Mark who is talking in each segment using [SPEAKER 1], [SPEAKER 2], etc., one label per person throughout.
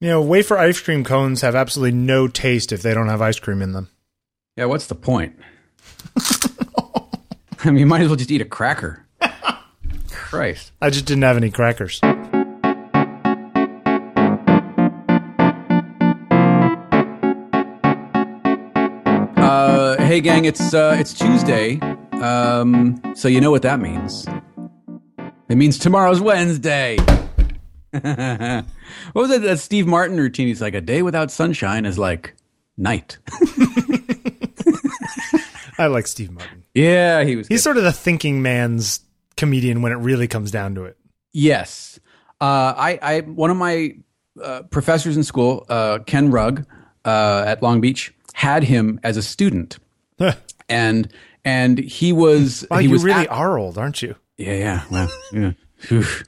[SPEAKER 1] You know, wafer ice cream cones have absolutely no taste if they don't have ice cream in them.
[SPEAKER 2] Yeah, what's the point? I mean, you might as well just eat a cracker. Christ.
[SPEAKER 1] I just didn't have any crackers.
[SPEAKER 2] Uh, hey, gang, it's uh, it's Tuesday, um, so you know what that means. It means tomorrow's Wednesday. what was that, that Steve Martin routine? He's like, a day without sunshine is like night.
[SPEAKER 1] I like Steve Martin.
[SPEAKER 2] yeah, he was.
[SPEAKER 1] He's sort of the thinking man's comedian when it really comes down to it.
[SPEAKER 2] Yes. Uh, I, I, one of my uh, professors in school, uh, Ken Rugg uh, at Long Beach, had him as a student, and and he was
[SPEAKER 1] Wow,
[SPEAKER 2] he
[SPEAKER 1] you
[SPEAKER 2] was
[SPEAKER 1] really
[SPEAKER 2] at-
[SPEAKER 1] are old, aren't you?
[SPEAKER 2] yeah yeah well, yeah. Oof.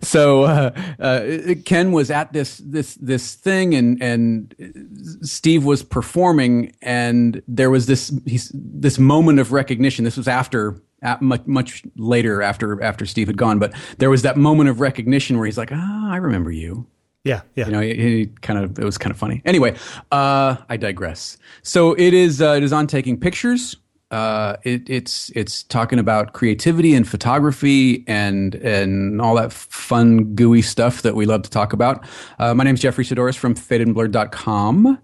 [SPEAKER 2] so uh, uh, Ken was at this this this thing and and Steve was performing and there was this he's, this moment of recognition this was after at much much later after after Steve had gone but there was that moment of recognition where he's like ah I remember you
[SPEAKER 1] Yeah, yeah.
[SPEAKER 2] you know, he, he kind of it was kind of funny. Anyway, uh, I digress. So it is uh, it is on taking pictures. Uh, it, it's it's talking about creativity and photography and and all that fun gooey stuff that we love to talk about. Uh, my name's Jeffrey Sidoris from fadedandblurred.com.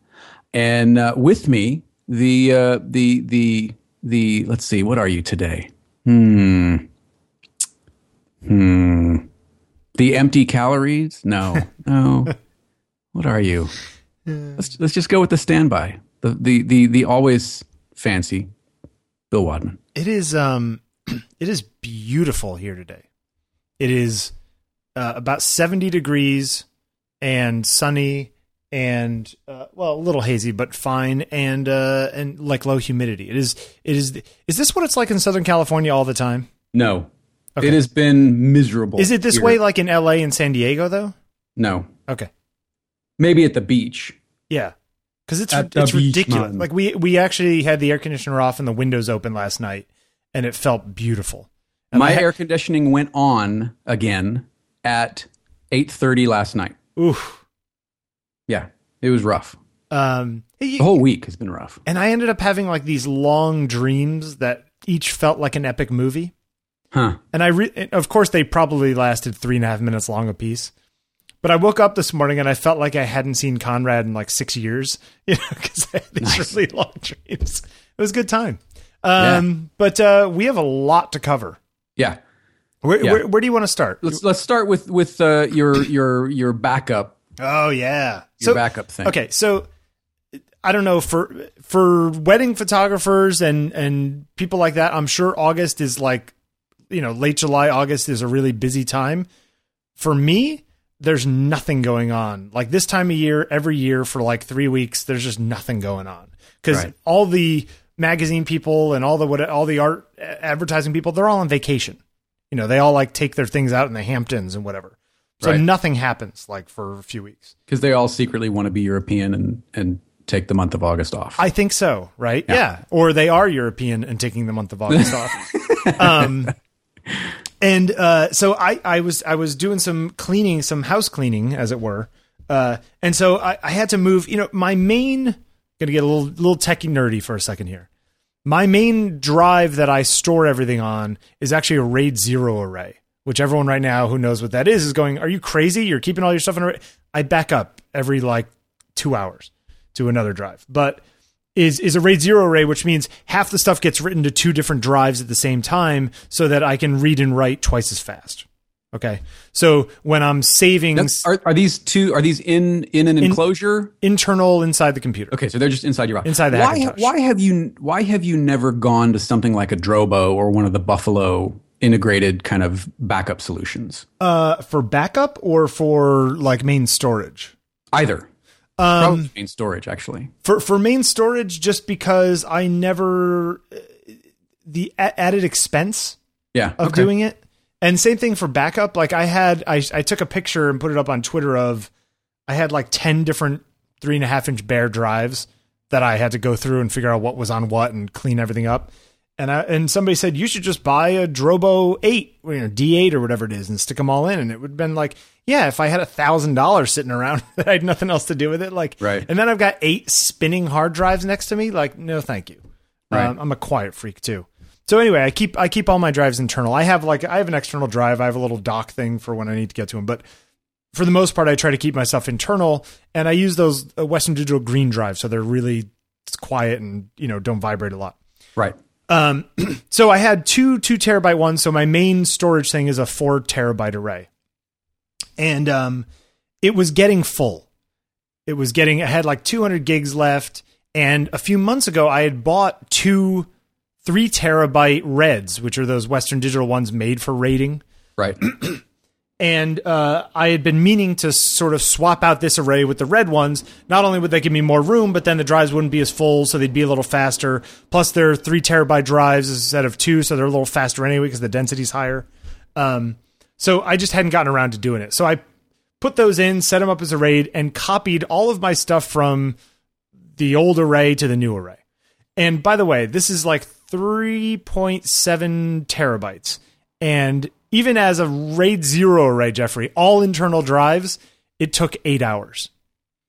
[SPEAKER 2] and uh, with me the uh, the the the let's see what are you today? Hmm. Hmm. The empty calories? No, no. What are you?
[SPEAKER 1] Hmm.
[SPEAKER 2] Let's let's just go with the standby. The the the the always fancy Bill Wadman.
[SPEAKER 1] It is um it is beautiful here today. It is uh, about 70 degrees and sunny and uh, well a little hazy but fine and uh and like low humidity. It is it is is this what it's like in southern California all the time?
[SPEAKER 2] No.
[SPEAKER 1] Okay.
[SPEAKER 2] It has been miserable.
[SPEAKER 1] Is it this
[SPEAKER 2] here.
[SPEAKER 1] way like in LA and San Diego though?
[SPEAKER 2] No.
[SPEAKER 1] Okay.
[SPEAKER 2] Maybe at the beach.
[SPEAKER 1] Yeah. Cuz it's
[SPEAKER 2] At the
[SPEAKER 1] it's
[SPEAKER 2] beach,
[SPEAKER 1] ridiculous.
[SPEAKER 2] man.
[SPEAKER 1] Like we we actually had the air conditioner off and the windows open last night and it felt beautiful. And
[SPEAKER 2] My
[SPEAKER 1] I-
[SPEAKER 2] air conditioning went on again at 8:30 last night.
[SPEAKER 1] oof.
[SPEAKER 2] Yeah. It was rough.
[SPEAKER 1] Um
[SPEAKER 2] The whole week has been rough.
[SPEAKER 1] and I ended up having like these long dreams that each felt like an epic movie.
[SPEAKER 2] Huh.
[SPEAKER 1] And I, re- and of course, they probably lasted three and a half minutes long apiece. But I woke up this morning and I felt like I hadn't seen Conrad in like six years, you know, because I had these
[SPEAKER 2] Nice.
[SPEAKER 1] really long dreams. It was a good time. Um, But uh, we have a lot to cover.
[SPEAKER 2] Yeah.
[SPEAKER 1] Where,
[SPEAKER 2] Yeah.
[SPEAKER 1] where, where do you want to start?
[SPEAKER 2] Let's let's start with with uh, your your your backup
[SPEAKER 1] Oh yeah,
[SPEAKER 2] your backup thing.
[SPEAKER 1] Okay, so I don't know for for wedding photographers and and people like that. I'm sure August is like you know late July, August is a really busy time. For me, there's nothing going on. Like this time of year, every year for like three weeks, there's just nothing going on because
[SPEAKER 2] Right.
[SPEAKER 1] all the magazine people and all the what all the art uh, advertising people, they're all on vacation. You know, they all like take their things out in the Hamptons and whatever. So
[SPEAKER 2] Right.
[SPEAKER 1] nothing happens like for a few weeks.
[SPEAKER 2] because they all secretly want to be European and and take the month of August off.
[SPEAKER 1] I think so, right? Yeah. Or they are European and taking the month of August off. Um, and uh, so I, I was I was doing some cleaning, some house cleaning, as it were. Uh, and so I, I had to move. You know, my main gonna get a little little techie nerdy for a second here. My main drive that I store everything on is actually a RAID zero array, which everyone right now who knows what that is is going, "Are you crazy? You're keeping all your stuff in a RAID." I back up every like two hours to another drive, but is is a RAID zero array, which means half the stuff gets written to two different drives at the same time, so that I can read and write twice as fast. Okay, so when I'm saving
[SPEAKER 2] That's, are, are these two? Are these in in an enclosure?
[SPEAKER 1] internal inside the computer,
[SPEAKER 2] Okay, so they're just inside your house.
[SPEAKER 1] Inside the
[SPEAKER 2] why,
[SPEAKER 1] Hackintosh.
[SPEAKER 2] why have you Why have you never gone to something like a Drobo or one of the Buffalo integrated kind of backup solutions?
[SPEAKER 1] uh, for backup or for like main storage.
[SPEAKER 2] Either.
[SPEAKER 1] Um,
[SPEAKER 2] Probably main storage, actually.
[SPEAKER 1] for for main storage just because I never the a- added expense
[SPEAKER 2] Yeah.
[SPEAKER 1] of
[SPEAKER 2] okay.
[SPEAKER 1] doing it. And same thing for backup. Like I had I I took a picture and put it up on Twitter of I had like ten different three and a half inch bare drives that I had to go through and figure out what was on what and clean everything up. and I, and somebody said you should just buy a Drobo eight, you know, D eight or whatever it is, and stick them all in, and it would have been like, yeah, if I had a thousand dollars sitting around that I had nothing else to do with it, like,
[SPEAKER 2] Right.
[SPEAKER 1] and then I've got eight spinning hard drives next to me, like, no, thank you.
[SPEAKER 2] Right.
[SPEAKER 1] Um, I'm a quiet freak too. So anyway, I keep I keep all my drives internal. I have like I have an external drive. I have a little dock thing for when I need to get to them, but for the most part, I try to keep myself internal, and I use those uh, Western Digital green drives, so they're really quiet and you know don't vibrate a lot.
[SPEAKER 2] Right.
[SPEAKER 1] Um, so I had two two terabyte ones. So my main storage thing is a four terabyte array, and um, it was getting full. It was getting. I had like 200 gigs left, and a few months ago I had bought two three terabyte reds, which are those Western Digital ones made for raiding
[SPEAKER 2] Right.
[SPEAKER 1] and uh, I had been meaning to sort of swap out this array with the red ones. Not only would they give me more room, but then the drives wouldn't be as full, so they'd be a little faster. Plus, they're three terabyte drives instead of two, so they're a little faster anyway because the density's higher. Um, so I just hadn't gotten around to doing it. So I put those in, set them up as a raid, and copied all of my stuff from the old array to the new array. And by the way, this is like 3.7 terabytes. And even as a RAID 0 array, Jeffrey, all internal drives, it took eight hours.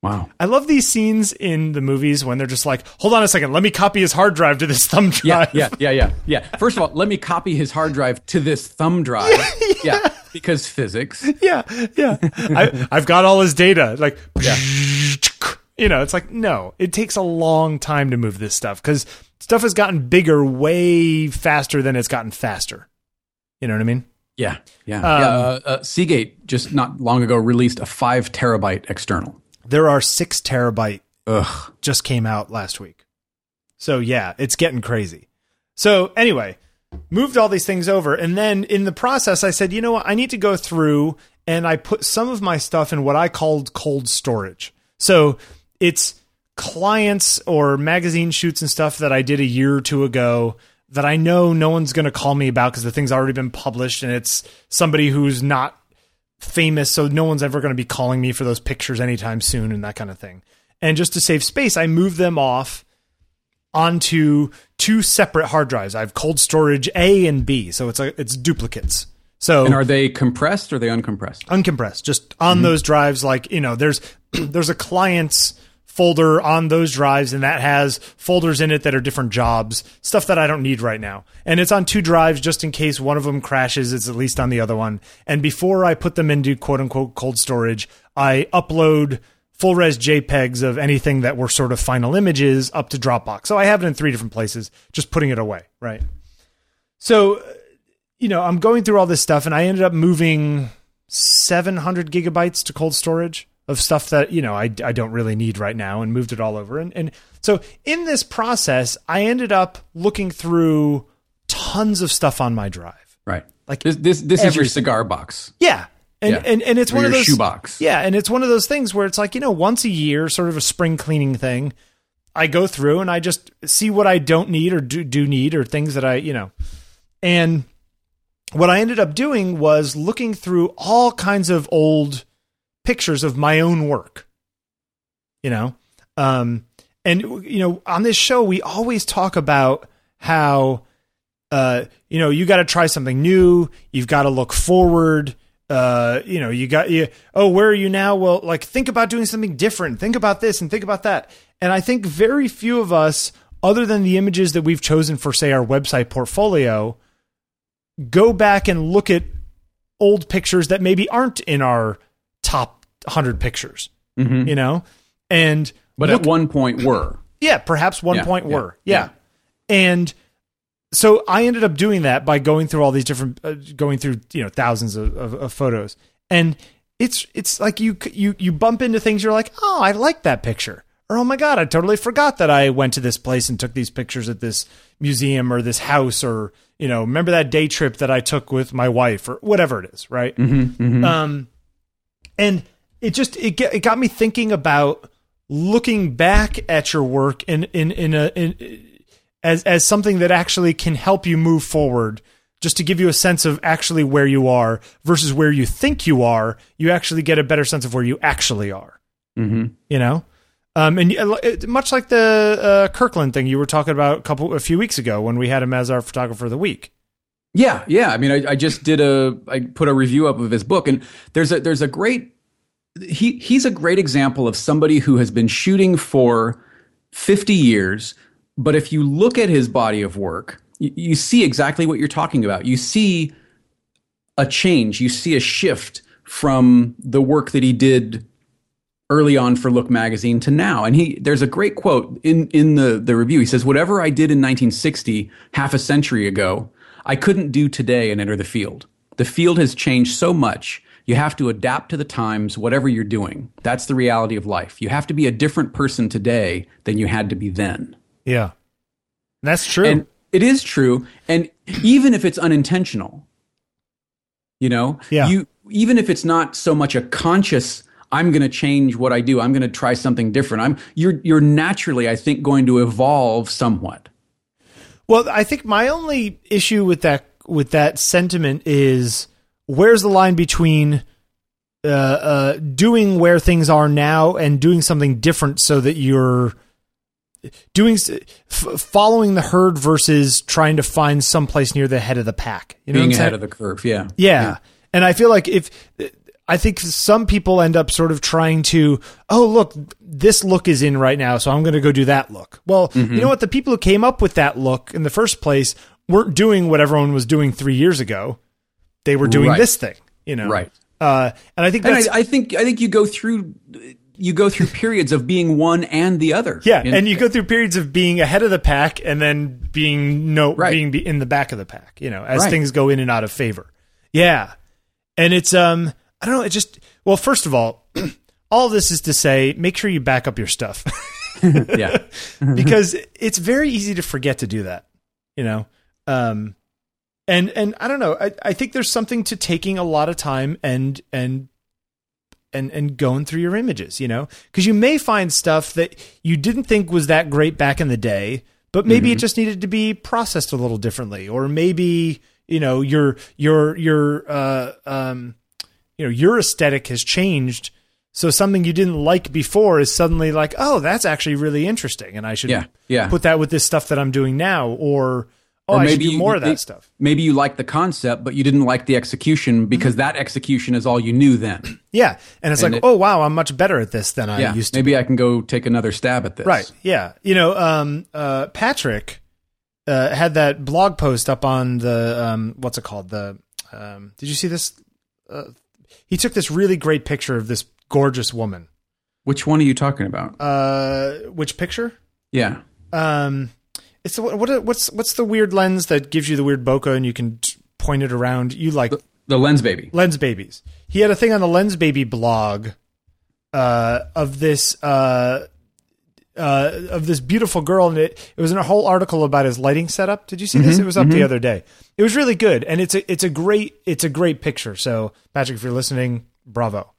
[SPEAKER 2] Wow.
[SPEAKER 1] I love these scenes in the movies when they're just like, hold on a second, let me copy his hard drive to this thumb
[SPEAKER 2] Yeah,
[SPEAKER 1] drive.
[SPEAKER 2] yeah, yeah, yeah, yeah. First of all, let me copy his hard drive to this thumb drive. Yeah, because physics.
[SPEAKER 1] yeah, yeah. I, I've got all his data. Like, you know, it's like no, it takes a long time to move this stuff because stuff has gotten bigger way faster than it's gotten faster. You know what I mean?
[SPEAKER 2] Yeah, yeah.
[SPEAKER 1] Um,
[SPEAKER 2] yeah uh, uh, Seagate just not long ago released a five terabyte external.
[SPEAKER 1] There are six terabyte
[SPEAKER 2] Ugh.
[SPEAKER 1] just came out last week. So yeah, it's getting crazy. So anyway, moved all these things over and then in the process I said, you know what, I need to go through and I put some of my stuff in what I called cold storage. So it's clients or magazine shoots and stuff that I did a year or two ago that I know no one's going to call me about because the thing's already been published and it's somebody who's not famous, so no one's ever going to be calling me for those pictures anytime soon and that kind of thing. And just to save space, I move them off onto two separate hard drives. I have cold storage A and B, so it's a, it's duplicates. So
[SPEAKER 2] And are they compressed or are they uncompressed?
[SPEAKER 1] uncompressed just on those drives like you know there's there's a client's folder on those drives and that has folders in it that are different jobs stuff that i don't need right now and it's on two drives just in case one of them crashes it's at least on the other one and before i put them into quote unquote cold storage i upload full res jpegs of anything that were sort of final images up to dropbox so i have it in three different places just putting it away right so you know i'm going through all this stuff and i ended up moving 700 gigabytes to cold storage of stuff that you know I, I don't really need right now and moved it all over and, and so in this process i ended up looking through tons of stuff on my drive
[SPEAKER 2] Right.
[SPEAKER 1] Like
[SPEAKER 2] this this, this is your
[SPEAKER 1] everything.
[SPEAKER 2] cigar box.
[SPEAKER 1] yeah and
[SPEAKER 2] Yeah.
[SPEAKER 1] and, and it's
[SPEAKER 2] Or
[SPEAKER 1] one of
[SPEAKER 2] your
[SPEAKER 1] those
[SPEAKER 2] shoebox.
[SPEAKER 1] yeah and it's one of those things where it's like you know once a year sort of a spring cleaning thing i go through and i just see what i don't need or do, do need or things that i you know and what I ended up doing was looking through all kinds of old pictures of my own work. You know, um, and you know, on this show we always talk about how, uh, you know, you got to try something new. You've got to look forward. Uh, you know, you got you. Oh, where are you now? Well, like think about doing something different. Think about this and think about that. And I think very few of us, other than the images that we've chosen for, say, our website portfolio, go back and look at old pictures that maybe aren't in our top 100 pictures, you know? And,
[SPEAKER 2] Mm-hmm. But at one point were.
[SPEAKER 1] yeah, perhaps one
[SPEAKER 2] Yeah,
[SPEAKER 1] point
[SPEAKER 2] yeah,
[SPEAKER 1] were. Yeah. And so I ended up doing that by going through all these different, uh, going through, you know, thousands of, of, of photos. And it's, it's like you, c- you, you bump into things you're like, oh, I like that picture. Or, oh my God, I totally forgot that I went to this place and took these pictures at this museum or this house or, you know, remember that day trip that I took with my wife or whatever it is, right? Um, and it just it get, it got me thinking about looking back at your work in in in a in, as as something that actually can help you move forward. Just to give you a sense of actually where you are versus where you think you are, you actually get a better sense of where you actually are. You know, Um, and uh, it- much like the uh, Kirkland thing you were talking about a couple a few weeks ago when we had him as our photographer of the week.
[SPEAKER 2] Yeah, yeah. I mean, I, I just did a I put a review up of his book, and there's a there's a great he he's a great example of somebody who has been shooting for 50 years, but if you look at his body of work, you, you see exactly what you're talking about. You see a change, you see a shift from the work that he did early on for Look magazine to now. And he there's a great quote in in the the review. He says, "Whatever I did in 1960, half a century ago, I couldn't do today and enter the field. The field has changed so much. You have to adapt to the times whatever you're doing. That's the reality of life. You have to be a different person today than you had to be then."
[SPEAKER 1] Yeah, and that's true.
[SPEAKER 2] And it is true. And even if it's unintentional, you know,
[SPEAKER 1] Yeah.
[SPEAKER 2] you even if it's not so much a conscious, I'm going to change what I do. I'm going to try something different. I'm you're you're naturally, I think, going to evolve somewhat.
[SPEAKER 1] Well, I think my only issue with that with that sentiment is where's the line between uh, uh, doing where things are now and doing something different so that you're doing s- f- following the herd versus trying to find someplace near the head of the pack. You know
[SPEAKER 2] Being
[SPEAKER 1] what I'm saying?
[SPEAKER 2] ahead of the curve. Yeah.
[SPEAKER 1] Yeah. And I feel like if I think some people end up sort of trying to, oh, look, this look is in right now, so I'm going to go do that look. Well, you
[SPEAKER 2] Mm-hmm.
[SPEAKER 1] know what? The people who came up with that look in the first place weren't doing what everyone was doing three years ago. They were doing
[SPEAKER 2] Right.
[SPEAKER 1] this thing, you know?
[SPEAKER 2] Right.
[SPEAKER 1] Uh, and I think
[SPEAKER 2] And
[SPEAKER 1] that's,
[SPEAKER 2] I, I think I think you go through you go through periods of being one and the other.
[SPEAKER 1] yeah.
[SPEAKER 2] In-
[SPEAKER 1] and you go through periods of being ahead of the pack and then being no,
[SPEAKER 2] Right.
[SPEAKER 1] being be- in the back of the pack, you know, as
[SPEAKER 2] Right.
[SPEAKER 1] things go in and out of favor. Yeah. And it's um I don't know, it just well, first of all, all this is to say make sure you back up your stuff
[SPEAKER 2] yeah.
[SPEAKER 1] because it's very easy to forget to do that, you know. Um and and I don't know, I I think there's something to taking a lot of time and and and and going through your images, you know? Cuz you may find stuff that you didn't think was that great back in the day, but maybe
[SPEAKER 2] Mm-hmm.
[SPEAKER 1] it just needed to be processed a little differently or maybe, you know, your your your uh um you know, your aesthetic has changed. So something you didn't like before is suddenly like, "Oh, that's actually really interesting and I should
[SPEAKER 2] Yeah, yeah.
[SPEAKER 1] put that with this stuff that I'm doing now or oh, I should do
[SPEAKER 2] you-
[SPEAKER 1] more of that
[SPEAKER 2] may-
[SPEAKER 1] stuff."
[SPEAKER 2] Maybe you like the concept, but you didn't like the execution because
[SPEAKER 1] Mm-hmm.
[SPEAKER 2] that execution is all you knew then.
[SPEAKER 1] Yeah. And it's like,
[SPEAKER 2] it-
[SPEAKER 1] "Oh, wow, I'm much better at this than I
[SPEAKER 2] Yeah,
[SPEAKER 1] used to."
[SPEAKER 2] maybe I can go take another stab at this.
[SPEAKER 1] Right. Yeah. You know, um, uh, Patrick uh, had that blog post up on the um, what's it called? The um, did you see this? Uh, he took this really great picture of this gorgeous woman.
[SPEAKER 2] Which one are you talking about?
[SPEAKER 1] Uh, which picture?
[SPEAKER 2] yeah,
[SPEAKER 1] Um, it's the, what? What's what's the weird lens that gives you the weird bokeh and you can t- point it around? You like
[SPEAKER 2] the lens baby.
[SPEAKER 1] lens babies. He had a thing on the lens baby blog uh, of this uh, uh, of this beautiful girl, and it it was in a whole article about his lighting setup. Did you see
[SPEAKER 2] Mm-hmm,
[SPEAKER 1] this? It was up the other day. It was really good, and it's a it's a great it's a great picture. So Patrick, if you're listening, bravo.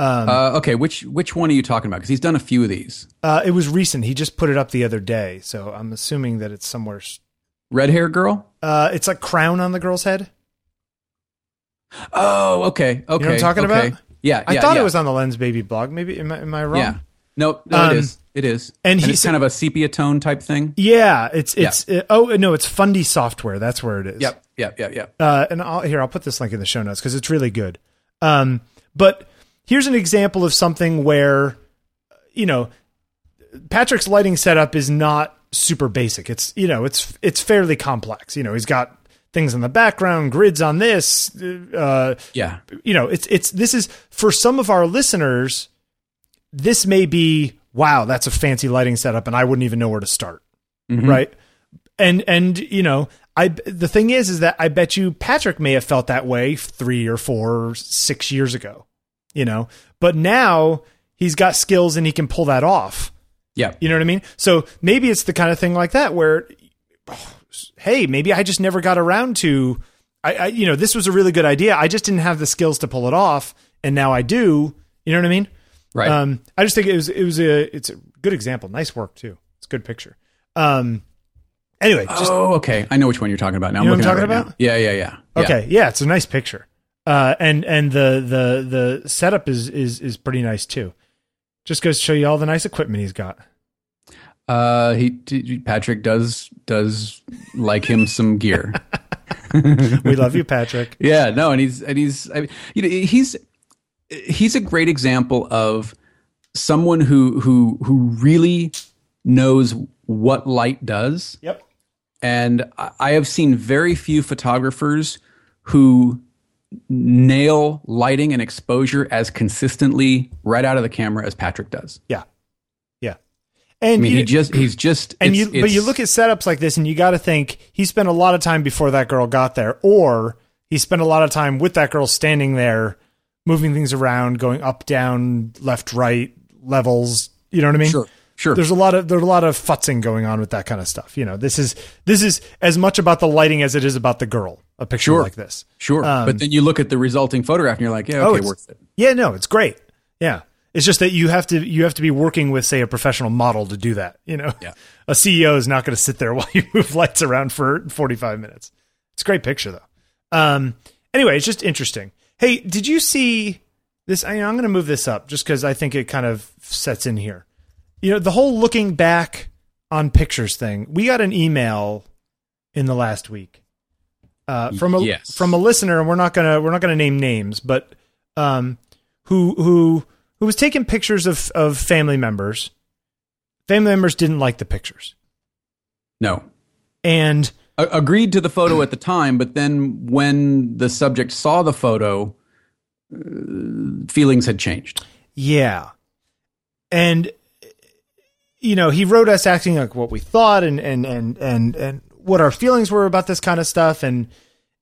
[SPEAKER 1] Um,
[SPEAKER 2] Uh, okay, which which one are you talking about? Because he's done a few of these.
[SPEAKER 1] Uh, it was recent. He just put it up the other day, so I'm assuming that it's somewhere. s-
[SPEAKER 2] Red hair girl.
[SPEAKER 1] Uh, it's like crown on the girl's head.
[SPEAKER 2] Oh, okay, okay.
[SPEAKER 1] I'm talking
[SPEAKER 2] okay.
[SPEAKER 1] about?
[SPEAKER 2] Yeah,
[SPEAKER 1] I
[SPEAKER 2] yeah,
[SPEAKER 1] thought
[SPEAKER 2] yeah.
[SPEAKER 1] it was on the Lens Baby blog. Maybe am I, am I wrong?
[SPEAKER 2] Yeah. No, no,
[SPEAKER 1] Um,
[SPEAKER 2] it is. It is.
[SPEAKER 1] and he
[SPEAKER 2] it's
[SPEAKER 1] said-
[SPEAKER 2] kind of a sepia tone type thing.
[SPEAKER 1] Yeah, it's it's uh, oh no, it's Fundy Software. That's where it is.
[SPEAKER 2] Yep, yep, yep, yep.
[SPEAKER 1] Uh, and I'll, here I'll put this link in the show notes because it's really good. Um, but here's an example of something where, you know, Patrick's lighting setup is not super basic. It's you know it's it's fairly complex. You know, he's got things in the background, grids on this, uh,
[SPEAKER 2] Yeah,
[SPEAKER 1] you know, it's it's this is for some of our listeners, this may be wow, that's a fancy lighting setup, and I wouldn't even know where to start, right? And and you know, I the thing is, is that I bet you Patrick may have felt that way three or four, or six years ago, you know, but now he's got skills and he can pull that off.
[SPEAKER 2] yeah.
[SPEAKER 1] You know what I mean? So maybe it's the kind of thing like that where, oh, hey, maybe I just never got around to, I, I you know, this was a really good idea. I just didn't have the skills to pull it off, and now I do. You know what I mean?
[SPEAKER 2] Right.
[SPEAKER 1] Um, I just think it was it was a it's a good example. Nice work too. It's a good picture. Um, anyway, just,
[SPEAKER 2] oh, okay. I know which one you're talking about now.
[SPEAKER 1] You know
[SPEAKER 2] I'm
[SPEAKER 1] what
[SPEAKER 2] looking
[SPEAKER 1] I'm
[SPEAKER 2] at it
[SPEAKER 1] talking
[SPEAKER 2] right
[SPEAKER 1] about?
[SPEAKER 2] now. Yeah, yeah, yeah. Oh, Yeah.
[SPEAKER 1] okay, yeah. it's a nice picture. Uh, and and the the the setup is is is pretty nice too. Just goes to show you all the nice equipment he's got.
[SPEAKER 2] Uh, he t- Patrick does does like him some gear.
[SPEAKER 1] We love you, Patrick.
[SPEAKER 2] Yeah, no, and he's and he's I mean, you know he's he's a great example of someone who who who really knows what light does
[SPEAKER 1] Yep.
[SPEAKER 2] and I I have seen very few photographers who nail lighting and exposure as consistently right out of the camera as Patrick does.
[SPEAKER 1] Yeah. Yeah. And
[SPEAKER 2] I mean,
[SPEAKER 1] you-
[SPEAKER 2] he just he's just
[SPEAKER 1] and you
[SPEAKER 2] it's-
[SPEAKER 1] but you
[SPEAKER 2] it's-
[SPEAKER 1] look at setups like this and you got to think he spent a lot of time before that girl got there or he spent a lot of time with that girl standing there moving things around going up down left right levels you know what i mean
[SPEAKER 2] sure sure
[SPEAKER 1] there's a lot of there's a lot of futzing going on with that kind of stuff you know this is this is as much about the lighting as it is about the girl a picture
[SPEAKER 2] Sure.
[SPEAKER 1] like this
[SPEAKER 2] sure, but then you look at the resulting photograph and you're like, yeah,
[SPEAKER 1] um, Oh,
[SPEAKER 2] okay,
[SPEAKER 1] it's-
[SPEAKER 2] worth it.
[SPEAKER 1] yeah no it's great yeah it's just that you have to you have to be working with say a professional model to do that you know
[SPEAKER 2] Yeah.
[SPEAKER 1] a ceo is not going to sit there while you move lights around for 45 minutes it's a great picture though um anyway it's just interesting hey did you see this I, i'm going to move this up just because i think it kind of sets in here you know the whole looking back on pictures thing we got an email in the last week uh, from a
[SPEAKER 2] Yes.
[SPEAKER 1] from a listener and we're not gonna we're not gonna name names but um, who who who was taking pictures of of family members family members didn't like the pictures
[SPEAKER 2] No,
[SPEAKER 1] and
[SPEAKER 2] A- agreed to the photo at the time, but then when the subject saw the photo, uh, feelings had changed.
[SPEAKER 1] Yeah. And you know, he wrote us acting like what we thought and and and and and what our feelings were about this kind of stuff and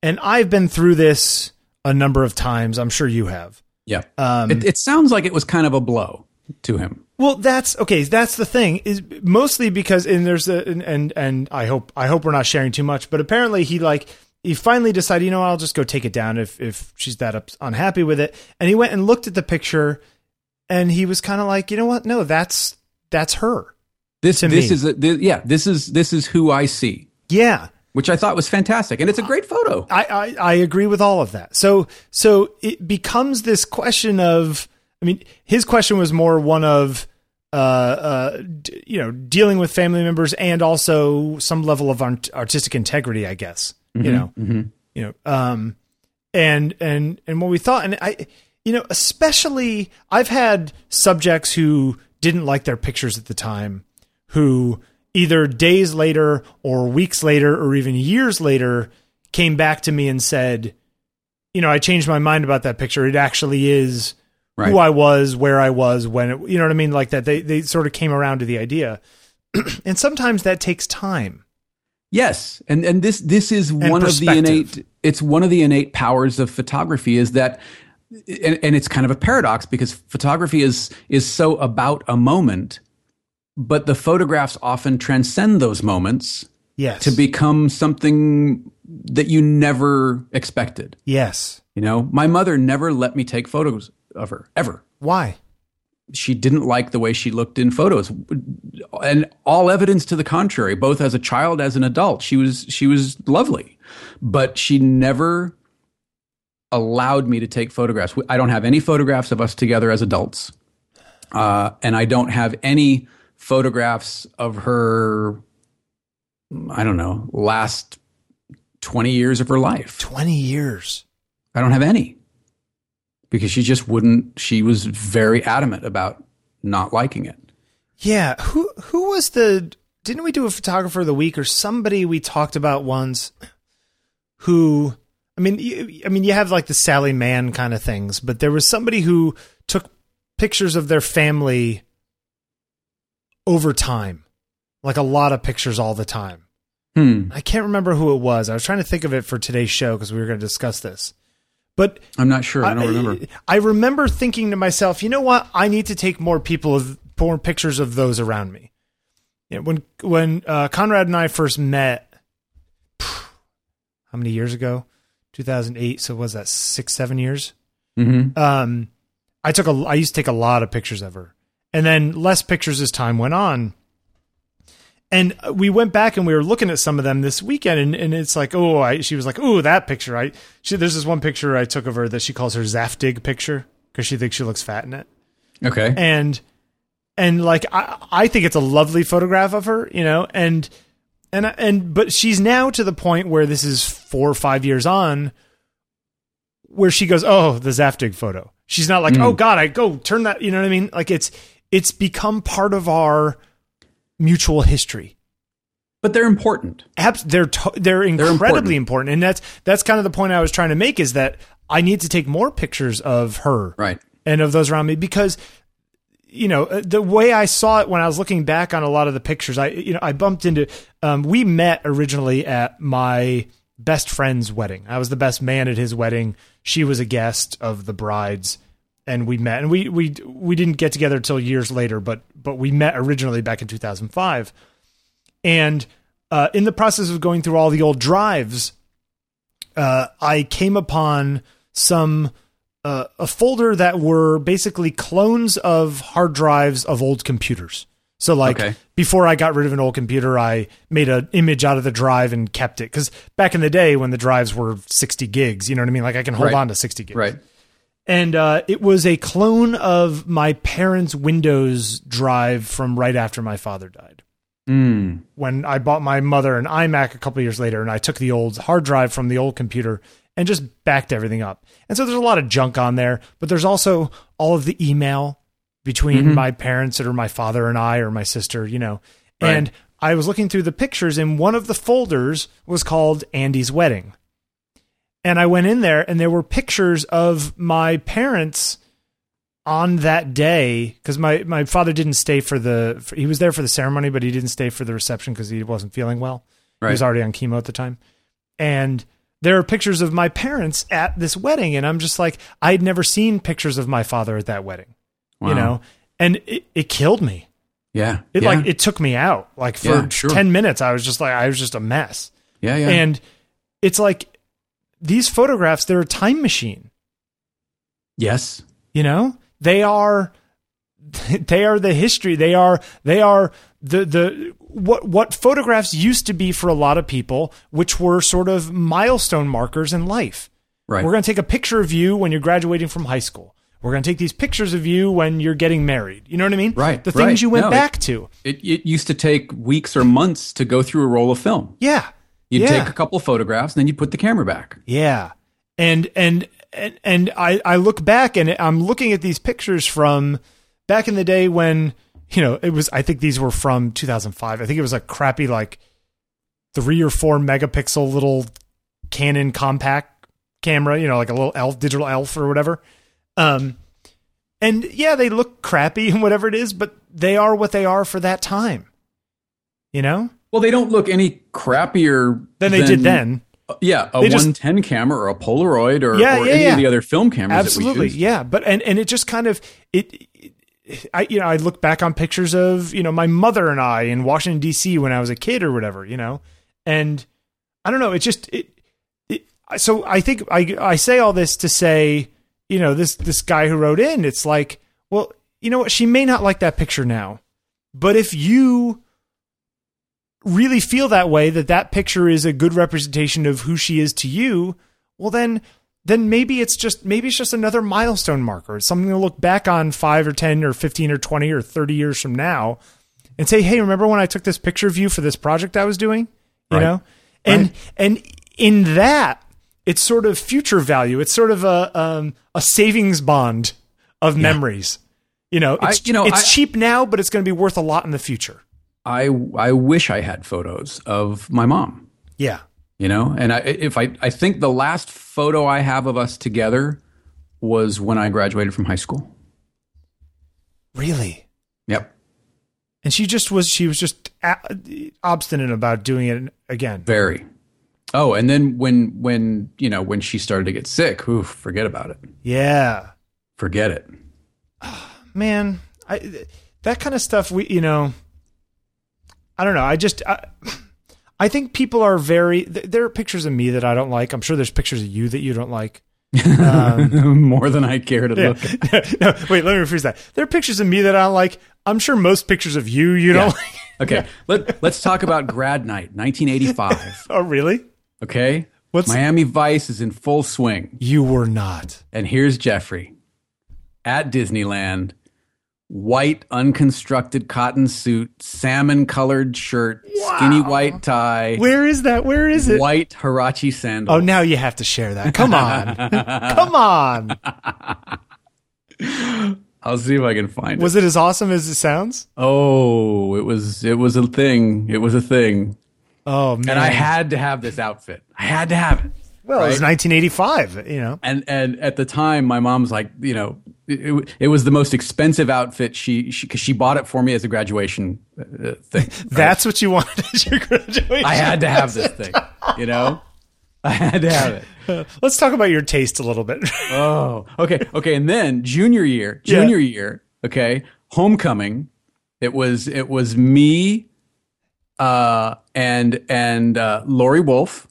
[SPEAKER 1] and I've been through this a number of times. I'm sure you have.
[SPEAKER 2] Yeah,
[SPEAKER 1] Um
[SPEAKER 2] it, it sounds like it was kind of a blow to him.
[SPEAKER 1] well, that's okay. That's the thing is mostly because and there's a and, and and I hope I hope we're not sharing too much, but apparently he like he finally decided, you know, I'll just go take it down if if she's that ups- unhappy with it. And he went and looked at the picture, and he was kind of like, you know what? No, that's that's her.
[SPEAKER 2] this
[SPEAKER 1] to
[SPEAKER 2] this
[SPEAKER 1] me.
[SPEAKER 2] is a, thi- yeah this is this is who I see,
[SPEAKER 1] Yeah,
[SPEAKER 2] which I thought was fantastic, and it's a great photo.
[SPEAKER 1] I, I, I agree with all of that. So so it becomes this question of I mean his question was more one of uh, uh d- you know dealing with family members and also some level of art- artistic integrity I guess you know you know um and and and what we thought and I you know especially I've had subjects who didn't like their pictures at the time who either days later or weeks later or even years later came back to me and said, you know, I changed my mind about that picture. It actually is
[SPEAKER 2] Right.
[SPEAKER 1] who I was, where I was, when it, you know what I mean? Like that they, they sort of came around to the idea. and sometimes that takes time.
[SPEAKER 2] Yes, and and this this is one of the
[SPEAKER 1] perspective.
[SPEAKER 2] innate it's one of the innate powers of photography is that and, and it's kind of a paradox because photography is is so about a moment, but the photographs often transcend those moments
[SPEAKER 1] Yes.
[SPEAKER 2] to become something that you never expected.
[SPEAKER 1] Yes.
[SPEAKER 2] You know, my mother never let me take photos of her ever.
[SPEAKER 1] Why?
[SPEAKER 2] she didn't like the way she looked in photos and all evidence to the contrary both as a child as an adult she was she was lovely but she never allowed me to take photographs i don't have any photographs of us together as adults uh, and i don't have any photographs of her i don't know last 20 years of her life
[SPEAKER 1] 20 years.
[SPEAKER 2] I don't have any because she just wouldn't. She was very adamant about not liking it.
[SPEAKER 1] Yeah. Who, who was the, didn't we do a photographer of the week or somebody we talked about once who I mean you, I mean you have like the Sally Mann kind of things, but there was somebody who took pictures of their family over time. Like a lot of pictures all the time.
[SPEAKER 2] Hmm.
[SPEAKER 1] I can't remember who it was. I was trying to think of it for today's show because we were going to discuss this. But
[SPEAKER 2] I'm not sure. I don't remember.
[SPEAKER 1] I, remember thinking to myself, you know what? I need to take more people of more pictures of those around me. You know, when when uh, Conrad and I first met, how many years ago? 2008. So was that six, seven years?
[SPEAKER 2] hmm
[SPEAKER 1] um, I took a I used to take a lot of pictures of her, and then less pictures as time went on. And we went back and we were looking at some of them this weekend, and, and it's like, oh, I, she was like, oh, that picture. I she, there's this one picture I took of her that she calls her Zaftig picture because she thinks she looks fat in it,
[SPEAKER 2] Okay.
[SPEAKER 1] and and like I, I think it's a lovely photograph of her, you know, and and and but she's now to the point where this is four or five years on, where she goes, oh, the Zaftig photo. She's not like, oh God, I go turn that, you know what I mean? Like it's it's become part of our mutual history.
[SPEAKER 2] But they're important.
[SPEAKER 1] Abs- they're to- they're incredibly
[SPEAKER 2] important.
[SPEAKER 1] important, and that's that's kind of the point I was trying to make is that I need to take more pictures of her,
[SPEAKER 2] Right.
[SPEAKER 1] and of those around me because you know uh, the way I saw it when I was looking back on a lot of the pictures I you know I bumped into um, we met originally at my best friend's wedding I was the best man at his wedding she was a guest of the bride's and we met and we we we didn't get together till years later but but we met originally back in 2005 and uh, in the process of going through all the old drives uh, I came upon some uh, a folder that were basically clones of hard drives of old computers. So like
[SPEAKER 2] Okay.
[SPEAKER 1] before I got rid of an old computer, I made an image out of the drive and kept it because back in the day when the drives were 60 gigs, you know what I mean? Like I can hold
[SPEAKER 2] Right.
[SPEAKER 1] on to 60 gigs
[SPEAKER 2] Right.
[SPEAKER 1] and uh, it was a clone of my parents' Windows drive from right after my father died.
[SPEAKER 2] Hmm.
[SPEAKER 1] When I bought my mother an iMac a couple years later, and I took the old hard drive from the old computer and just backed everything up. And so there's a lot of junk on there, but there's also all of the email between my parents or my father and I or my sister, you know.
[SPEAKER 2] Right.
[SPEAKER 1] And I was looking through the pictures, and one of the folders was called Andy's Wedding and I went in there and there were pictures of my parents on that day because my, my father didn't stay for the for, he was there for the ceremony but he didn't stay for the reception because he wasn't feeling well he was
[SPEAKER 2] Right.
[SPEAKER 1] already on chemo at the time and there are pictures of my parents at this wedding and i'm just like i had never seen pictures of my father at that wedding
[SPEAKER 2] Wow.
[SPEAKER 1] you know and it, it killed me
[SPEAKER 2] Yeah.
[SPEAKER 1] it
[SPEAKER 2] yeah.
[SPEAKER 1] like it took me out like for
[SPEAKER 2] Yeah, sure.
[SPEAKER 1] 10 minutes i was just like i was just a mess
[SPEAKER 2] yeah. Yeah.
[SPEAKER 1] and it's like these photographs, they're a time machine,
[SPEAKER 2] yes.
[SPEAKER 1] you know? They are they are the history. They are they are the the what what photographs used to be for a lot of people, which were sort of milestone markers in life.
[SPEAKER 2] Right.
[SPEAKER 1] We're going to take a picture of you when you're graduating from high school. We're going to take these pictures of you when you're getting married. You know what I mean?
[SPEAKER 2] Right,
[SPEAKER 1] The things
[SPEAKER 2] right.
[SPEAKER 1] you went
[SPEAKER 2] No, it-
[SPEAKER 1] back to.
[SPEAKER 2] it, it used to take weeks or months to go through a roll of film.
[SPEAKER 1] Yeah.
[SPEAKER 2] You'd
[SPEAKER 1] yeah.
[SPEAKER 2] take a couple photographs and then you'd put the camera back.
[SPEAKER 1] Yeah. And and and, and I, I look back and I'm looking at these pictures from back in the day when you know it was I think these were from 2005. I think it was a crappy like 3 or 4 megapixel little Canon compact camera, you know, like a little elf digital elf or whatever. Um and yeah, they look crappy and whatever it is, but they are what they are for that time. You know?
[SPEAKER 2] Well, they don't look any crappier uh,
[SPEAKER 1] Than they did then.
[SPEAKER 2] Yeah, a
[SPEAKER 1] They just-
[SPEAKER 2] 110 camera or a Polaroid or,
[SPEAKER 1] Yeah,
[SPEAKER 2] or
[SPEAKER 1] yeah,
[SPEAKER 2] any
[SPEAKER 1] yeah.
[SPEAKER 2] of the other film cameras. that we
[SPEAKER 1] absolutely
[SPEAKER 2] use.
[SPEAKER 1] yeah but and and it just kind of it, it- i you know i look back on pictures of you know my mother and i in washington dc when i was a kid or whatever you know and i don't know it just it, it I- so i think i i say all this to say you know this this guy who wrote in it's like well you know what she may not like that picture now but if you really feel that way that that picture is a good representation of who she is to you well then then maybe it's just maybe it's just another milestone marker it's something to look back on 5 or 10 or 15 or 20 or 30 years from now and say hey remember when i took this picture of you for this project i was doing you
[SPEAKER 2] Right.
[SPEAKER 1] know and
[SPEAKER 2] Right.
[SPEAKER 1] and in that it's sort of future value it's sort of a um, a savings bond of memories you know
[SPEAKER 2] I-
[SPEAKER 1] it's,
[SPEAKER 2] you know,
[SPEAKER 1] it's
[SPEAKER 2] I-
[SPEAKER 1] cheap now but it's going to be worth a lot in the future
[SPEAKER 2] I I wish I had photos of my mom.
[SPEAKER 1] yeah
[SPEAKER 2] You know, and I if I I think the last photo I have of us together was when I graduated from high school.
[SPEAKER 1] really
[SPEAKER 2] Yep,
[SPEAKER 1] and she just was she was just a- obstinate about doing it again
[SPEAKER 2] very. Oh, and then when when you know when she started to get sick, oof, forget about it.
[SPEAKER 1] yeah
[SPEAKER 2] Forget it.
[SPEAKER 1] man i that kind of stuff we you know i don't know i just i, I think people are very th- there are pictures of me that i don't like i'm sure there's pictures of you that you don't like
[SPEAKER 2] More than I care to look. at.
[SPEAKER 1] no, wait let me rephrase that there are pictures of me that i don't like i'm sure most pictures of you you don't like
[SPEAKER 2] Okay, let let's talk about grad night, 1985.
[SPEAKER 1] oh really
[SPEAKER 2] Okay,
[SPEAKER 1] What's-
[SPEAKER 2] Miami Vice is in full swing.
[SPEAKER 1] you were not
[SPEAKER 2] And here's Jeffrey at Disneyland white unconstructed cotton suit, salmon colored shirt, skinny white tie,
[SPEAKER 1] Where is that? Where is it?
[SPEAKER 2] white Hirachi sandals.
[SPEAKER 1] Oh, now you have to share that. Come on. Come on.
[SPEAKER 2] I'll see if I can find it.
[SPEAKER 1] Was it as awesome as it sounds?
[SPEAKER 2] Oh, it was it was a thing. It was a thing.
[SPEAKER 1] Oh, man.
[SPEAKER 2] And I had to have this outfit. I had to have it.
[SPEAKER 1] well, it was 1985, you know.
[SPEAKER 2] and and at the time my mom's like you know it, it, it was the most expensive outfit she she, 'cause she bought it for me as a graduation uh, thing
[SPEAKER 1] That's what you wanted at your graduation.
[SPEAKER 2] i had to have this thing you know i had to have it
[SPEAKER 1] Let's talk about your taste a little bit.
[SPEAKER 2] oh okay okay and then junior year junior year okay homecoming it was it was me uh and and uh lori wolf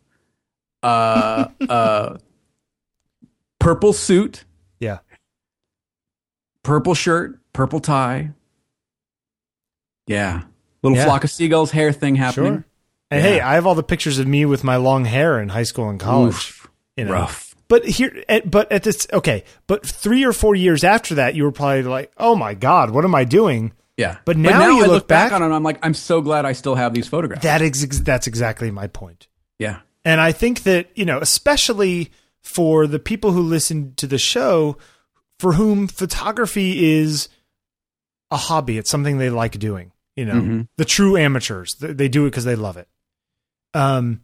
[SPEAKER 2] uh uh purple suit
[SPEAKER 1] yeah.
[SPEAKER 2] purple shirt, purple tie. Yeah. Little
[SPEAKER 1] Yeah.
[SPEAKER 2] flock of seagulls hair thing happening.
[SPEAKER 1] Sure. And hey, I have all the pictures of me with my long hair in high school and college.
[SPEAKER 2] Oof.
[SPEAKER 1] you know.
[SPEAKER 2] Rough.
[SPEAKER 1] But here, at, but at this, okay. But three or four years after that, you were probably like, "Oh my god, what am I doing?"
[SPEAKER 2] Yeah.
[SPEAKER 1] But now you
[SPEAKER 2] I
[SPEAKER 1] look back-
[SPEAKER 2] on it and I'm like, I'm so glad I still have these photographs.
[SPEAKER 1] That is ex- that's exactly my point.
[SPEAKER 2] yeah.
[SPEAKER 1] And I think that you know, especially for the people who listen to the show, for whom photography is a hobby, it's something they like doing. You know,
[SPEAKER 2] Mhm.
[SPEAKER 1] the true amateurs, th- they do it because they love it. Um,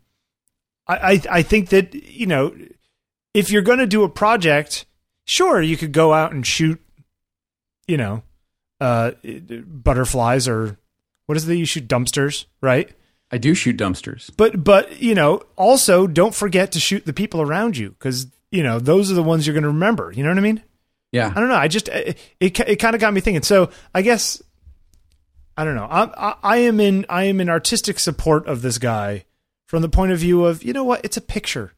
[SPEAKER 1] I, I I think that you know, if you're going to do a project, sure, you could go out and shoot, you know, uh, butterflies or what is it? that You shoot dumpsters, right?
[SPEAKER 2] I do shoot dumpsters.
[SPEAKER 1] but but you know also don't forget to shoot the people around you because you know those are the ones you're going to remember you know what i mean
[SPEAKER 2] Yeah.
[SPEAKER 1] i don't know i just it, it, it kind of got me thinking so i guess i don't know I, I i am in i am in artistic support of this guy from the point of view of you know what it's a picture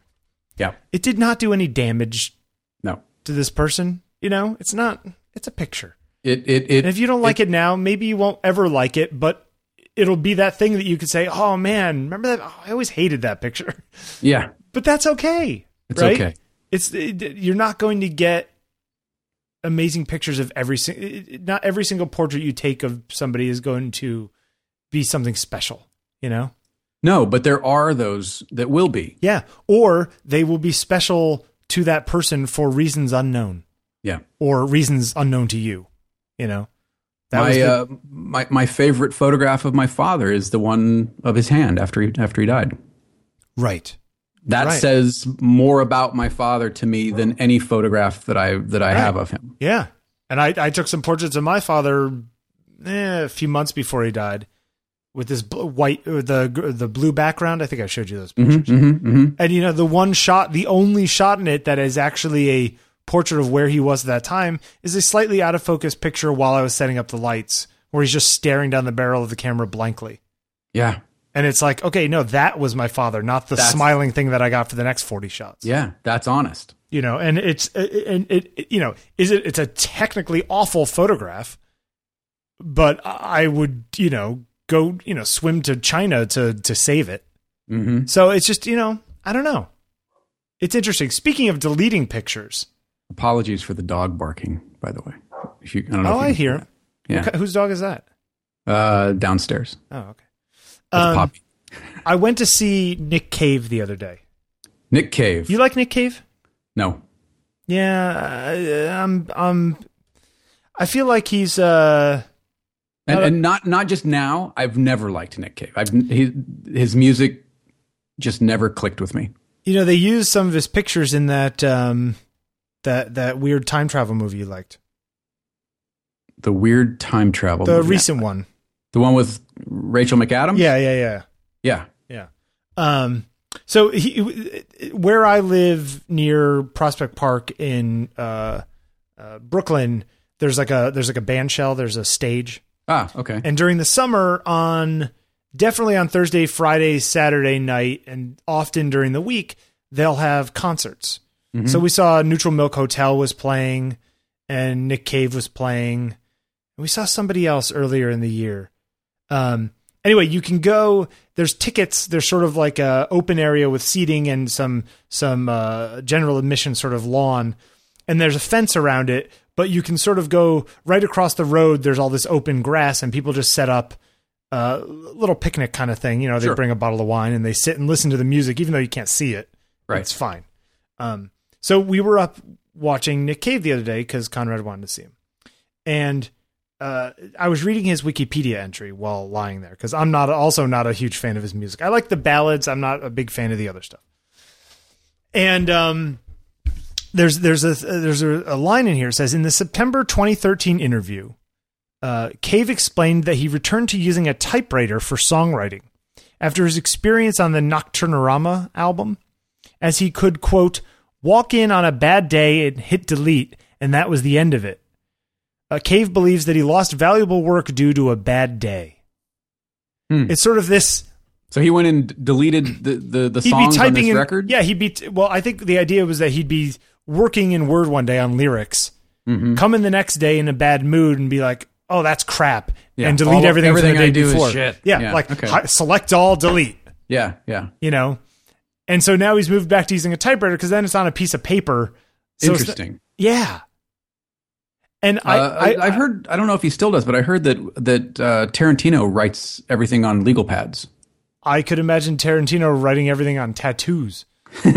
[SPEAKER 2] Yeah.
[SPEAKER 1] it did not do any damage
[SPEAKER 2] No.
[SPEAKER 1] to this person you know it's not it's a picture
[SPEAKER 2] It it it
[SPEAKER 1] and if you don't like it now maybe you won't ever like it but it'll be that thing that you could say oh man remember that oh, i always hated that picture
[SPEAKER 2] yeah.
[SPEAKER 1] but that's okay.
[SPEAKER 2] It's
[SPEAKER 1] right?
[SPEAKER 2] okay.
[SPEAKER 1] It's it, you're not going to get amazing pictures of every sing- it- it- not every single portrait you take of somebody is going to be something special, you know?
[SPEAKER 2] No, but there are those that will be.
[SPEAKER 1] Yeah, or they will be special to that person for reasons unknown
[SPEAKER 2] Yeah.
[SPEAKER 1] or reasons unknown to you, you know? That
[SPEAKER 2] my
[SPEAKER 1] was the-
[SPEAKER 2] uh, my my favorite photograph of my father is the one of his hand after he after he died.
[SPEAKER 1] right.
[SPEAKER 2] That
[SPEAKER 1] Right.
[SPEAKER 2] says more about my father to me than any photograph that I that I have of him.
[SPEAKER 1] Yeah. And I, I took some portraits of my father eh, a few months before he died with this bl- white, uh, the gr- the blue background. I think I showed you those pictures.
[SPEAKER 2] Mm-hmm,
[SPEAKER 1] And, you know, the one shot, the only shot in it that is actually a portrait of where he was at that time is a slightly out of focus picture while I was setting up the lights where he's just staring down the barrel of the camera blankly.
[SPEAKER 2] Yeah.
[SPEAKER 1] And it's like, okay, no, that was my father, not the
[SPEAKER 2] That's-
[SPEAKER 1] smiling thing that I got for the next 40 shots
[SPEAKER 2] Yeah, that's honest.
[SPEAKER 1] you know and it's uh, and it, it you know is it it's a technically awful photograph but i would you know go you know swim to china to to save it
[SPEAKER 2] hmm
[SPEAKER 1] so it's just you know i don't know it's interesting speaking of deleting pictures
[SPEAKER 2] Apologies for the dog barking, by the way. If you, I don't know
[SPEAKER 1] oh
[SPEAKER 2] if
[SPEAKER 1] i
[SPEAKER 2] you can-
[SPEAKER 1] hear him
[SPEAKER 2] Yeah,
[SPEAKER 1] Okay, whose dog is that
[SPEAKER 2] uh, downstairs.
[SPEAKER 1] oh okay
[SPEAKER 2] That's
[SPEAKER 1] um,
[SPEAKER 2] Poppy.
[SPEAKER 1] i went to see nick cave the other day
[SPEAKER 2] Nick Cave.
[SPEAKER 1] you like nick cave
[SPEAKER 2] no,
[SPEAKER 1] yeah I, i'm i'm i feel like he's uh
[SPEAKER 2] and, and not not just now. I've never liked Nick Cave. I've his, his music just never clicked with me.
[SPEAKER 1] You know, they used some of his pictures in that um that that weird time travel movie you liked.
[SPEAKER 2] The weird time travel.
[SPEAKER 1] The
[SPEAKER 2] movie.
[SPEAKER 1] recent one.
[SPEAKER 2] the one with Rachel McAdams.
[SPEAKER 1] Yeah, yeah, yeah.
[SPEAKER 2] yeah.
[SPEAKER 1] Yeah. Um so he, where I live near Prospect Park in uh, uh Brooklyn, there's like a there's like a band shell, there's a stage.
[SPEAKER 2] Ah, okay.
[SPEAKER 1] And during the summer on definitely on Thursday, Friday, Saturday night and often during the week, they'll have concerts. So we saw Neutral Milk Hotel was playing and Nick Cave was playing. And we saw somebody else earlier in the year. Um anyway, you can go there's tickets, there's sort of like a open area with seating and some some uh general admission sort of lawn and there's a fence around it, but you can sort of go right across the road. There's all this open grass, and people just set up a little picnic kind of thing. You know, they
[SPEAKER 2] Sure.
[SPEAKER 1] bring a bottle of wine and they sit and listen to the music, even though you can't see it.
[SPEAKER 2] Right.
[SPEAKER 1] It's fine. Um, so we were up watching Nick Cave the other day because Conrad wanted to see him. And uh, I was reading his Wikipedia entry while lying there because I'm not also not a huge fan of his music. I like the ballads. I'm not a big fan of the other stuff. And um, there's there's a there's a, a line in here that says in the September 2013 interview, uh, Cave explained that he returned to using a typewriter for songwriting after his experience on the Nocturnorama album, as he could quote walk in on a bad day and hit delete, and that was the end of it. Uh, Cave believes that he lost valuable work due to a bad day.
[SPEAKER 2] Hmm.
[SPEAKER 1] It's sort of this
[SPEAKER 2] So he went and d- deleted the the, the songs on this
[SPEAKER 1] in,
[SPEAKER 2] record.
[SPEAKER 1] Yeah, he'd be. T- well, I think the idea was that he'd be working in Word one day on lyrics,
[SPEAKER 2] Mm-hmm.
[SPEAKER 1] come in the next day in a bad mood and be like, "Oh, that's crap,"
[SPEAKER 2] Yeah.
[SPEAKER 1] and delete
[SPEAKER 2] All-
[SPEAKER 1] everything,
[SPEAKER 2] everything
[SPEAKER 1] from the day
[SPEAKER 2] I do is
[SPEAKER 1] before.
[SPEAKER 2] shit.
[SPEAKER 1] Yeah,
[SPEAKER 2] Yeah,
[SPEAKER 1] like
[SPEAKER 2] okay.
[SPEAKER 1] hi- select all, delete.
[SPEAKER 2] yeah, yeah.
[SPEAKER 1] You know, and so now he's moved back to using a typewriter because then it's on a piece of paper. So it's not-
[SPEAKER 2] Interesting.
[SPEAKER 1] yeah. And I,
[SPEAKER 2] uh,
[SPEAKER 1] I,
[SPEAKER 2] I, I've heard. I don't know if he still does, but I heard that that uh, Tarantino writes everything on legal pads.
[SPEAKER 1] I could imagine Tarantino writing everything on tattoos.
[SPEAKER 2] like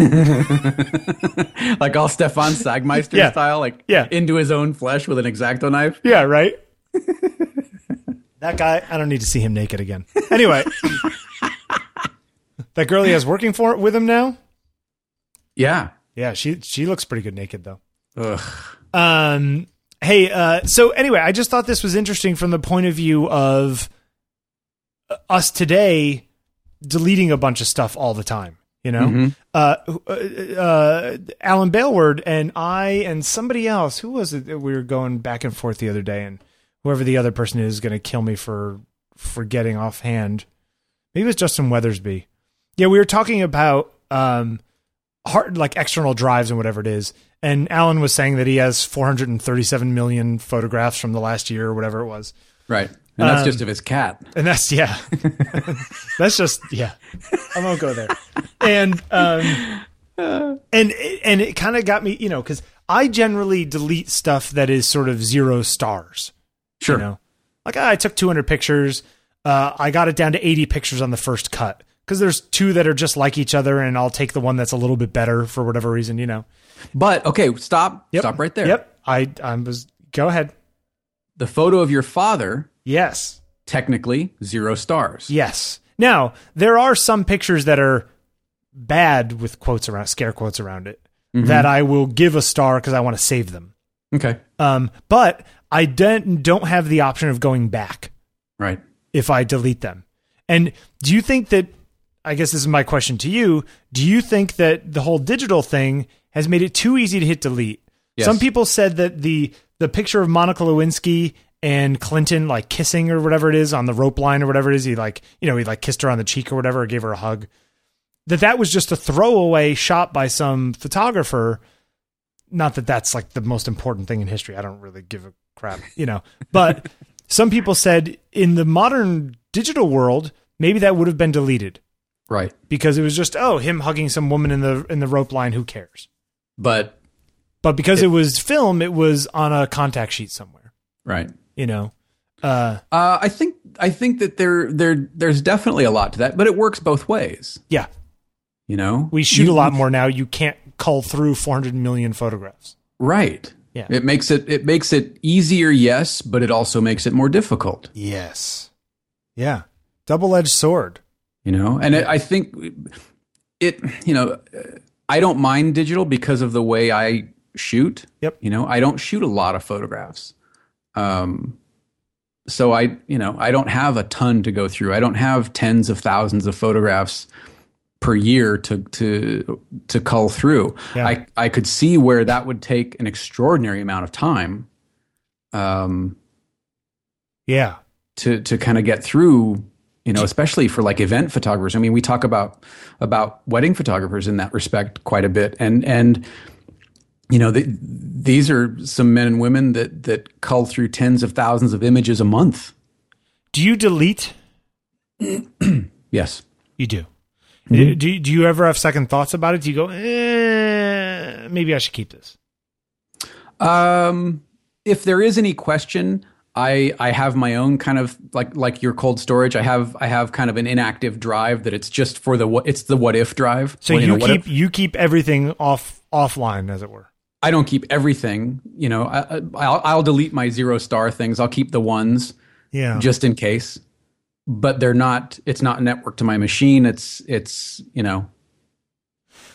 [SPEAKER 2] all Stefan Sagmeister
[SPEAKER 1] Yeah.
[SPEAKER 2] style, like
[SPEAKER 1] Yeah.
[SPEAKER 2] into his own flesh with an exacto knife.
[SPEAKER 1] Yeah, right. that guy, I don't need to see him naked again. Anyway, that girl he has working for with him now.
[SPEAKER 2] Yeah.
[SPEAKER 1] Yeah, she she looks pretty good naked though.
[SPEAKER 2] Ugh.
[SPEAKER 1] Um, hey, uh, so anyway, I just thought this was interesting from the point of view of uh, us today deleting a bunch of stuff all the time. You know, uh, uh, uh, Alan Bailward and I and somebody else. Who was it? that We were going back and forth the other day, and whoever the other person is, is going to kill me for for getting offhand. Maybe it was Justin Weathersby. Yeah, we were talking about um, hard like external drives and whatever it is. And Alan was saying that he has 437 million photographs from the last year or whatever it was.
[SPEAKER 2] Right.
[SPEAKER 1] Um,
[SPEAKER 2] And that's just of his cat.
[SPEAKER 1] And that's yeah. that's just yeah. I won't go there. And um and and it kind of got me, you know, cuz I generally delete stuff that is sort of zero stars,
[SPEAKER 2] Sure.
[SPEAKER 1] you know. Like ah, I took 200 pictures, uh I got it down to 80 pictures on the first cut cuz there's two that are just like each other and I'll take the one that's a little bit better for whatever reason, you know.
[SPEAKER 2] But okay, stop. Stop right there.
[SPEAKER 1] Yep. I I was go ahead.
[SPEAKER 2] The photo of your father,
[SPEAKER 1] Yes.
[SPEAKER 2] technically zero stars.
[SPEAKER 1] Yes. Now, there are some pictures that are bad with quotes around scare quotes around it
[SPEAKER 2] Mm-hmm.
[SPEAKER 1] that I will give a star cuz I want to save them.
[SPEAKER 2] Okay.
[SPEAKER 1] Um but I don't don't have the option of going back
[SPEAKER 2] Right.
[SPEAKER 1] if I delete them. And do you think that I guess this is my question to you, do you think that the whole digital thing has made it too easy to hit delete?
[SPEAKER 2] Yes.
[SPEAKER 1] Some people said that the the picture of Monica Lewinsky and Clinton like kissing or whatever it is on the rope line or whatever it is, he like, you know, he like kissed her on the cheek or whatever, or gave her a hug. That that was just a throwaway shot by some photographer. Not that that's like the most important thing in history. I don't really give a crap, you know. But some people said in the modern digital world, maybe that would have been deleted
[SPEAKER 2] Right.
[SPEAKER 1] because it was just oh, him hugging some woman in the in the rope line, who cares?
[SPEAKER 2] But
[SPEAKER 1] But because it was film, it was on a contact sheet somewhere,
[SPEAKER 2] right.
[SPEAKER 1] you know. Uh
[SPEAKER 2] Uh, I think I think that there there there's definitely a lot to that, but it works both ways.
[SPEAKER 1] yeah,
[SPEAKER 2] You know,
[SPEAKER 1] we shoot
[SPEAKER 2] You-
[SPEAKER 1] a lot more now. You can't cull through 400 million photographs.
[SPEAKER 2] Right.
[SPEAKER 1] Yeah.
[SPEAKER 2] It makes it it makes it easier, yes, but it also makes it more difficult.
[SPEAKER 1] Yes. Yeah. Double-edged sword.
[SPEAKER 2] you know and it, i think it you know i don't mind digital because of the way i shoot
[SPEAKER 1] Yep.
[SPEAKER 2] you know i don't shoot a lot of photographs um so i you know i don't have a ton to go through i don't have tens of thousands of photographs per year to to to cull through
[SPEAKER 1] Yeah.
[SPEAKER 2] i i could see where that would take an extraordinary amount of time um
[SPEAKER 1] Yeah.
[SPEAKER 2] to to kind of get through you know especially for like event photographers i mean we talk about about wedding photographers in that respect quite a bit and and you know the, these are some men and women that that cull through tens of thousands of images a month
[SPEAKER 1] Do you delete?
[SPEAKER 2] yes
[SPEAKER 1] You do.
[SPEAKER 2] Mm-hmm.
[SPEAKER 1] Uh, Do, do you ever have second thoughts about it? Do you go, eh, maybe I should keep this?
[SPEAKER 2] um if there is any question, I I have my own kind of like like your cold storage. I have I have kind of an inactive drive that it's just for the what it's the what if drive.
[SPEAKER 1] So
[SPEAKER 2] Well,
[SPEAKER 1] you,
[SPEAKER 2] know, what if-
[SPEAKER 1] keep you keep everything off offline, as it were.
[SPEAKER 2] I don't keep everything. You know, I, I- I'll, I'll delete my zero star things. I'll keep the ones
[SPEAKER 1] Yeah.
[SPEAKER 2] just in case. But they're not. It's not networked to my machine. It's it's you know.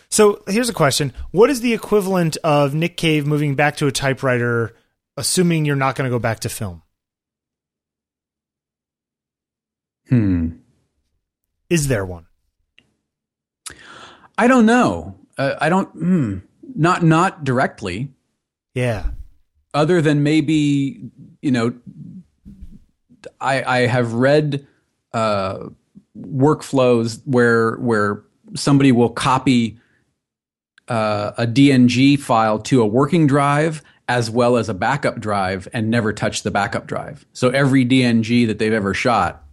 [SPEAKER 1] So here's a question: What is the equivalent of Nick Cave moving back to a typewriter, assuming you're not going to go back to film?
[SPEAKER 2] Hmm.
[SPEAKER 1] Is there one?
[SPEAKER 2] I don't know. Uh, I don't. Hmm. Not not directly.
[SPEAKER 1] Yeah.
[SPEAKER 2] other than maybe you know i i have read uh workflows where where somebody will copy uh, a dng file to a working drive as well as a backup drive and never touch the backup drive so every dng that they've ever shot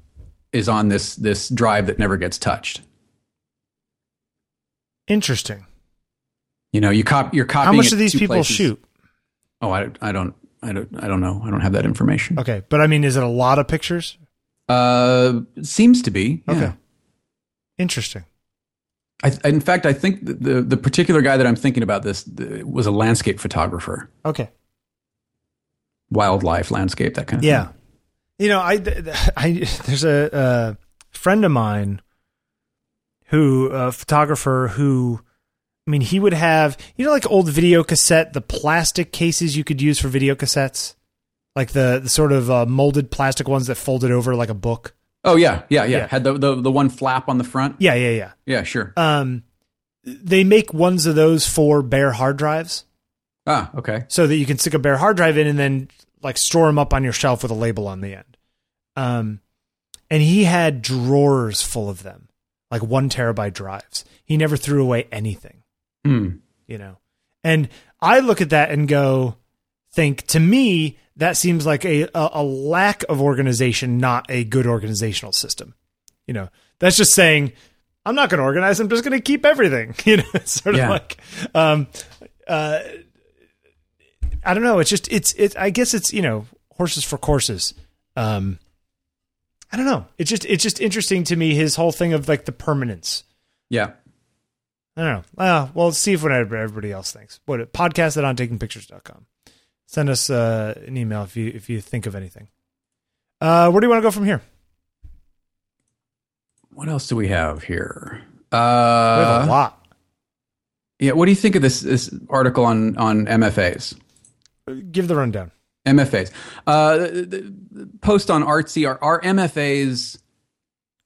[SPEAKER 2] is on this this drive that never gets touched
[SPEAKER 1] Interesting.
[SPEAKER 2] you know you cop you're copying
[SPEAKER 1] How much
[SPEAKER 2] it
[SPEAKER 1] do these
[SPEAKER 2] two
[SPEAKER 1] people
[SPEAKER 2] places.
[SPEAKER 1] shoot?
[SPEAKER 2] oh I, I don't i don't i don't know i don't have that information
[SPEAKER 1] Okay, but I mean, is it a lot of pictures?
[SPEAKER 2] Uh, seems to be. Yeah.
[SPEAKER 1] Okay. Interesting.
[SPEAKER 2] I, I- in fact, I think the, the the particular guy that I'm thinking about this the, was a landscape photographer,
[SPEAKER 1] Okay.
[SPEAKER 2] wildlife, landscape, that kind of
[SPEAKER 1] Yeah.
[SPEAKER 2] thing.
[SPEAKER 1] You know, I, I there's a uh, friend of mine who a photographer who I mean, he would have you know like old video cassette, the plastic cases you could use for video cassettes, like the the sort of uh, molded plastic ones that folded over like a book.
[SPEAKER 2] Oh yeah, yeah, yeah.
[SPEAKER 1] Yeah.
[SPEAKER 2] Had the, the the one flap on the front.
[SPEAKER 1] Yeah, yeah, yeah.
[SPEAKER 2] Yeah, sure.
[SPEAKER 1] Um, they make ones of those for bare hard drives,
[SPEAKER 2] ah, okay.
[SPEAKER 1] so that you can stick a bare hard drive in and then like store them up on your shelf with a label on the end. Um, and he had drawers full of them, like one terabyte drives. He never threw away anything,
[SPEAKER 2] Hmm.
[SPEAKER 1] you know. And I look at that and go, think to me that seems like a a, a lack of organization, not a good organizational system. You know, that's just saying I'm not going to organize. I'm just going to keep everything. You know, it's sort
[SPEAKER 2] Yeah.
[SPEAKER 1] of like. Um, uh, I don't know. It's just it's it. I guess it's you know horses for courses. Um, I don't know. It's just it's just interesting to me his whole thing of like the permanence.
[SPEAKER 2] Yeah.
[SPEAKER 1] I don't know. Uh, well, see if what everybody else thinks. What podcast at ontakingpictures.com. Send us uh, an email if you if you think of anything. Uh, where do you want to go from here?
[SPEAKER 2] What else do we have here?
[SPEAKER 1] We have a
[SPEAKER 2] Uh,
[SPEAKER 1] lot.
[SPEAKER 2] yeah. What do you think of this this article on on MFAs?
[SPEAKER 1] Give the rundown.
[SPEAKER 2] MFAs. Uh, the- the- the post on Artsy are, are MFAs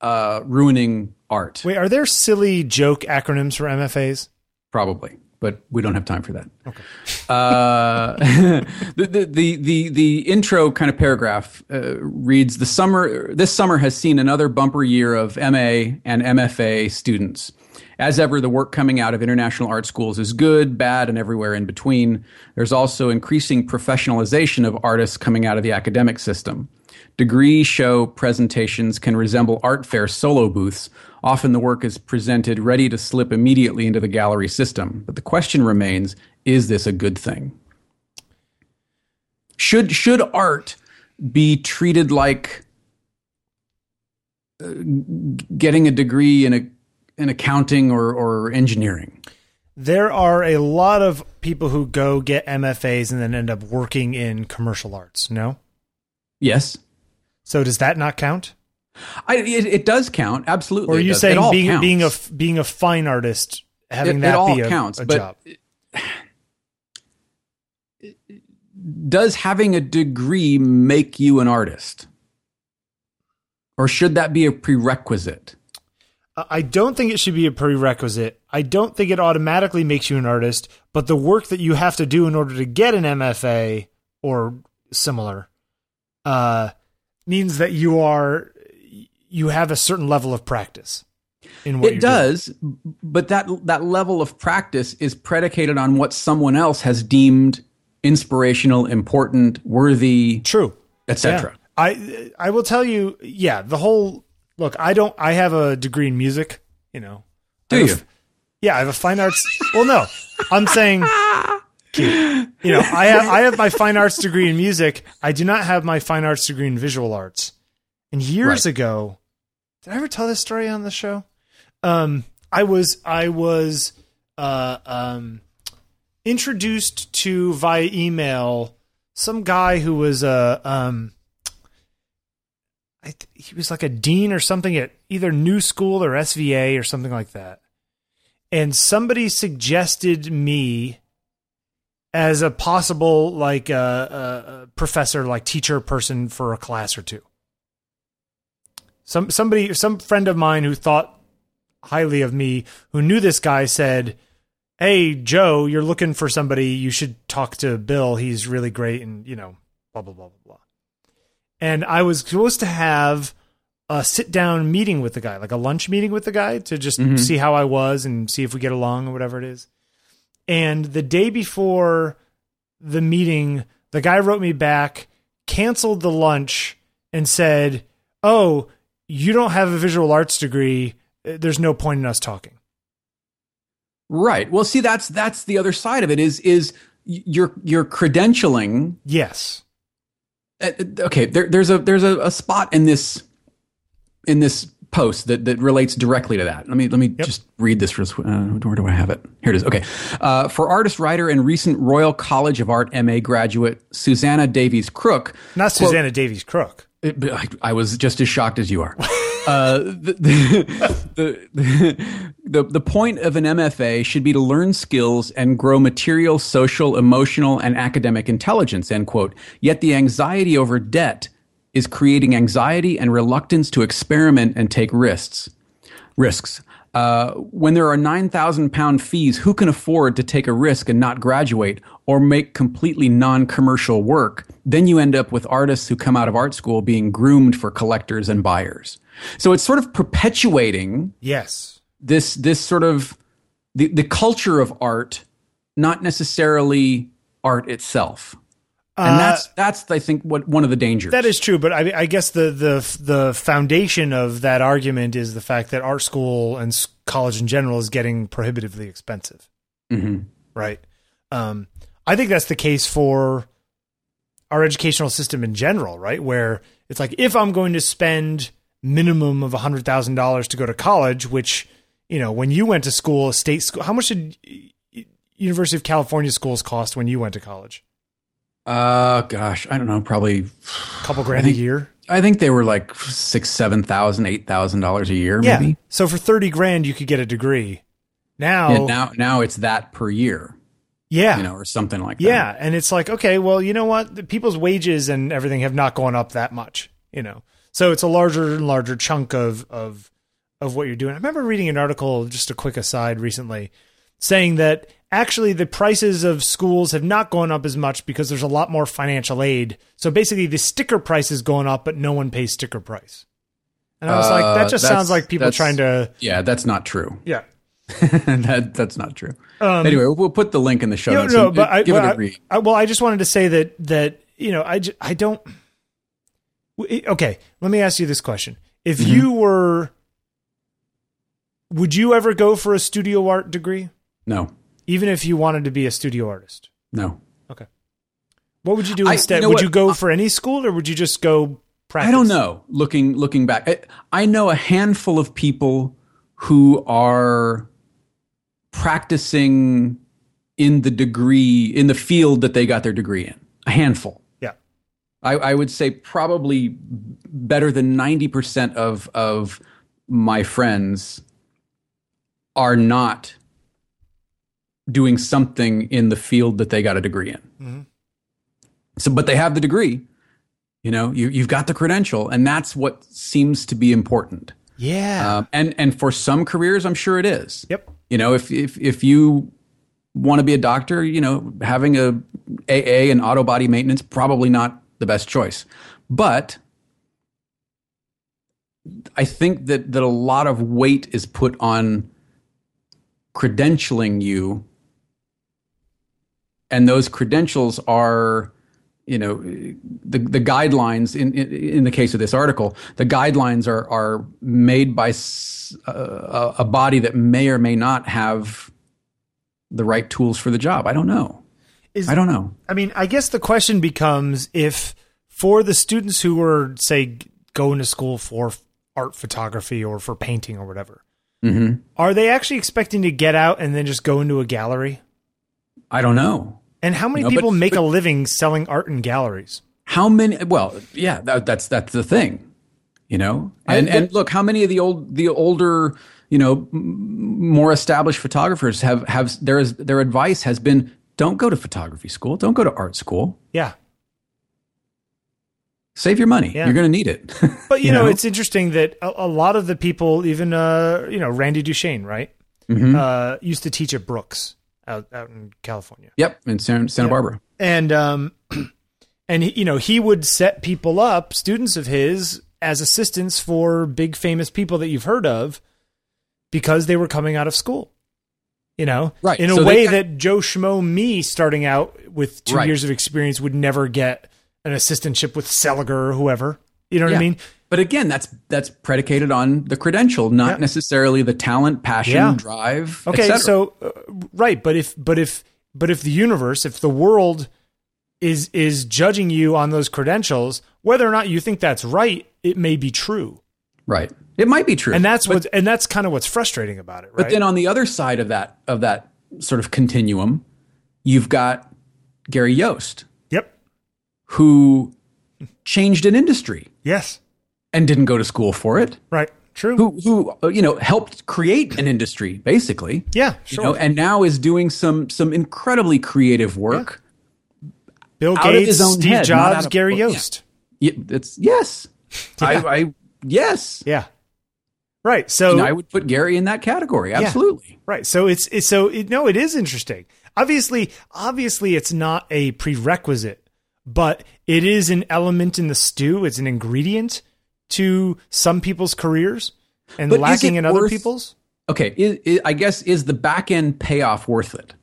[SPEAKER 2] uh, ruining art?
[SPEAKER 1] Wait, are there silly joke acronyms for MFAs?
[SPEAKER 2] probably but we don't have time for that okay uh, the, the- the, the, the intro kind of paragraph uh, reads the summer this summer has seen another bumper year of ma and mfa students as ever the work coming out of international art schools is good bad and everywhere in between there's also increasing professionalization of artists coming out of the academic system Degree show presentations can resemble art fair solo booths. Often the work is presented ready to slip immediately into the gallery system. But the question remains is this a good thing? Should, should art be treated like uh, g- getting a degree in, a, in accounting or, or engineering?
[SPEAKER 1] There are a lot of people who go get MFAs and then end up working in commercial arts. No,
[SPEAKER 2] Yes.
[SPEAKER 1] so does that not count?
[SPEAKER 2] I, it, it does count, absolutely.
[SPEAKER 1] Or are
[SPEAKER 2] it
[SPEAKER 1] you
[SPEAKER 2] does. It
[SPEAKER 1] saying
[SPEAKER 2] all
[SPEAKER 1] being
[SPEAKER 2] counts.
[SPEAKER 1] being a f- being a fine artist having
[SPEAKER 2] It- it
[SPEAKER 1] that
[SPEAKER 2] all
[SPEAKER 1] be a,
[SPEAKER 2] counts,
[SPEAKER 1] a
[SPEAKER 2] but-
[SPEAKER 1] job?
[SPEAKER 2] does having a degree make you an artist? Or should that be a prerequisite?
[SPEAKER 1] I don't think it should be a prerequisite. I don't think it automatically makes you an artist, but the work that you have to do in order to get an MFA or similar uh, means that you are you have a certain level of practice in what
[SPEAKER 2] It
[SPEAKER 1] you're
[SPEAKER 2] does, but that that level of practice is predicated on what someone else has deemed inspirational, important, worthy,
[SPEAKER 1] Doing. True.
[SPEAKER 2] etc.
[SPEAKER 1] I I will tell you, yeah, the whole look, I don't I have a degree in music, you know. I
[SPEAKER 2] Do
[SPEAKER 1] have a
[SPEAKER 2] you?
[SPEAKER 1] f- yeah, I have a fine arts Well no. I'm saying Cute. You know, I have, I have my fine arts degree in music. I do not have my fine arts degree in visual arts. And years
[SPEAKER 2] Right.
[SPEAKER 1] ago, did I ever tell this story on the show? Um, I was I was uh, um, introduced to via email some guy who was a um, I th- he was like a dean or something at either New School or SVA or something like that. And somebody suggested me as a possible like uh, uh, professor, like teacher person for a class or two. Some somebody, some friend of mine who thought highly of me, who knew this guy, said, "Hey Joe, you're looking for somebody. You should talk to Bill. He's really great." And you know, blah blah blah blah blah. And I was supposed to have a sit down meeting with the guy, like a lunch meeting with the guy, to just
[SPEAKER 2] Mm-hmm.
[SPEAKER 1] see how I was and see if we get along or whatever it is. And the day before the meeting, the guy wrote me back, canceled the lunch, and said, Oh, you don't have a visual arts degree. Uh, There's no point in us talking.
[SPEAKER 2] Right. Well, see, that's that's the other side of it is is y- your your credentialing.
[SPEAKER 1] Yes.
[SPEAKER 2] uh, uh, Okay, there, there's a there's a, a spot in this in this post that, that relates directly to that. Let me let me just read this. real sw- Uh, where do I have it? Here it is. Okay, uh, for artist, writer, and recent Royal College of Art MA graduate Susanna Davies Crook.
[SPEAKER 1] Not Susanna Davies Crook.
[SPEAKER 2] It- but I, I was just as shocked as you are. Uh, the, the, the, the, the point of an MFA should be to learn skills and grow material, social, emotional, and academic intelligence, end quote. Yet the anxiety over debt is creating anxiety and reluctance to experiment and take risks. Risks. Uh, when there are 9,000 pound fees, who can afford to take a risk and not graduate or make completely non commercial work? Then you end up with artists who come out of art school being groomed for collectors and buyers. So it's sort of perpetuating
[SPEAKER 1] Yes.
[SPEAKER 2] this, this sort of the, the culture of art, not necessarily art itself. And that's, that's, I think, what one of the dangers.
[SPEAKER 1] Uh, That is true, but I, I guess the the the foundation of that argument is the fact that art school and s- college in general is getting prohibitively expensive, mm-hmm. right? Um, I think that's the case for our educational system in general, right? Where it's like if I'm going to spend minimum of hundred thousand dollars to go to college, which you know, when you went to school, state school, how much did U- University of California schools cost when you went to college?
[SPEAKER 2] uh, gosh, I don't know, probably
[SPEAKER 1] A couple grand a year.
[SPEAKER 2] I think they were like six, seven thousand, eight thousand dollars a year,
[SPEAKER 1] Yeah.
[SPEAKER 2] maybe.
[SPEAKER 1] So for thirty grand, you could get a degree. Now,
[SPEAKER 2] And now, now it's that per year,
[SPEAKER 1] yeah,
[SPEAKER 2] you know, um, or something like that.
[SPEAKER 1] yeah, and it's like, okay, well, you know what? The people's wages and everything have not gone up that much, you know. So it's a larger and larger chunk of of of what you're doing. I remember reading an article, just a quick aside, recently, saying that actually the prices of schools have not gone up as much because there's a lot more financial aid. So basically, the sticker price is going up, but no one pays sticker price. And I was like,
[SPEAKER 2] Uh,
[SPEAKER 1] that just
[SPEAKER 2] that's-
[SPEAKER 1] sounds like people
[SPEAKER 2] that's-
[SPEAKER 1] trying to,
[SPEAKER 2] Yeah, that's not true.
[SPEAKER 1] yeah.
[SPEAKER 2] that, that's not true. anyway, we'll put the link in the show
[SPEAKER 1] No,
[SPEAKER 2] notes.
[SPEAKER 1] Um, no,
[SPEAKER 2] and-
[SPEAKER 1] but I,
[SPEAKER 2] give
[SPEAKER 1] well,
[SPEAKER 2] it
[SPEAKER 1] I-
[SPEAKER 2] a read.
[SPEAKER 1] I- well, I just wanted to say that that you know, I ju- I don't. w- Okay, let me ask you this question: If
[SPEAKER 2] Mm-hmm.
[SPEAKER 1] you were, would you ever go for a studio art degree,
[SPEAKER 2] No,
[SPEAKER 1] even if you wanted to be a studio artist?
[SPEAKER 2] no.
[SPEAKER 1] Okay, what would you do
[SPEAKER 2] I- you
[SPEAKER 1] instead?
[SPEAKER 2] know
[SPEAKER 1] would
[SPEAKER 2] what? Uh,
[SPEAKER 1] you go for any school, or would you just go practice?
[SPEAKER 2] I don't know. Looking looking back, I, I know a handful of people who are practicing in the degree in the field that they got their degree in. A handful.
[SPEAKER 1] Yeah,
[SPEAKER 2] I, I would say probably better than ninety percent of of my friends are not doing something in the field that they got a degree in. So, but they have the degree. You know, you, you've got the credential, and that's what seems to be important.
[SPEAKER 1] yeah,
[SPEAKER 2] Um, and and for some careers, I'm sure it is.
[SPEAKER 1] yep,
[SPEAKER 2] You know, if if if you want to be a doctor, you know, having a AA and auto body maintenance probably not the best choice. But I think that that a lot of weight is put on credentialing you and those credentials are you know the the guidelines in in, in the case of this article the guidelines are are made by s- a- a, a body that may or may not have the right tools for the job i don't know
[SPEAKER 1] Is
[SPEAKER 2] I don't know.
[SPEAKER 1] I mean, I guess the question becomes if for the students who were say going to school for f- art photography or for painting or whatever,
[SPEAKER 2] Mm-hmm.
[SPEAKER 1] are they actually expecting to get out and then just go into a gallery?
[SPEAKER 2] I don't know.
[SPEAKER 1] And how many
[SPEAKER 2] No, but-
[SPEAKER 1] people make a living selling art in galleries?
[SPEAKER 2] How many? Well, yeah, that, that's that's the thing, you know. And
[SPEAKER 1] I-
[SPEAKER 2] and look, how many of the old the older you know m- more established photographers have have their their advice has been don't go to photography school, don't go to art school,
[SPEAKER 1] Yeah.
[SPEAKER 2] save your money,
[SPEAKER 1] Yeah.
[SPEAKER 2] you're going to need it.
[SPEAKER 1] But you,
[SPEAKER 2] You
[SPEAKER 1] know,
[SPEAKER 2] know?
[SPEAKER 1] it's interesting that a, a lot of the people, even uh, you know, Randy Duchaine, right, uh, used to teach at Brooks out, out in California,
[SPEAKER 2] yep, in San, Santa Barbara.
[SPEAKER 1] and um, and he, you know, he would set people up, students of his, as assistants for big famous people that you've heard of, because they were coming out of school. You know,
[SPEAKER 2] Right.
[SPEAKER 1] in a
[SPEAKER 2] So they
[SPEAKER 1] way
[SPEAKER 2] got-
[SPEAKER 1] that Joe Schmo, me starting out with two
[SPEAKER 2] Right.
[SPEAKER 1] years of experience, would never get an assistantship with Seliger or whoever. You know what I
[SPEAKER 2] Yeah.
[SPEAKER 1] mean?
[SPEAKER 2] But again, that's that's predicated on the credential, not
[SPEAKER 1] Yeah.
[SPEAKER 2] necessarily the talent, passion,
[SPEAKER 1] Yeah.
[SPEAKER 2] drive. et
[SPEAKER 1] Okay,
[SPEAKER 2] cetera.
[SPEAKER 1] so uh, right, but if but if but if the universe, if the world is is judging you on those credentials, whether or not you think that's right, it may be true.
[SPEAKER 2] right, it might be true,
[SPEAKER 1] And that's what and that's kind of what's frustrating about it, right?
[SPEAKER 2] But then on the other side of that of that sort of continuum, you've got Gary Yost,
[SPEAKER 1] yep.
[SPEAKER 2] who changed an industry
[SPEAKER 1] Yes.
[SPEAKER 2] and didn't go to school for it.
[SPEAKER 1] Right. True.
[SPEAKER 2] Who who uh, you know helped create an industry basically.
[SPEAKER 1] yeah,
[SPEAKER 2] You
[SPEAKER 1] sure.
[SPEAKER 2] know, and now is doing some some incredibly creative work.
[SPEAKER 1] Bill
[SPEAKER 2] out of
[SPEAKER 1] Gates,
[SPEAKER 2] his own
[SPEAKER 1] Steve
[SPEAKER 2] head, not out
[SPEAKER 1] Jobs,
[SPEAKER 2] of-
[SPEAKER 1] Gary
[SPEAKER 2] yeah.
[SPEAKER 1] Yost.
[SPEAKER 2] Yeah, that's yes. I, I yes.
[SPEAKER 1] Yeah. Right. So
[SPEAKER 2] And I would put Gary in that category. Absolutely.
[SPEAKER 1] Right. So it's, it's so it, no, it is interesting. Obviously, obviously, it's not a prerequisite, but it is an element in the stew. It's an ingredient to some people's careers and
[SPEAKER 2] But is
[SPEAKER 1] lacking
[SPEAKER 2] it
[SPEAKER 1] in other
[SPEAKER 2] worth-
[SPEAKER 1] people's.
[SPEAKER 2] Okay. i i I guess is the back end payoff worth it?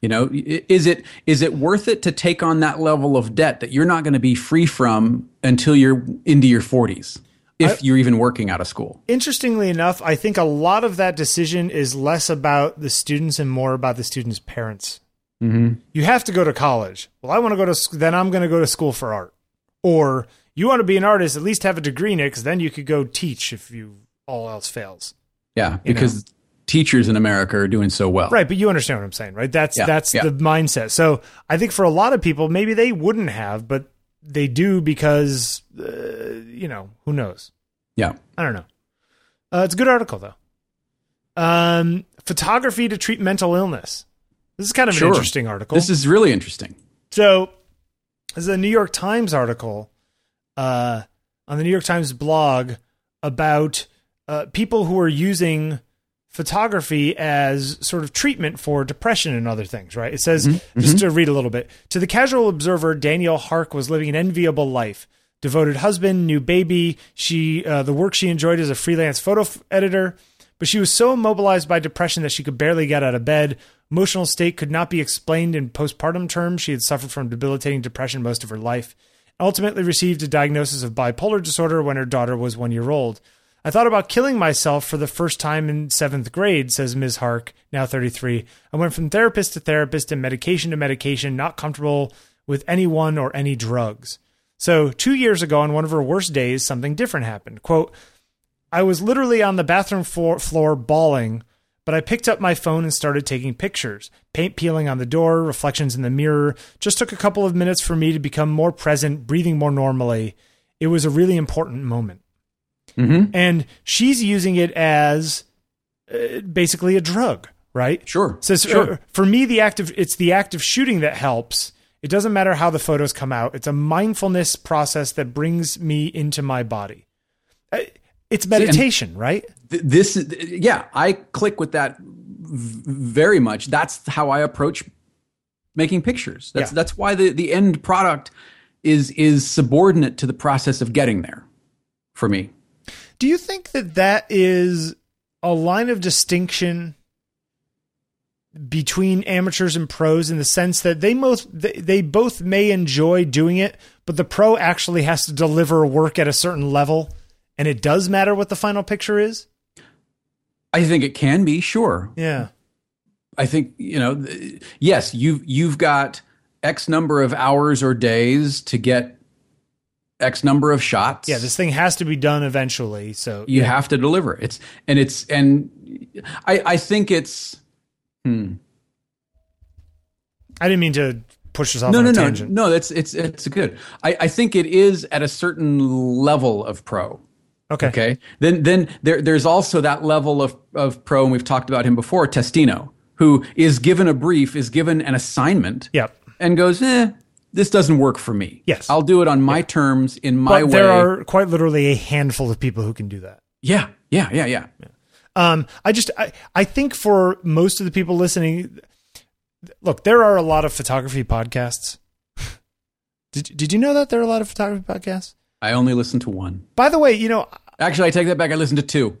[SPEAKER 2] You know, i- is it is it worth it to take on that level of debt that you're not going to be free from until you're into your 40s, if you're even working out of school?
[SPEAKER 1] Interestingly enough, I think a lot of that decision is less about the students and more about the students' parents.
[SPEAKER 2] Mm-hmm.
[SPEAKER 1] You have to go to college. Well, I want to go to sc- then I'm going to go to school for art. Or you want to be an artist, at least have a degree in it, because then you could go teach if you all else fails.
[SPEAKER 2] Yeah, because teachers in America are doing so well.
[SPEAKER 1] Right, but you understand what I'm saying, right? That's
[SPEAKER 2] Yeah,
[SPEAKER 1] that's
[SPEAKER 2] yeah.
[SPEAKER 1] the mindset. So I think for a lot of people, maybe they wouldn't have, but they do because uh, you know who knows.
[SPEAKER 2] Yeah.
[SPEAKER 1] I don't know. Uh, it's a good article though. Um, photography to treat mental illness. This is kind of
[SPEAKER 2] Sure.
[SPEAKER 1] an interesting article.
[SPEAKER 2] This is really interesting.
[SPEAKER 1] So, this is a New York Times article uh, on the New York Times blog about uh, people who are using photography as sort of treatment for depression and other things, right? It says, just to read a little bit to the casual observer, Danielle Hark was living an enviable life. Devoted husband, new baby. She, uh, the work she enjoyed as a freelance photo f- editor but she was so immobilized by depression that she could barely get out of bed. Emotional state could not be explained in postpartum terms. She had suffered from debilitating depression most of her life. Ultimately, received a diagnosis of bipolar disorder when her daughter was one year old. I thought about killing myself for the first time in seventh grade, says Ms. Hark, now 33. I went from therapist to therapist and medication to medication, not comfortable with anyone or any drugs. So, two years ago, on one of her worst days, something different happened. Quote, I was literally on the bathroom floor, floor bawling, but I picked up my phone and started taking pictures. Paint peeling on the door, reflections in the mirror. Just took a couple of minutes for me to become more present, breathing more normally. It was a really important moment.
[SPEAKER 2] Mm-hmm.
[SPEAKER 1] And she's using it as uh, basically a drug, right?
[SPEAKER 2] Sure.
[SPEAKER 1] So, so,
[SPEAKER 2] Sure.
[SPEAKER 1] uh, for me, the act of it's the act of shooting that helps. It doesn't matter how the photos come out. It's a mindfulness process that brings me into my body. Uh, It's meditation, right?
[SPEAKER 2] Th- This, is- yeah, I click with that v- very much. That's how I approach making pictures. That's
[SPEAKER 1] Yeah.
[SPEAKER 2] that's why the the end product is is subordinate to the process of getting there for me.
[SPEAKER 1] Do you think that that is a line of distinction between amateurs and pros in the sense that they most they, they both may enjoy doing it, but the pro actually has to deliver work at a certain level, and it does matter what the final picture is?
[SPEAKER 2] I think it can be, sure.
[SPEAKER 1] Yeah.
[SPEAKER 2] I think you know. th- Yes, you've you've got X number of hours or days to get X number of shots.
[SPEAKER 1] Yeah, this thing has to be done eventually. So
[SPEAKER 2] you have to deliver. It's and it's and I I think it's
[SPEAKER 1] I didn't mean to push this off
[SPEAKER 2] no
[SPEAKER 1] on
[SPEAKER 2] no
[SPEAKER 1] a
[SPEAKER 2] no
[SPEAKER 1] tangent.
[SPEAKER 2] no. That's it's it's good. I I think it is at a certain level of pro.
[SPEAKER 1] Okay.
[SPEAKER 2] Okay. Then then there there's also that level of of pro, and we've talked about him before, Testino, who is given a brief, is given an assignment,
[SPEAKER 1] Yep.
[SPEAKER 2] and goes, eh, this doesn't work for me.
[SPEAKER 1] Yes.
[SPEAKER 2] I'll do it on my terms, in my
[SPEAKER 1] But
[SPEAKER 2] way.
[SPEAKER 1] there are quite literally a handful of people who can do that.
[SPEAKER 2] yeah, yeah, yeah, yeah.
[SPEAKER 1] Um, I just I, I think for most of the people listening, look, there are a lot of photography podcasts. did Did you know that there are a lot of photography podcasts?
[SPEAKER 2] I only listen to one.
[SPEAKER 1] By the way, you know,
[SPEAKER 2] Actually, I take that back. I listen to two.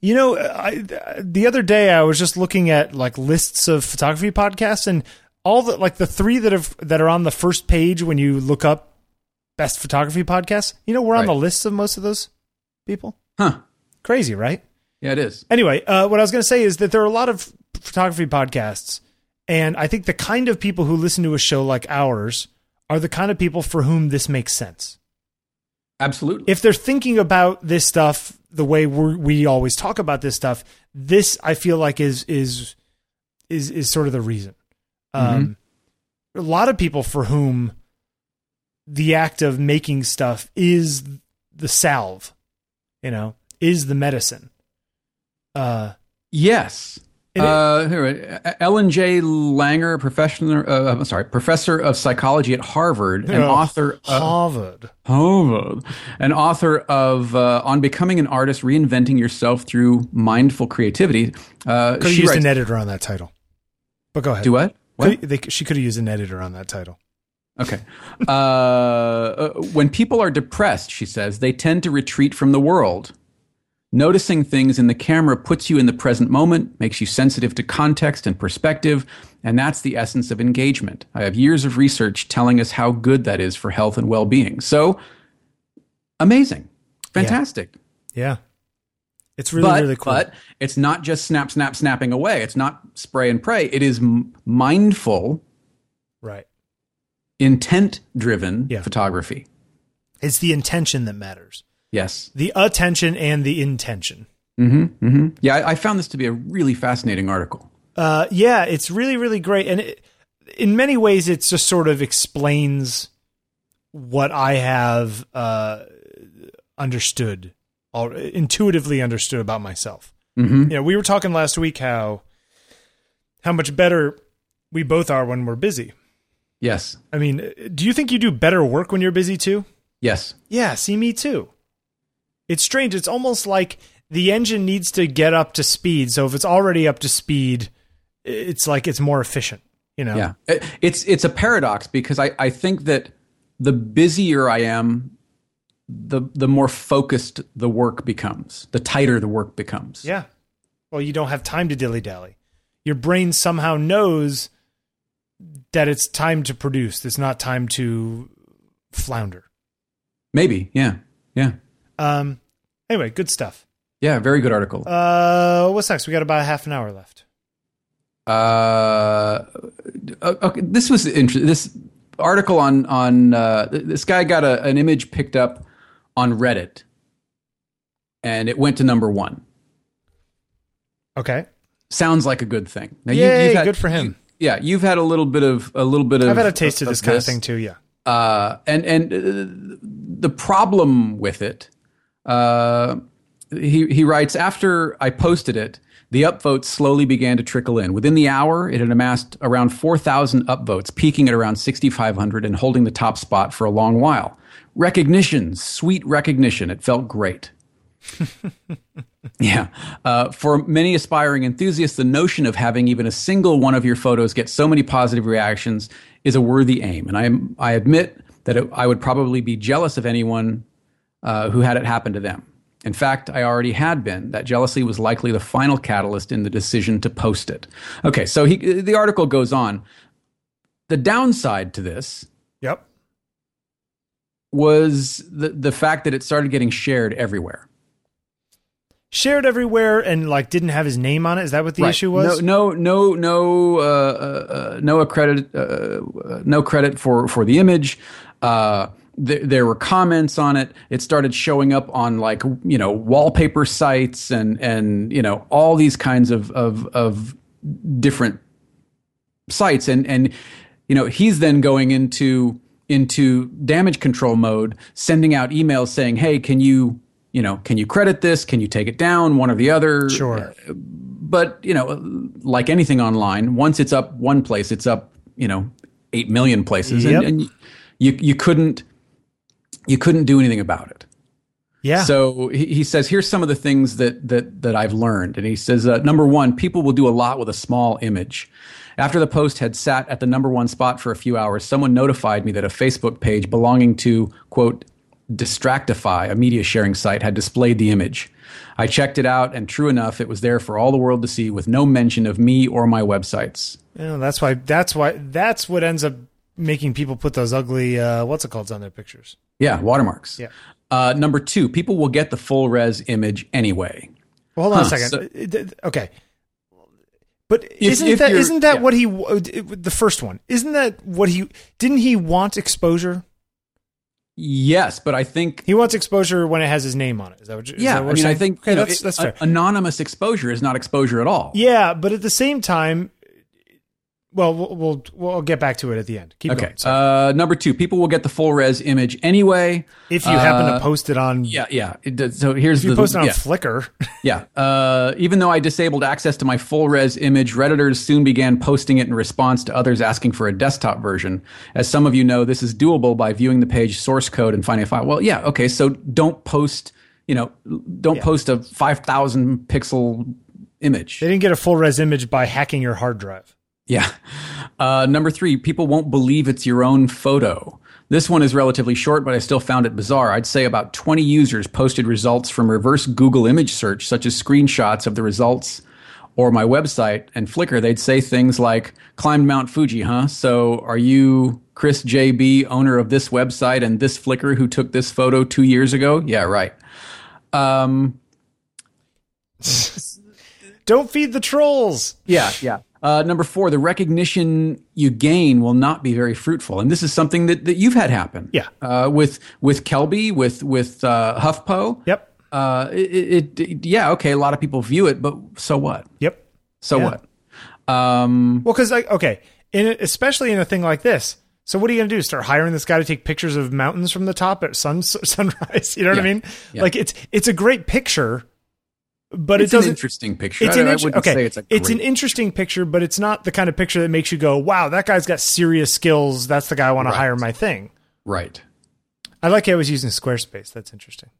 [SPEAKER 1] you know, I, the other day I was just looking at like lists of photography podcasts, and all the like the three that have that are on the first page when you look up best photography podcasts. You know, we're on
[SPEAKER 2] Right.
[SPEAKER 1] the lists of most of those people.
[SPEAKER 2] Huh?
[SPEAKER 1] Crazy, right?
[SPEAKER 2] Yeah, it is.
[SPEAKER 1] Anyway, uh, what I was going to say is that there are a lot of photography podcasts, and I think the kind of people who listen to a show like ours are the kind of people for whom this makes sense.
[SPEAKER 2] Absolutely.
[SPEAKER 1] If they're thinking about this stuff the way we we always talk about this stuff, this I feel like is is is is sort of the reason. Um, A lot of people for whom the act of making stuff is the salve, you know, is the medicine. Uh,
[SPEAKER 2] Yes.
[SPEAKER 1] It
[SPEAKER 2] Uh, here, uh, Ellen J. Langer, professor, uh, I'm sorry, professor of psychology at Harvard, and
[SPEAKER 1] Oh,
[SPEAKER 2] author of
[SPEAKER 1] Harvard.
[SPEAKER 2] Harvard, an author of uh, "On Becoming an Artist: Reinventing Yourself Through Mindful Creativity." Uh,
[SPEAKER 1] Could have
[SPEAKER 2] she
[SPEAKER 1] used
[SPEAKER 2] writes,
[SPEAKER 1] an editor on that title. But go ahead.
[SPEAKER 2] do what? What?
[SPEAKER 1] Could- they- she could have used an editor on that title.
[SPEAKER 2] Okay. Uh, uh, when people are depressed, she says, they tend to retreat from the world. Noticing things in the camera puts you in the present moment, makes you sensitive to context and perspective, and that's the essence of engagement. I have years of research telling us how good that is for health and well being. So, amazing. Fantastic.
[SPEAKER 1] Yeah. It's really,
[SPEAKER 2] but,
[SPEAKER 1] really cool.
[SPEAKER 2] but it's not just snap, snap, snapping away. It's not spray and pray. It is m- mindful,
[SPEAKER 1] right.
[SPEAKER 2] intent driven
[SPEAKER 1] Yeah.
[SPEAKER 2] photography.
[SPEAKER 1] It's the intention that matters.
[SPEAKER 2] Yes.
[SPEAKER 1] The attention and the intention.
[SPEAKER 2] Mm-hmm, hmm Yeah, I, I found this to be a really fascinating article.
[SPEAKER 1] Uh, yeah, it's really, really great. And it, in many ways, it just sort of explains what I have uh, understood, or intuitively understood about myself.
[SPEAKER 2] Mm-hmm.
[SPEAKER 1] you know, we were talking last week how how much better we both are when we're busy.
[SPEAKER 2] Yes,
[SPEAKER 1] I mean, do you think you do better work when you're busy too?
[SPEAKER 2] yes,
[SPEAKER 1] Yeah, see me too. It's strange. It's almost like the engine needs to get up to speed. So if it's already up to speed, it's like it's more efficient, you know.
[SPEAKER 2] yeah. It- it's it's a paradox because I, I think that the busier I am, the the more focused the work becomes, the tighter the work becomes.
[SPEAKER 1] Yeah. Well, you don't have time to dilly-dally. Your brain somehow knows that it's time to produce. It's not time to flounder.
[SPEAKER 2] Maybe, yeah, yeah,
[SPEAKER 1] Um anyway, good stuff.
[SPEAKER 2] yeah. Very good article.
[SPEAKER 1] Uh, what's next? We got about a half an hour left.
[SPEAKER 2] uh, okay, this was interesting. This article on on uh, th- this guy got a, an image picked up on Reddit, and it went to number one.
[SPEAKER 1] Okay.
[SPEAKER 2] Sounds like a good thing. Now
[SPEAKER 1] Yay, good for him.
[SPEAKER 2] you- yeah, you've had a little bit of a little bit of.
[SPEAKER 1] I've had a taste of this kind of
[SPEAKER 2] this.
[SPEAKER 1] thing too. Yeah.
[SPEAKER 2] Uh, and and uh, the problem with it, uh, he he writes after I posted it, the upvotes slowly began to trickle in. Within the hour, it had amassed around four thousand upvotes, peaking at around sixty five hundred and holding the top spot for a long while. Recognition, sweet recognition. It felt great. Yeah. Uh, for many aspiring enthusiasts, the notion of having even a single one of your photos get so many positive reactions is a worthy aim. And I, I admit that it, I would probably be jealous of anyone uh, who had it happen to them. In fact, I already had been. That jealousy was likely the final catalyst in the decision to post it. Okay, so he, the article goes on. The downside to this
[SPEAKER 1] Yep.
[SPEAKER 2] was the, the fact that it started getting shared everywhere.
[SPEAKER 1] shared everywhere and like didn't have his name on it. Is that what the
[SPEAKER 2] Right.
[SPEAKER 1] issue was?
[SPEAKER 2] No, no, no, no, uh, uh, uh, no credit, uh, uh, no credit for for the image. Uh, th- there were comments on it. It started showing up on like you know wallpaper sites and and you know all these kinds of of, of different sites and and you know he's then going into into damage control mode sending out emails saying hey can you you know can you credit this can you take it down one or the other
[SPEAKER 1] Sure.
[SPEAKER 2] but you know like anything online once it's up one place it's up you know 8 million places
[SPEAKER 1] Yep.
[SPEAKER 2] and, and you you couldn't you couldn't do anything about it
[SPEAKER 1] Yeah.
[SPEAKER 2] so he, he says, here's some of the things that that that I've learned, and he says, uh, number one, people will do a lot with a small image. After the post had sat at the number one spot for a few hours, someone notified me that a Facebook page belonging to quote Distractify, a media sharing site, had displayed the image. I checked it out, and true enough, it was there for all the world to see, with no mention of me or my websites.
[SPEAKER 1] You know, that's why. That's why. That's what ends up making people put those ugly uh, what's it called on their pictures.
[SPEAKER 2] Yeah, watermarks.
[SPEAKER 1] Yeah.
[SPEAKER 2] Uh, number two, people will get the full res image anyway.
[SPEAKER 1] Well, hold on
[SPEAKER 2] Huh,
[SPEAKER 1] a
[SPEAKER 2] so-
[SPEAKER 1] second. It- it- okay. But isn't
[SPEAKER 2] if
[SPEAKER 1] that
[SPEAKER 2] you're-
[SPEAKER 1] isn't that
[SPEAKER 2] yeah.
[SPEAKER 1] what he w- it- the first one? Isn't that what he didn't he want exposure?
[SPEAKER 2] Yes, but I think
[SPEAKER 1] He wants exposure when it has his name on it. Is that what? You, is
[SPEAKER 2] Yeah,
[SPEAKER 1] that
[SPEAKER 2] I
[SPEAKER 1] what
[SPEAKER 2] mean,
[SPEAKER 1] we're
[SPEAKER 2] I
[SPEAKER 1] saying?
[SPEAKER 2] think
[SPEAKER 1] okay,
[SPEAKER 2] you know,
[SPEAKER 1] that's
[SPEAKER 2] it-
[SPEAKER 1] that's
[SPEAKER 2] a-
[SPEAKER 1] fair.
[SPEAKER 2] anonymous exposure is not exposure at all.
[SPEAKER 1] yeah, but at the same time, well, we'll we'll, we'll get back to it at the end. Keep
[SPEAKER 2] Okay.
[SPEAKER 1] going. So
[SPEAKER 2] Uh, number two, people will get the full res image anyway. Uh,
[SPEAKER 1] if you happen to post it on,
[SPEAKER 2] Yeah, yeah. It does, so here's
[SPEAKER 1] if you
[SPEAKER 2] the
[SPEAKER 1] post it on
[SPEAKER 2] yeah,
[SPEAKER 1] Flickr,
[SPEAKER 2] yeah. Uh, even though I disabled access to my full res image, redditors soon began posting it in response to others asking for a desktop version. As some of you know, this is doable by viewing the page source code and finding a file. Well, yeah, okay. So don't post, you know, don't post a five thousand pixel image.
[SPEAKER 1] they didn't get a full res image by hacking your hard drive.
[SPEAKER 2] Yeah. Uh, number three, people won't believe it's your own photo. This one is relatively short, but I still found it bizarre. I'd say about 20 users posted results from reverse Google image search, such as screenshots of the results or my website and Flickr. They'd say things like, climbed Mount Fuji, huh? So are you Chris JB, owner of this website and this Flickr who took this photo two years ago? Yeah, right. Um,
[SPEAKER 1] Don't feed the trolls.
[SPEAKER 2] Yeah, yeah. Uh, number four, the recognition you gain will not be very fruitful, and this is something that, that you've had happen.
[SPEAKER 1] Yeah.
[SPEAKER 2] uh, with with Kelby, with with uh, HuffPo.
[SPEAKER 1] Yep.
[SPEAKER 2] Uh, it, it, it, yeah, okay. A lot of people view it, but so what?
[SPEAKER 1] Yep.
[SPEAKER 2] So
[SPEAKER 1] Yeah.
[SPEAKER 2] what? Um,
[SPEAKER 1] Well, because like okay, in especially in a thing like this. So what are you going to do? Start hiring this guy to take pictures of mountains from the top at sun sunrise? You know what I
[SPEAKER 2] Yeah.
[SPEAKER 1] mean?
[SPEAKER 2] Yeah.
[SPEAKER 1] Like it's it's a great picture, but
[SPEAKER 2] it's
[SPEAKER 1] it
[SPEAKER 2] an
[SPEAKER 1] doesn't.
[SPEAKER 2] interesting picture.
[SPEAKER 1] It's
[SPEAKER 2] I,
[SPEAKER 1] an
[SPEAKER 2] I
[SPEAKER 1] inter-
[SPEAKER 2] wouldn't
[SPEAKER 1] okay.
[SPEAKER 2] say
[SPEAKER 1] it's,
[SPEAKER 2] it's a
[SPEAKER 1] an
[SPEAKER 2] great-
[SPEAKER 1] interesting picture, but it's not the kind of picture that makes you go, "Wow, that guy's got serious skills. That's the guy I want to
[SPEAKER 2] Right.
[SPEAKER 1] hire my thing."
[SPEAKER 2] right.
[SPEAKER 1] I like how I was using Squarespace. That's interesting.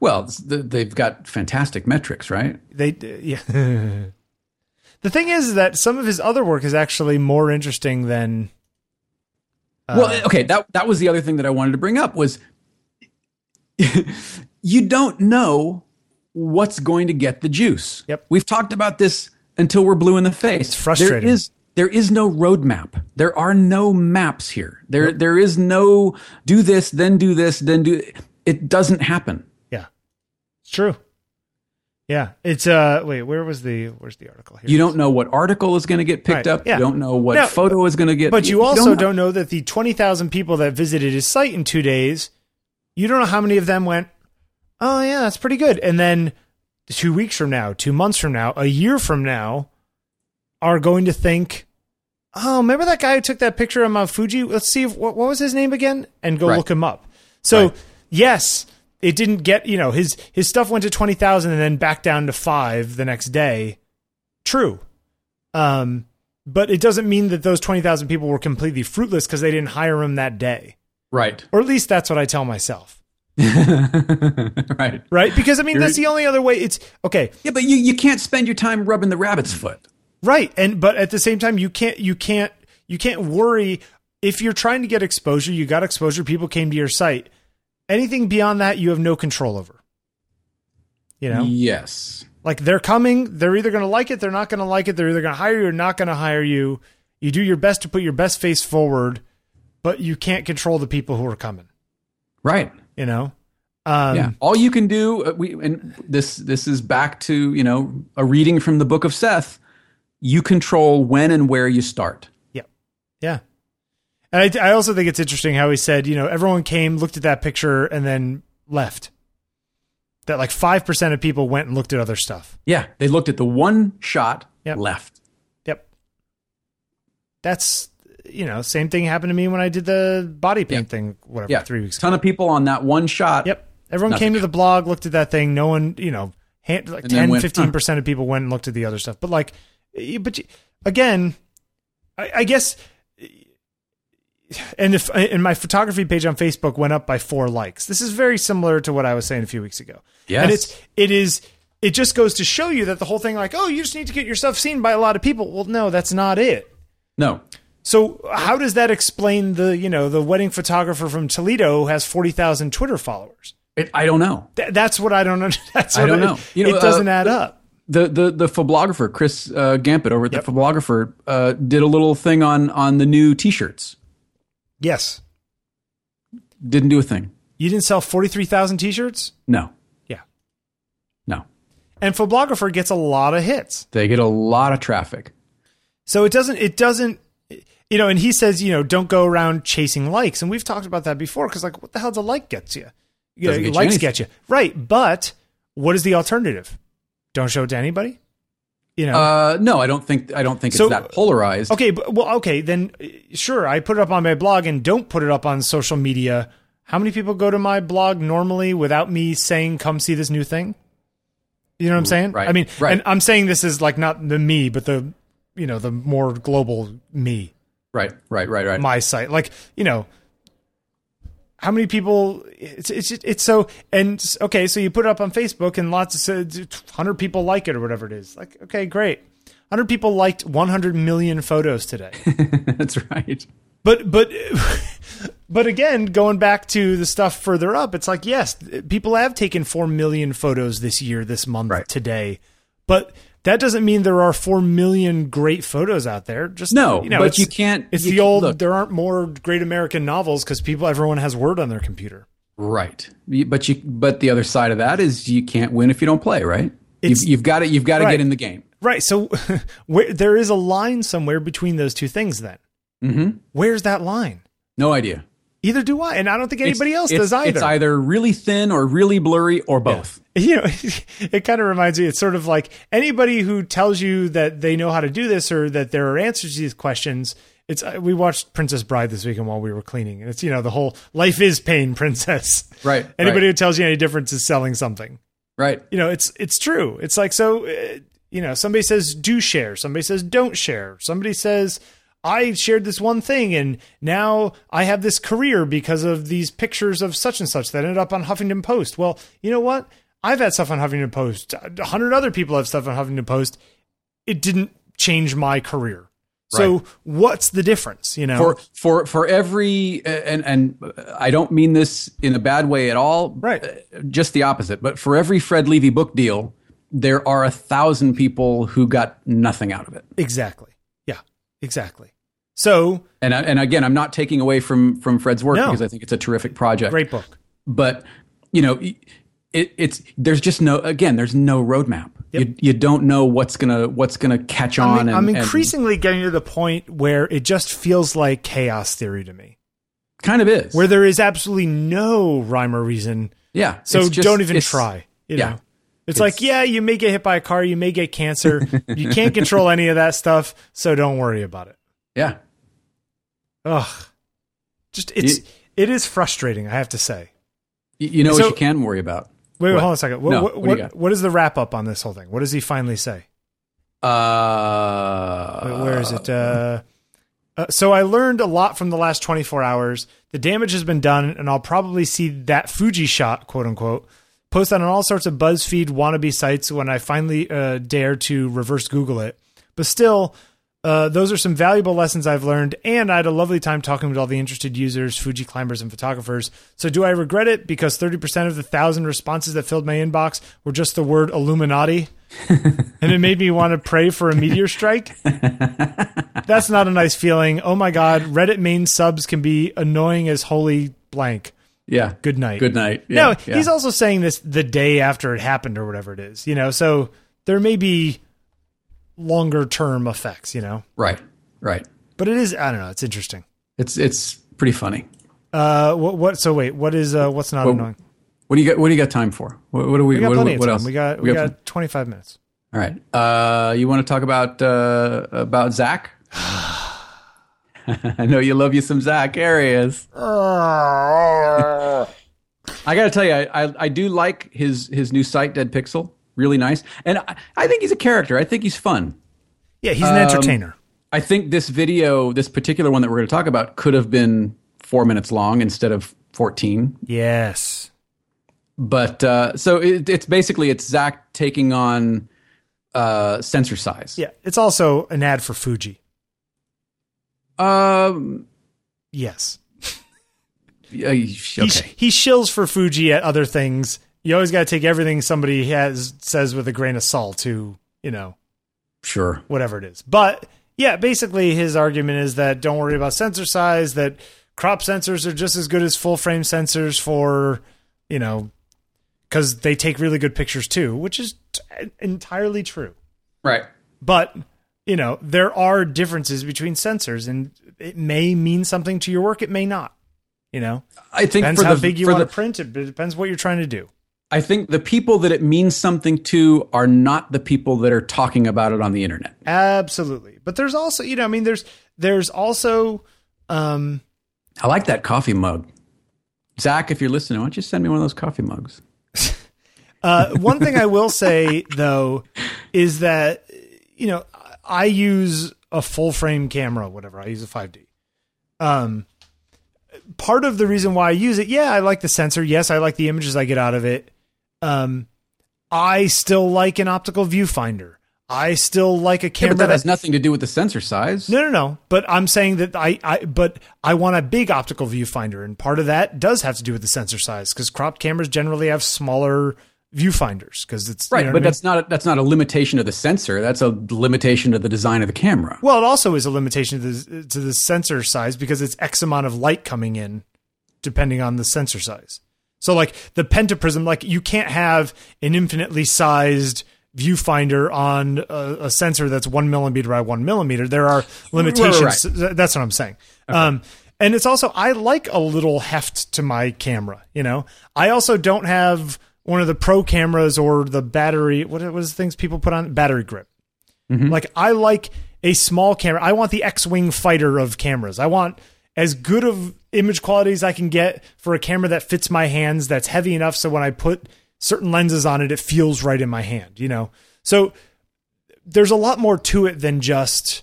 [SPEAKER 2] Well, it's- th- they've got fantastic metrics, right?
[SPEAKER 1] They yeah. the thing is that some of his other work is actually more interesting than. Uh,
[SPEAKER 2] well, okay, that that was the other thing that I wanted to bring up was you don't know what's going to get the juice.
[SPEAKER 1] Yep.
[SPEAKER 2] We've talked about this until we're blue in the face. It's
[SPEAKER 1] frustrating.
[SPEAKER 2] There is there is no roadmap. There are no maps here. There there is no do this, then do this, then do it doesn't happen.
[SPEAKER 1] Yeah. It's true. Yeah. It's uh wait, where was the where's the article here?
[SPEAKER 2] You don't know what article is going to get
[SPEAKER 1] Right,
[SPEAKER 2] picked up.
[SPEAKER 1] yeah.
[SPEAKER 2] You don't know what
[SPEAKER 1] No,
[SPEAKER 2] photo is going to get
[SPEAKER 1] but you also
[SPEAKER 2] know.
[SPEAKER 1] don't, know that the 20,000 people that visited his site in 2 days, you don't know how many of them went, "Oh yeah, that's pretty good." And then 2 weeks from now, 2 months from now, a year from now are going to think, "Oh, remember that guy who took that picture of Mount Fuji? Let's see if what, what was his name again?" and go
[SPEAKER 2] Right.
[SPEAKER 1] look him up. So,
[SPEAKER 2] Right.
[SPEAKER 1] yes, it didn't get, you know, his his stuff went to 20,000 and then back down to 5 the next day. True. Um, but it doesn't mean that those 20,000 people were completely fruitless because they didn't hire him that day.
[SPEAKER 2] Right.
[SPEAKER 1] Or at least that's what I tell myself.
[SPEAKER 2] right.
[SPEAKER 1] Right? Because I mean, that's the only other way it's okay.
[SPEAKER 2] Yeah, but you, you can't spend your time rubbing the rabbit's foot.
[SPEAKER 1] Right. And, but at the same time, you can't, you can't, you can't worry if you're trying to get exposure, you got exposure. People came to your site. Anything beyond that, you have no control over. You know?
[SPEAKER 2] Yes.
[SPEAKER 1] Like they're coming, they're either going to like it, they're not going to like it, they're either going to hire you or not going to hire you. You do your best to put your best face forward, but you can't control the people who are coming,
[SPEAKER 2] Right.
[SPEAKER 1] you know? Um,
[SPEAKER 2] yeah, all you can do. uh, We and this this is back to you know a reading from the book of Seth. You control when and where you start.
[SPEAKER 1] Yeah. Yeah. And I, I also think it's interesting how he said, you know, everyone came, looked at that picture, and then left. That like 5% of people went and looked at other stuff.
[SPEAKER 2] Yeah, they looked at the one shot
[SPEAKER 1] Yep.
[SPEAKER 2] left.
[SPEAKER 1] Yep. That's, you know, same thing happened to me when I did the body paint
[SPEAKER 2] Yeah.
[SPEAKER 1] thing, whatever,
[SPEAKER 2] Yeah,
[SPEAKER 1] three weeks ago.
[SPEAKER 2] Ton of people on that one shot.
[SPEAKER 1] Yep. Everyone came to the blog, looked at that thing. No one, you know, hand, like
[SPEAKER 2] then
[SPEAKER 1] 10,
[SPEAKER 2] went,
[SPEAKER 1] 15% of people went and looked at the other stuff. But like, y- but y- again, I, I guess, and if, and my photography page on Facebook went up by four likes. This is very similar to what I was saying a few weeks ago.
[SPEAKER 2] Yes.
[SPEAKER 1] And it's, it is, it just goes to show you that the whole thing, like, oh, you just need to get yourself seen by a lot of people. Well, no, that's not it.
[SPEAKER 2] No.
[SPEAKER 1] So how does that explain the, you know, the wedding photographer from Toledo who has 40,000 Twitter followers?
[SPEAKER 2] It, I don't know.
[SPEAKER 1] Th- that's what I don't. under- That's
[SPEAKER 2] I
[SPEAKER 1] what
[SPEAKER 2] don't know. You know,
[SPEAKER 1] it doesn't
[SPEAKER 2] uh,
[SPEAKER 1] add up.
[SPEAKER 2] the the the fablographer Chris uh, Gambit over at the fablographer uh, did a little thing on on the new T-shirts.
[SPEAKER 1] Yes,
[SPEAKER 2] Didn't do a thing.
[SPEAKER 1] you didn't sell forty three thousand t shirts.
[SPEAKER 2] No,
[SPEAKER 1] Yeah,
[SPEAKER 2] no.
[SPEAKER 1] and Photographer gets a lot of hits,
[SPEAKER 2] They get a lot of traffic.
[SPEAKER 1] so it doesn't. It doesn't. You know, and he says, you know, don't go around chasing likes, and we've talked about that before because like, what the hell does a like gets you? You know,
[SPEAKER 2] Doesn't get you
[SPEAKER 1] likes
[SPEAKER 2] anything.
[SPEAKER 1] get you right, but what is the alternative? Don't show it to anybody. You know,
[SPEAKER 2] Uh, no, I don't think I don't think
[SPEAKER 1] So-
[SPEAKER 2] it's that polarized.
[SPEAKER 1] Okay, but, well, okay, then uh, sure, I put it up on my blog and don't put it up on social media. How many people go to my blog normally without me saying, come see this new thing? You know what I'm saying?
[SPEAKER 2] right,
[SPEAKER 1] I mean,
[SPEAKER 2] right.
[SPEAKER 1] and I'm saying this is like not the me, but the, you know, the more global me,
[SPEAKER 2] Right, right, right, right.
[SPEAKER 1] my site. Like, you know, how many people it's it's it's so and okay so you put it up on facebook and lots of 100 people like it or whatever it is like okay great 100 people liked 100 million photos today
[SPEAKER 2] That's right.
[SPEAKER 1] but but but again going back to the stuff further up it's like yes people have taken 4 million photos this year this month
[SPEAKER 2] Right.
[SPEAKER 1] today but that doesn't mean there are 4 million great photos out there just
[SPEAKER 2] No,
[SPEAKER 1] you know,
[SPEAKER 2] but
[SPEAKER 1] it's-
[SPEAKER 2] you can't-
[SPEAKER 1] it's
[SPEAKER 2] you
[SPEAKER 1] the
[SPEAKER 2] can't-
[SPEAKER 1] old
[SPEAKER 2] look.
[SPEAKER 1] there aren't more great american novels cuz people everyone has word on their computer
[SPEAKER 2] Right. You- But you but the other side of that is you can't win if you don't play. Right. You've,
[SPEAKER 1] It's-
[SPEAKER 2] you've got to you've got to
[SPEAKER 1] Right.
[SPEAKER 2] get in the game.
[SPEAKER 1] right so where there is a line somewhere between those two things then
[SPEAKER 2] Mhm.
[SPEAKER 1] where's that line
[SPEAKER 2] No idea.
[SPEAKER 1] either do i and i don't think anybody else
[SPEAKER 2] it's,
[SPEAKER 1] does either
[SPEAKER 2] It's either really thin or really blurry or both.
[SPEAKER 1] you know, it kind of reminds me, it's sort of like anybody who tells you that they know how to do this or that there are answers to these questions. It's uh, we watched Princess Bride this weekend while we were cleaning, and it's you know the whole life is pain, princess.
[SPEAKER 2] Right,
[SPEAKER 1] Anybody
[SPEAKER 2] right.
[SPEAKER 1] who tells you any difference is selling something.
[SPEAKER 2] Right.
[SPEAKER 1] You know, it's it's true. It's like so. Uh, you know, somebody says do share, somebody says don't share, somebody says I shared this one thing and now I have this career because of these pictures of such and such that ended up on Huffington Post. Well, you know what? I've had stuff on Huffington Post. A hundred other people have stuff on Huffington Post. It didn't change my career. So
[SPEAKER 2] Right.
[SPEAKER 1] what's the difference? You know,
[SPEAKER 2] for for for every and and I don't mean this in a bad way at all.
[SPEAKER 1] Right.
[SPEAKER 2] uh, Just the opposite. But for every Fred Levy book deal, there are a thousand people who got nothing out of it.
[SPEAKER 1] exactly. Yeah, exactly. So
[SPEAKER 2] And I, and again, I'm not taking away from from Fred's work
[SPEAKER 1] No.
[SPEAKER 2] because I think it's a terrific project.
[SPEAKER 1] great book.
[SPEAKER 2] But you know, it, it's there's just no again, there's no roadmap. You you don't know what's gonna what's gonna catch on.
[SPEAKER 1] I'm,
[SPEAKER 2] and,
[SPEAKER 1] I'm
[SPEAKER 2] and
[SPEAKER 1] increasingly getting to the point where it just feels like chaos theory to me,
[SPEAKER 2] kind of is
[SPEAKER 1] where there is absolutely no rhyme or reason.
[SPEAKER 2] yeah.
[SPEAKER 1] So
[SPEAKER 2] it's just-
[SPEAKER 1] don't even
[SPEAKER 2] it's-
[SPEAKER 1] try. You
[SPEAKER 2] yeah.
[SPEAKER 1] know, it's, like yeah, you may get hit by a car, you may get cancer, you can't control any of that stuff, so don't worry about it.
[SPEAKER 2] Yeah.
[SPEAKER 1] Ugh, just it's
[SPEAKER 2] You-
[SPEAKER 1] it is frustrating, I have to say.
[SPEAKER 2] You, you know
[SPEAKER 1] So-
[SPEAKER 2] what you can worry about.
[SPEAKER 1] Wait,
[SPEAKER 2] What?
[SPEAKER 1] hold on a second. What,
[SPEAKER 2] No,
[SPEAKER 1] what,
[SPEAKER 2] what do you
[SPEAKER 1] what,
[SPEAKER 2] got?
[SPEAKER 1] what is the wrap up on this whole thing? What does he finally say?
[SPEAKER 2] Uh,
[SPEAKER 1] Wait, where is it? Uh, uh, so I learned a lot from the last 24 hours. The damage has been done, and I'll probably see that Fuji shot, quote unquote, posted on all sorts of BuzzFeed wannabe sites when I finally uh, dare to reverse Google it. But still, uh, those are some valuable lessons I've learned, and I had a lovely time talking with all the interested users, Fuji climbers, and photographers. So, do I regret it because 30% of the thousand responses that filled my inbox were just the word Illuminati? and it made me want to pray for a meteor strike. That's not a nice feeling. Oh my God, Reddit main subs can be annoying as holy blank.
[SPEAKER 2] Yeah.
[SPEAKER 1] Good night.
[SPEAKER 2] Good night.
[SPEAKER 1] no,
[SPEAKER 2] Yeah, yeah.
[SPEAKER 1] he's also saying this the day after it happened or whatever it is, you know. So there may be longer term effects, you know.
[SPEAKER 2] right. Right.
[SPEAKER 1] But it is I don't know, it's interesting.
[SPEAKER 2] It's it's pretty funny.
[SPEAKER 1] Uh what what so wait, what is uh what's not
[SPEAKER 2] Well,
[SPEAKER 1] annoying?
[SPEAKER 2] What do you got? What do you got time for? What, what do we?
[SPEAKER 1] We got
[SPEAKER 2] what, do
[SPEAKER 1] plenty
[SPEAKER 2] we-
[SPEAKER 1] of
[SPEAKER 2] what
[SPEAKER 1] time.
[SPEAKER 2] else?
[SPEAKER 1] We got we,
[SPEAKER 2] pl-
[SPEAKER 1] got 25 minutes.
[SPEAKER 2] All right. Uh, you want to talk about uh, about Zach? I know you love you some Zach Arias. I got to tell you, I, I I do like his his new site, Dead Pixel. Really nice, and I, I think he's a character. I think he's fun.
[SPEAKER 1] Yeah,
[SPEAKER 2] Um,
[SPEAKER 1] he's an entertainer.
[SPEAKER 2] I think this video, this particular one that we're going to talk about, could have been four minutes long instead of fourteen.
[SPEAKER 1] Yes.
[SPEAKER 2] But uh, so it, it's basically it's Zach taking on uh, sensor size.
[SPEAKER 1] Yeah, it's also an ad for Fuji.
[SPEAKER 2] Um.
[SPEAKER 1] Yes.
[SPEAKER 2] yeah, Okay.
[SPEAKER 1] He sh- He, shills for Fuji at other things. You always got to take everything somebody has says with a grain of salt to, you know,
[SPEAKER 2] Sure.
[SPEAKER 1] whatever it is. But yeah, basically his argument is that don't worry about sensor size, that crop sensors are just as good as full frame sensors for, you know, cuz they take really good pictures too, which is t- entirely true.
[SPEAKER 2] Right.
[SPEAKER 1] But, you know, there are differences between sensors and it may mean something to your work, it may not. You know,
[SPEAKER 2] I think
[SPEAKER 1] depends
[SPEAKER 2] for
[SPEAKER 1] how
[SPEAKER 2] the,
[SPEAKER 1] big you
[SPEAKER 2] for
[SPEAKER 1] want
[SPEAKER 2] the-
[SPEAKER 1] to print it. It depends what you're trying to do.
[SPEAKER 2] I think the people that it means something to are not the people that are talking about it on the internet.
[SPEAKER 1] Absolutely. But there's also, you know, I mean, there's there's also, um,
[SPEAKER 2] I like that coffee mug. Zach, if you're listening, why don't you send me one of those coffee mugs?
[SPEAKER 1] Uh, one thing I will say though is that you know I use a full frame camera, whatever. I use a 5D. Um, part of the reason why I use it, yeah, I like the sensor. Yes, I like the images I get out of it. Um, I still like an optical viewfinder. I still like a
[SPEAKER 2] Yeah,
[SPEAKER 1] camera
[SPEAKER 2] but that
[SPEAKER 1] that
[SPEAKER 2] has nothing to do with the sensor size.
[SPEAKER 1] no, no, no. But I'm saying that I, I, but I want a big optical viewfinder, and part of that does have to do with the sensor size because cropped cameras generally have smaller viewfinders because it's you
[SPEAKER 2] right,
[SPEAKER 1] know what I mean?
[SPEAKER 2] but that's not that's not a limitation of the sensor. That's a limitation of the design of the camera.
[SPEAKER 1] well, it also is a limitation to the to the sensor size because it's X amount of light coming in, depending on the sensor size. So, like the pentaprism, like you can't have an infinitely sized viewfinder on a, a sensor that's one millimeter by one millimeter. There are limitations. Th- That's what I'm saying. Um, and it's also I like a little heft to my camera. You know, I also don't have one of the pro cameras or the battery. What was the things people put on battery grip?
[SPEAKER 2] Hmm?
[SPEAKER 1] Like I like a small camera. I want the X-wing fighter of cameras. I want as good of image quality as I can get for a camera that fits my hands. That's heavy enough so when I put certain lenses on it, it feels right in my hand. You know, so there's a lot more to it than just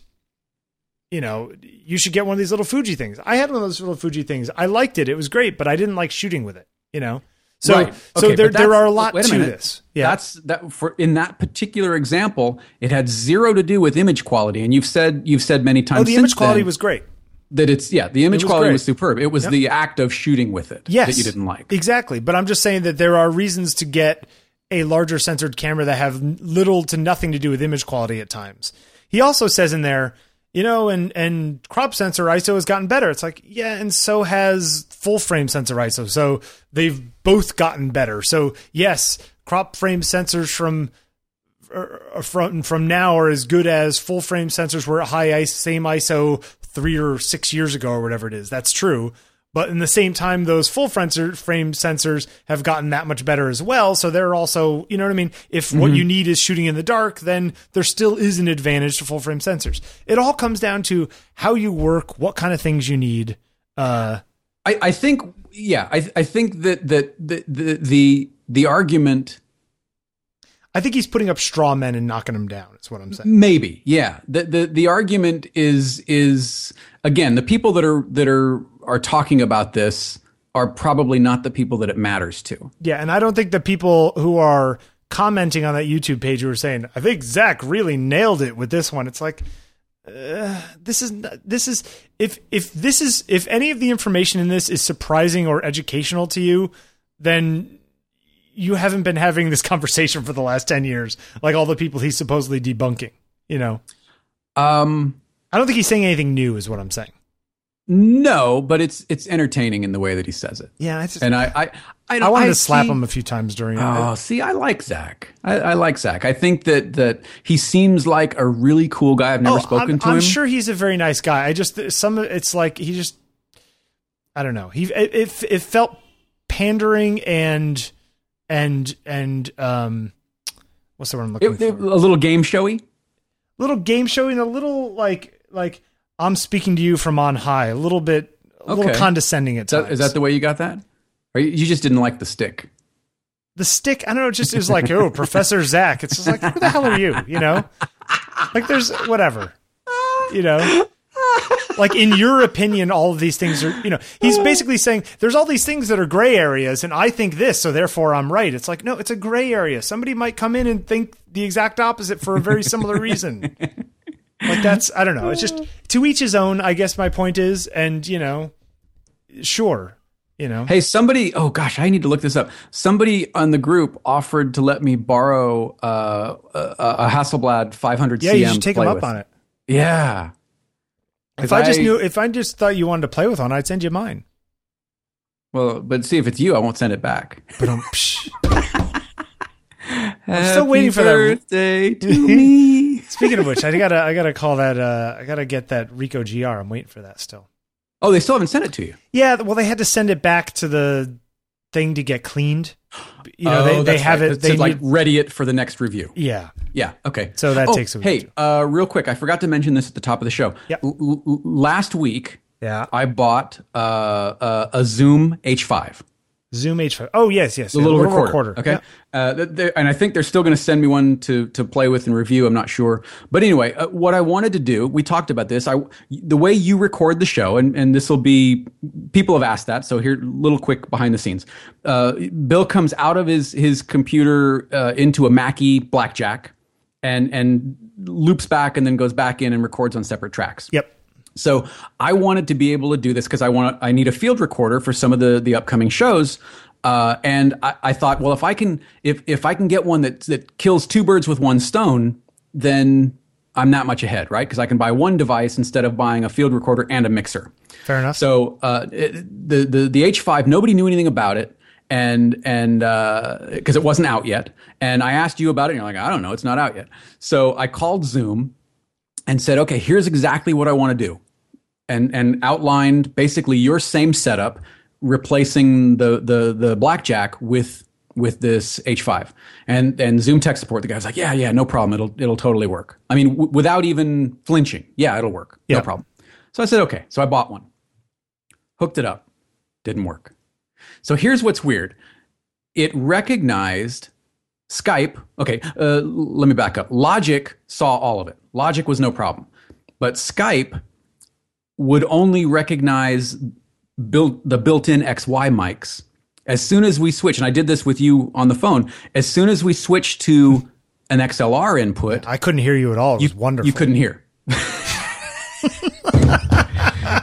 [SPEAKER 1] you know you should get one of these little fuji things i had one of those little fuji things i liked it it was great but i didn't like shooting with it you know so
[SPEAKER 2] Right.
[SPEAKER 1] so
[SPEAKER 2] Okay,
[SPEAKER 1] there,
[SPEAKER 2] but that's-
[SPEAKER 1] there are a lot
[SPEAKER 2] wait
[SPEAKER 1] to
[SPEAKER 2] minute.
[SPEAKER 1] this yeah
[SPEAKER 2] That's that for in that particular example, it had zero to do with image quality. And you've said you've said many times
[SPEAKER 1] oh the
[SPEAKER 2] since
[SPEAKER 1] image quality
[SPEAKER 2] then
[SPEAKER 1] was great
[SPEAKER 2] that it's yeah, the image
[SPEAKER 1] was
[SPEAKER 2] quality
[SPEAKER 1] great.
[SPEAKER 2] was superb. It was the act of shooting with it
[SPEAKER 1] yes,
[SPEAKER 2] that you didn't like.
[SPEAKER 1] Exactly. But I'm just saying that there are reasons to get a larger censored camera that have little to nothing to do with image quality at times. He also says in there, you know, and and crop sensor ISO has gotten better. It's like, yeah, and so has full frame sensor ISO. So they've both gotten better. So yes, crop frame sensors from uh, from from now are as good as full frame sensors were at high ISO, same ISO three or six years ago or whatever it is. That's true. But in the same time, those full frame sensor- frame sensors have gotten that much better as well. So they're also, you know what I mean? If what you need is shooting in the dark, then there still is an advantage to full frame sensors. It all comes down to how you work, what kind of things you need. Uh,
[SPEAKER 2] I, I think yeah, I I think that that the the the, the argument
[SPEAKER 1] I think he's putting up straw men and knocking them down, is what I'm saying.
[SPEAKER 2] Maybe, yeah. The the the argument is is again the people that are that are are talking about this are probably not the people that it matters to.
[SPEAKER 1] Yeah, and I don't think the people who are commenting on that YouTube page who are saying, "I think Zach really nailed it with this one." It's like uh, this is not- this is if if this is if any of the information in this is surprising or educational to you, then you haven't been having this conversation for the last 10 years like all the people he's supposedly debunking, you know.
[SPEAKER 2] Um,
[SPEAKER 1] I don't think he's saying anything new is what I'm saying.
[SPEAKER 2] No, but it's it's entertaining in the way that he says it.
[SPEAKER 1] Yeah, it's just,
[SPEAKER 2] And I I I,
[SPEAKER 1] I wanted to
[SPEAKER 2] see-
[SPEAKER 1] slap him a few times during it.
[SPEAKER 2] Oh, see, I like Zach. I, I like Zach. I think that that he seems like a really cool guy. I've never
[SPEAKER 1] Oh,
[SPEAKER 2] spoken
[SPEAKER 1] I'm,
[SPEAKER 2] to
[SPEAKER 1] I'm
[SPEAKER 2] him.
[SPEAKER 1] sure he's a very nice guy. I just some it's like he just I don't know. He it it, it felt pandering and and and um what's the word I'm looking
[SPEAKER 2] It-
[SPEAKER 1] for?
[SPEAKER 2] it- a little game showy.
[SPEAKER 1] little game show and a little like like I'm speaking to you from on high. A little bit a little
[SPEAKER 2] Okay.
[SPEAKER 1] condescending at
[SPEAKER 2] Is that,
[SPEAKER 1] times.
[SPEAKER 2] Uh, is that the way you got that? Or you, you just didn't like the stick?
[SPEAKER 1] the stick i don't know it just is like oh professor zach it's just like who the hell are you you know like there's whatever you know like in your opinion all of these things are you know he's basically saying there's all these things that are gray areas and i think this so therefore i'm right it's like no it's a gray area somebody might come in and think the exact opposite for a very similar reason like that's i don't know it's just to each his own i guess my point is and you know sure you know
[SPEAKER 2] Hey, somebody. Oh gosh, I need to look this up. Somebody on the group offered to let me borrow uh, a, a Hasselblad 500
[SPEAKER 1] yeah
[SPEAKER 2] CM.
[SPEAKER 1] you should take
[SPEAKER 2] to
[SPEAKER 1] him
[SPEAKER 2] play
[SPEAKER 1] up
[SPEAKER 2] with.
[SPEAKER 1] on it
[SPEAKER 2] Yeah.
[SPEAKER 1] If I, just knew, if I just thought you wanted to play with one, I'd send you mine.
[SPEAKER 2] Well, but see, if it's you, I won't send it back.
[SPEAKER 1] But I'm, still waiting for that-
[SPEAKER 2] birthday to me.
[SPEAKER 1] speaking of which, I gotta, I gotta call that. Uh, I gotta get that Rico GR. I'm waiting for that still.
[SPEAKER 2] Oh, they still haven't sent it to you.
[SPEAKER 1] Yeah, well, they had to send it back to the thing to get cleaned. You know,
[SPEAKER 2] Oh,
[SPEAKER 1] they, they
[SPEAKER 2] that's
[SPEAKER 1] have
[SPEAKER 2] right.
[SPEAKER 1] it.
[SPEAKER 2] It
[SPEAKER 1] They
[SPEAKER 2] said, like
[SPEAKER 1] need-
[SPEAKER 2] ready it for the next review.
[SPEAKER 1] yeah,
[SPEAKER 2] Yeah. Okay.
[SPEAKER 1] So that
[SPEAKER 2] Oh,
[SPEAKER 1] takes a week or
[SPEAKER 2] Hey,
[SPEAKER 1] two.
[SPEAKER 2] uh, real quick, I forgot to mention this at the top of the show.
[SPEAKER 1] Yep.
[SPEAKER 2] L- l- l- last week,
[SPEAKER 1] yeah.
[SPEAKER 2] I bought uh, uh, a Zoom H5,
[SPEAKER 1] Zoom H5. Oh yes, yes.
[SPEAKER 2] the
[SPEAKER 1] yeah,
[SPEAKER 2] little, recorder. Okay.
[SPEAKER 1] Yeah.
[SPEAKER 2] Uh, th- th- and I think they're still going to send me one to to play with and review. I'm not sure. But anyway, uh, what I wanted to do, we talked about this. I the way you record the show, and and this will be people have asked that. So here, little quick behind the scenes. Uh, Bill comes out of his his computer uh, into a Mackie blackjack, and and loops back and then goes back in and records on separate tracks.
[SPEAKER 1] Yep.
[SPEAKER 2] So I wanted to be able to do this because I want I need a field recorder for some of the the upcoming shows. Uh, and I, I thought, well, if I can if if I can get one that that kills two birds with one stone, then I'm not much ahead, right? Because I can buy one device instead of buying a field recorder and a mixer.
[SPEAKER 1] Fair enough.
[SPEAKER 2] So uh, it, the the the H5, nobody knew anything about it, and and because it wasn't out yet. And I asked you about it, and you're like, I don't know, it's not out yet. So I called Zoom and said, okay, here's exactly what I want to do, and and outlined basically your same setup, replacing the the the blackjack with with this H5 and and Zoom tech support. The guy's like, yeah, yeah, no problem. It'll it'll totally work. I mean, w- without even flinching, yeah, it'll work.
[SPEAKER 1] Yeah.
[SPEAKER 2] No problem. So I said, okay. So I bought one, hooked it up, didn't work. So here's what's weird. It recognized Skype. Okay, uh, l- let me back up. Logic saw all of it. Logic was no problem, but Skype would only recognize built the built-in XY mics. As soon as we switch, and I did this with you on the phone. As soon as we switch to an XLR input,
[SPEAKER 1] I couldn't hear you at all. It was wonderful.
[SPEAKER 2] you couldn't hear.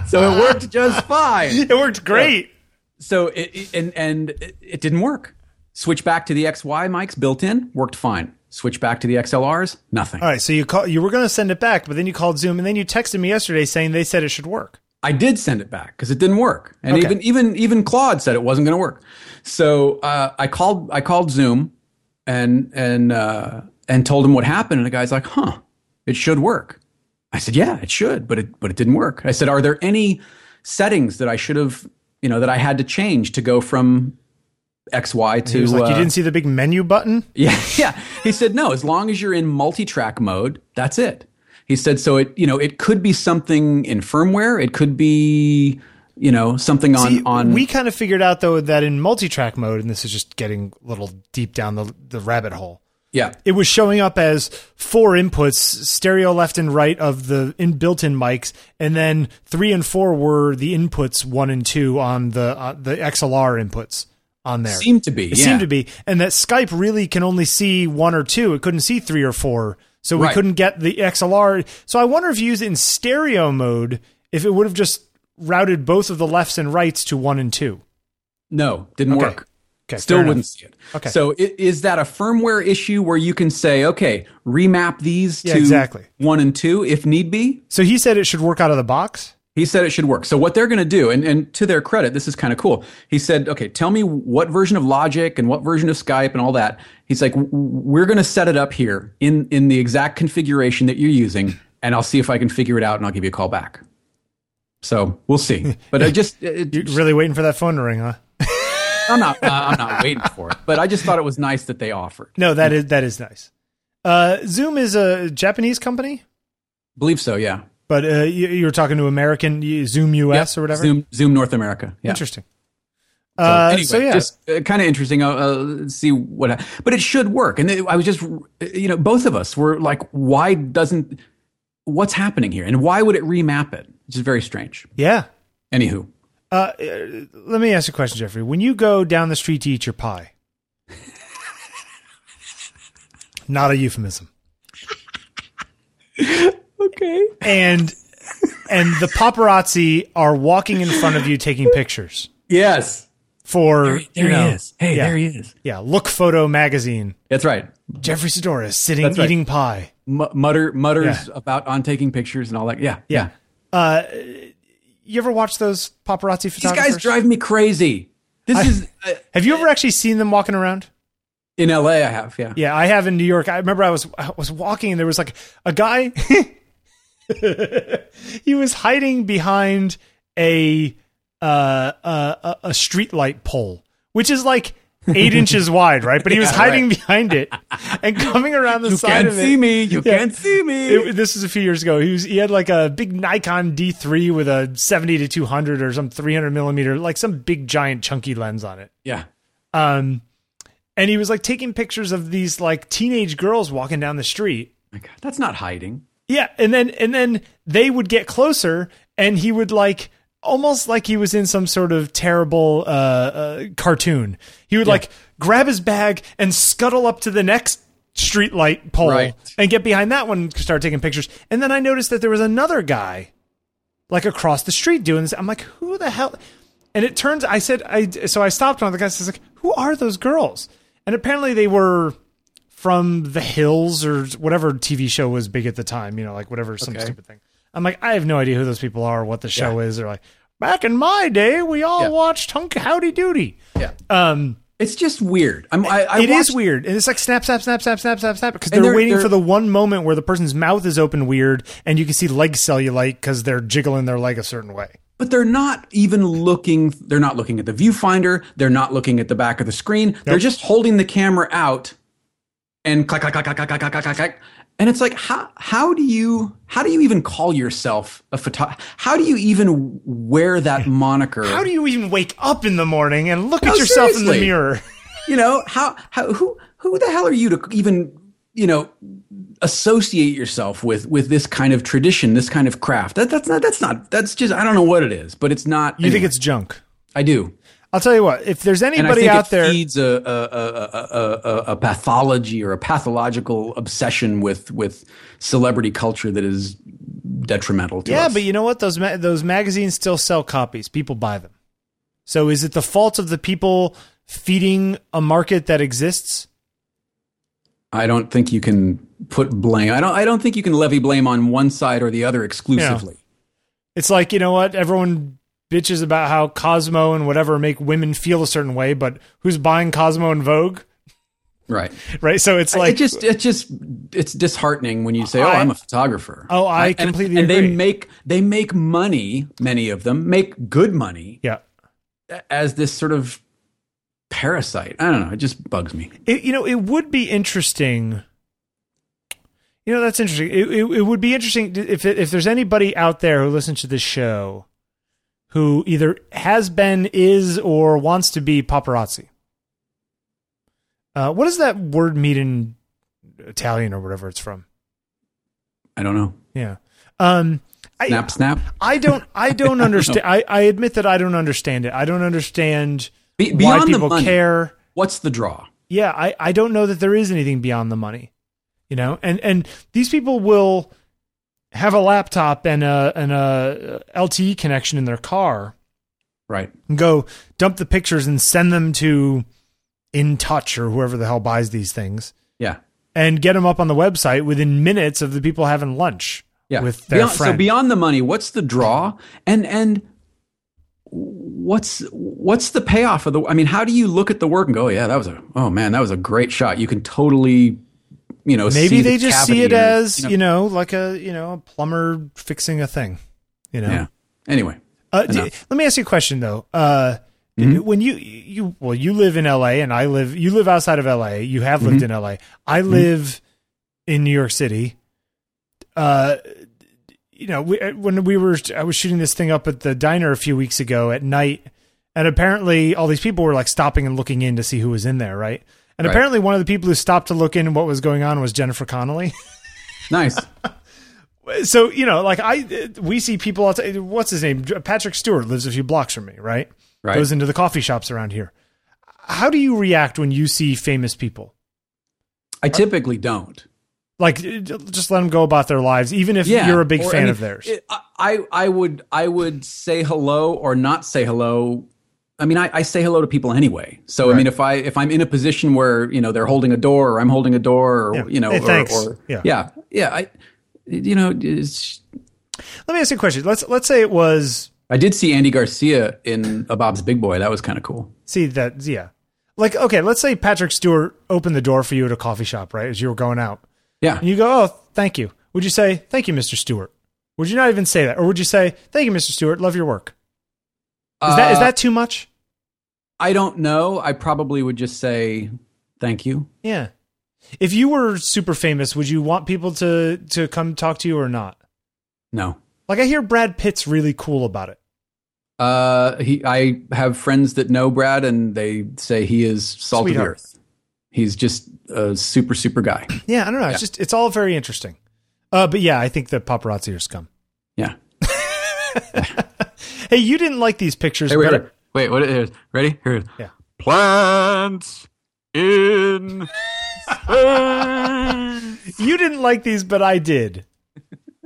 [SPEAKER 2] so it worked just fine.
[SPEAKER 1] it worked great.
[SPEAKER 2] So it, it- and and it, it didn't work. Switch back to the XY mics built in, worked fine. Switch back to the XLRs, nothing.
[SPEAKER 1] All right, so you call, you were going to send it back, but then you called Zoom, and then you texted me yesterday saying they said it should work.
[SPEAKER 2] I did send it back because it didn't work, and
[SPEAKER 1] Okay.
[SPEAKER 2] even even even Claude said it wasn't going to work. So uh, I called I called Zoom, and and uh, and told him what happened, and the guy's like, "Huh, it should work." I said, "Yeah, it should," but it but it didn't work. I said, "Are there any settings that I should have you know that I had to change to go from X Y to
[SPEAKER 1] He was like,
[SPEAKER 2] uh,
[SPEAKER 1] you didn't see the big menu button.
[SPEAKER 2] yeah, yeah. He said, no, as long as you're in multi-track mode, that's it. He said, so it, you know, it could be something in firmware. It could be, you know, something on,
[SPEAKER 1] See,
[SPEAKER 2] on.
[SPEAKER 1] we kind of figured out though that in multi-track mode and this is just getting a little deep down the, the rabbit hole
[SPEAKER 2] yeah.
[SPEAKER 1] it was showing up as four inputs stereo left and right of the in built-in mics and then three and four were the inputs one and two on the uh, the xlr inputs on there
[SPEAKER 2] Seemed to be.
[SPEAKER 1] it
[SPEAKER 2] yeah.
[SPEAKER 1] seemed to be and that skype really can only see one or two it couldn't see three or four so we
[SPEAKER 2] Right.
[SPEAKER 1] couldn't get the xlr so i wonder if you use it in stereo mode if it would have just routed both of the lefts and rights to one and two
[SPEAKER 2] No, didn't work.
[SPEAKER 1] Okay,
[SPEAKER 2] Still
[SPEAKER 1] fair enough.
[SPEAKER 2] wouldn't see it.
[SPEAKER 1] Okay.
[SPEAKER 2] So i- is that a firmware issue where you can say, okay, remap these
[SPEAKER 1] Yeah,
[SPEAKER 2] to
[SPEAKER 1] exactly.
[SPEAKER 2] one and two if need be?
[SPEAKER 1] So he said it should work out of the box.
[SPEAKER 2] He said it should work. So what they're going to do, and, and to their credit, this is kind of cool. He said, okay, tell me what version of Logic and what version of Skype and all that. He's like, "W- we're going to set it up here in, in the exact configuration that you're using, and I'll see if I can figure it out and I'll give you a call back. So we'll see. But I just, it,
[SPEAKER 1] You're really waiting for that phone to ring, huh?
[SPEAKER 2] I'm not, uh, I'm not waiting for it. But I just thought it was nice that they offered.
[SPEAKER 1] No, that is that is nice. Uh, Zoom is a Japanese company,
[SPEAKER 2] Believe so, yeah.
[SPEAKER 1] but uh, you, you were talking to American you- Zoom US or whatever.
[SPEAKER 2] Zoom, Zoom North America. Yeah.
[SPEAKER 1] Interesting.
[SPEAKER 2] So
[SPEAKER 1] Uh,
[SPEAKER 2] anyway,
[SPEAKER 1] so yeah,
[SPEAKER 2] just uh, kind of interesting. Uh, uh, see what, hap- but it should work. And it- I was just, uh, you know, both of us were like, why doesn't, what's happening here, and why would it remap it? Which is very strange.
[SPEAKER 1] yeah.
[SPEAKER 2] Anywho,
[SPEAKER 1] Uh, uh, let me ask you a question, Jeffrey. When you go down the street to eat your pie, not a euphemism,
[SPEAKER 2] okay,
[SPEAKER 1] and and the paparazzi are walking in front of you taking pictures
[SPEAKER 2] yes,
[SPEAKER 1] for you know,
[SPEAKER 2] Hey,
[SPEAKER 1] yeah. there
[SPEAKER 2] he is.
[SPEAKER 1] Yeah, Look Photo Magazine.
[SPEAKER 2] That's right.
[SPEAKER 1] Jeffrey Sidora is sitting
[SPEAKER 2] That's right.
[SPEAKER 1] eating pie.
[SPEAKER 2] M- mutter mutters
[SPEAKER 1] Yeah.
[SPEAKER 2] about on taking pictures and all that. Yeah, yeah.
[SPEAKER 1] You ever watch those paparazzi
[SPEAKER 2] These
[SPEAKER 1] photographers?
[SPEAKER 2] guys drive me crazy. This is uh,
[SPEAKER 1] Have you ever actually seen them walking around?
[SPEAKER 2] in L.A. I have. Yeah.
[SPEAKER 1] Yeah, I have in New York. I remember I was I was walking and there was like a guy. he was hiding behind a uh, uh, a streetlight pole, which is like eight inches wide, right? But he was
[SPEAKER 2] Yeah,
[SPEAKER 1] hiding behind it and coming around the
[SPEAKER 2] You
[SPEAKER 1] side
[SPEAKER 2] can't
[SPEAKER 1] of it.
[SPEAKER 2] see me. You
[SPEAKER 1] Yeah.
[SPEAKER 2] can't see me.
[SPEAKER 1] It- this was a few years ago. He was he had like a big Nikon D3 with a seventy to two hundred or some three hundred millimeter, like some big giant chunky lens on it
[SPEAKER 2] yeah.
[SPEAKER 1] um, and he was like taking pictures of these like teenage girls walking down the street.
[SPEAKER 2] My God, that's not hiding.
[SPEAKER 1] Yeah, and then and then they would get closer, and he would like almost like he was in some sort of terrible uh, uh cartoon. He would like grab his bag and scuttle up to the next streetlight pole
[SPEAKER 2] Right.
[SPEAKER 1] and get behind that one and start taking pictures. And then I noticed that there was another guy like across the street doing this. I'm like, who the hell? And it turns, I said, I so I stopped one of the guys. I was like, who are those girls? And apparently they were from the hills or whatever TV show was big at the time. You know, like whatever some
[SPEAKER 2] Okay.
[SPEAKER 1] stupid thing. I'm like, I have no idea who those people are, or what the show is. They're like, back in my day, we all
[SPEAKER 2] Yeah.
[SPEAKER 1] watched Hunk Howdy Doody.
[SPEAKER 2] Yeah. Um, it's just weird. I'm, I, I
[SPEAKER 1] It is
[SPEAKER 2] watched-
[SPEAKER 1] weird, and it's like snap, snap, snap, snap, snap, snap, snap, because they're,
[SPEAKER 2] And they're-
[SPEAKER 1] waiting
[SPEAKER 2] they're-
[SPEAKER 1] for the one moment where the person's mouth is open weird, and you can see leg cellulite because they're jiggling their leg a certain way.
[SPEAKER 2] but they're not even looking. They're not looking at the viewfinder. They're not looking at the back of the screen. They're just holding the camera out, and clack, clack, clack, clack, clack, clack, clack, clack, clack, clack. And it's like, how how do you how do you even call yourself a photographer? How do you even wear that moniker?
[SPEAKER 1] How do you even wake up in the morning and look at
[SPEAKER 2] No,
[SPEAKER 1] yourself in the
[SPEAKER 2] seriously.
[SPEAKER 1] mirror?
[SPEAKER 2] you know how, how who who the hell are you to even you know associate yourself with with this kind of tradition this kind of craft that that's not that's not that's just i don't know what it is but it's not
[SPEAKER 1] You think it's junk?
[SPEAKER 2] i do
[SPEAKER 1] I'll tell you what. If there's
[SPEAKER 2] and i
[SPEAKER 1] anybody
[SPEAKER 2] think
[SPEAKER 1] out
[SPEAKER 2] it
[SPEAKER 1] there,
[SPEAKER 2] feeds a a, a, a a a pathology or a pathological obsession with with celebrity culture that is detrimental to
[SPEAKER 1] yeah,
[SPEAKER 2] us.
[SPEAKER 1] but you know what? Those ma- those magazines still sell copies. People buy them. So is it the fault of the people feeding a market that exists?
[SPEAKER 2] i don't think you can put blame i don't i don't think you can levy blame on one side or the other exclusively
[SPEAKER 1] It's like you know what? Everyone bitches about how Cosmo and whatever make women feel a certain way, but who's buying Cosmo and Vogue?
[SPEAKER 2] right
[SPEAKER 1] Right. So it's like
[SPEAKER 2] it just it just it's disheartening when you say, "Oh,
[SPEAKER 1] I-
[SPEAKER 2] I'm a photographer."
[SPEAKER 1] Oh, I
[SPEAKER 2] and-
[SPEAKER 1] completely
[SPEAKER 2] and,
[SPEAKER 1] agree.
[SPEAKER 2] they make they make money. Many of them make good money
[SPEAKER 1] yeah.
[SPEAKER 2] as this sort of parasite. I don't know. It just bugs me.
[SPEAKER 1] It, you know, it would be interesting. You know, that's interesting. It, it, it would be interesting to- if if there's anybody out there who listens to this show who either has been, is, or wants to be paparazzi. Uh, what does that word mean in Italian or whatever it's from?
[SPEAKER 2] I don't know.
[SPEAKER 1] Yeah. Um, I,
[SPEAKER 2] Snap, snap.
[SPEAKER 1] I don't. I don't understand. I, I admit that I don't understand it. I don't understand
[SPEAKER 2] Be-
[SPEAKER 1] why
[SPEAKER 2] beyond the
[SPEAKER 1] people
[SPEAKER 2] money.
[SPEAKER 1] care.
[SPEAKER 2] What's the draw?
[SPEAKER 1] yeah, I, I don't know that there is anything beyond the money, you know, and and these people will have a laptop and a and a LTE connection in their car
[SPEAKER 2] Right.
[SPEAKER 1] and go dump the pictures and send them to In Touch or whoever the hell buys these things
[SPEAKER 2] Yeah.
[SPEAKER 1] and get them up on the website within minutes of the people having lunch
[SPEAKER 2] yeah.
[SPEAKER 1] with their
[SPEAKER 2] Beyond-
[SPEAKER 1] friend.
[SPEAKER 2] So beyond the money, what's the draw? And and what's what's the payoff of the? I mean, how do you look at the work and go, yeah, that was a oh man, that was a great shot. You can totally, you know,
[SPEAKER 1] Maybe
[SPEAKER 2] see
[SPEAKER 1] they
[SPEAKER 2] the
[SPEAKER 1] just
[SPEAKER 2] cavity
[SPEAKER 1] see it
[SPEAKER 2] or,
[SPEAKER 1] as
[SPEAKER 2] you know,
[SPEAKER 1] you know, like a you know, a plumber fixing a thing. You know.
[SPEAKER 2] yeah. Anyway,
[SPEAKER 1] Uh, d-
[SPEAKER 2] Enough. Mm-hmm.
[SPEAKER 1] let me ask you a question though. Uh, When you you well, you live in L.A. and I live. You live outside of L.A. You have lived
[SPEAKER 2] Mm-hmm.
[SPEAKER 1] in L.A. I live in New York City. Uh, you know, we, uh, when we were, I was shooting this thing up at the diner a few weeks ago at night, and apparently all these people were like stopping and looking in to see who was in there, right? And
[SPEAKER 2] Right.
[SPEAKER 1] apparently one of the people who stopped to look in what was going on was Jennifer Connelly.
[SPEAKER 2] nice.
[SPEAKER 1] so you know, like I, we see people. Outside, what's his name? Patrick Stewart lives a few blocks from me, right?
[SPEAKER 2] Right.
[SPEAKER 1] Goes into the coffee shops around here. How do you react when you see famous people?
[SPEAKER 2] I typically don't.
[SPEAKER 1] Like, just let them go about their lives, even if
[SPEAKER 2] Yeah,
[SPEAKER 1] you're a big
[SPEAKER 2] Or, I
[SPEAKER 1] fan
[SPEAKER 2] mean,
[SPEAKER 1] of theirs.
[SPEAKER 2] it- I I would I would say hello or not say hello. I mean, I, I say hello to people anyway. So I mean, if I if I'm in a position where you know they're holding a door or I'm holding a door or
[SPEAKER 1] Yeah.
[SPEAKER 2] you know
[SPEAKER 1] Hey,
[SPEAKER 2] or,
[SPEAKER 1] thanks.
[SPEAKER 2] or-
[SPEAKER 1] Yeah.
[SPEAKER 2] yeah yeah I you know it's,
[SPEAKER 1] let me ask you a question. Let's let's say it was
[SPEAKER 2] I did see Andy Garcia in a Bob's Big Boy. That was kind of cool.
[SPEAKER 1] see that yeah, like okay, let's say Patrick Stewart opened the door for you at a coffee shop, right? As you were going out,
[SPEAKER 2] Yeah.
[SPEAKER 1] and you go, oh, thank you. Would you say thank you, Mr. Stewart? Would you not even say that, or would you say thank you, Mr. Stewart? Love your work. Is that is
[SPEAKER 2] Uh,
[SPEAKER 1] that too much?
[SPEAKER 2] I don't know. I probably would just say thank you.
[SPEAKER 1] Yeah. If you were super famous, would you want people to to come talk to you or not?
[SPEAKER 2] No.
[SPEAKER 1] Like I hear Brad Pitt's really cool about it.
[SPEAKER 2] Uh, he, I have friends that know Brad, and they say he is salt of the
[SPEAKER 1] Sweetheart.
[SPEAKER 2] earth. He's just a super, super guy.
[SPEAKER 1] Yeah, I don't know. It's just it's all very interesting. Uh, but yeah, I think the paparazzi are scum.
[SPEAKER 2] Yeah.
[SPEAKER 1] Hey, you didn't like these pictures,
[SPEAKER 2] Hey, wait,
[SPEAKER 1] but
[SPEAKER 2] wait, wait. What is ready? Here. it is.
[SPEAKER 1] Yeah.
[SPEAKER 3] plants in space.
[SPEAKER 1] you didn't like these, but I did.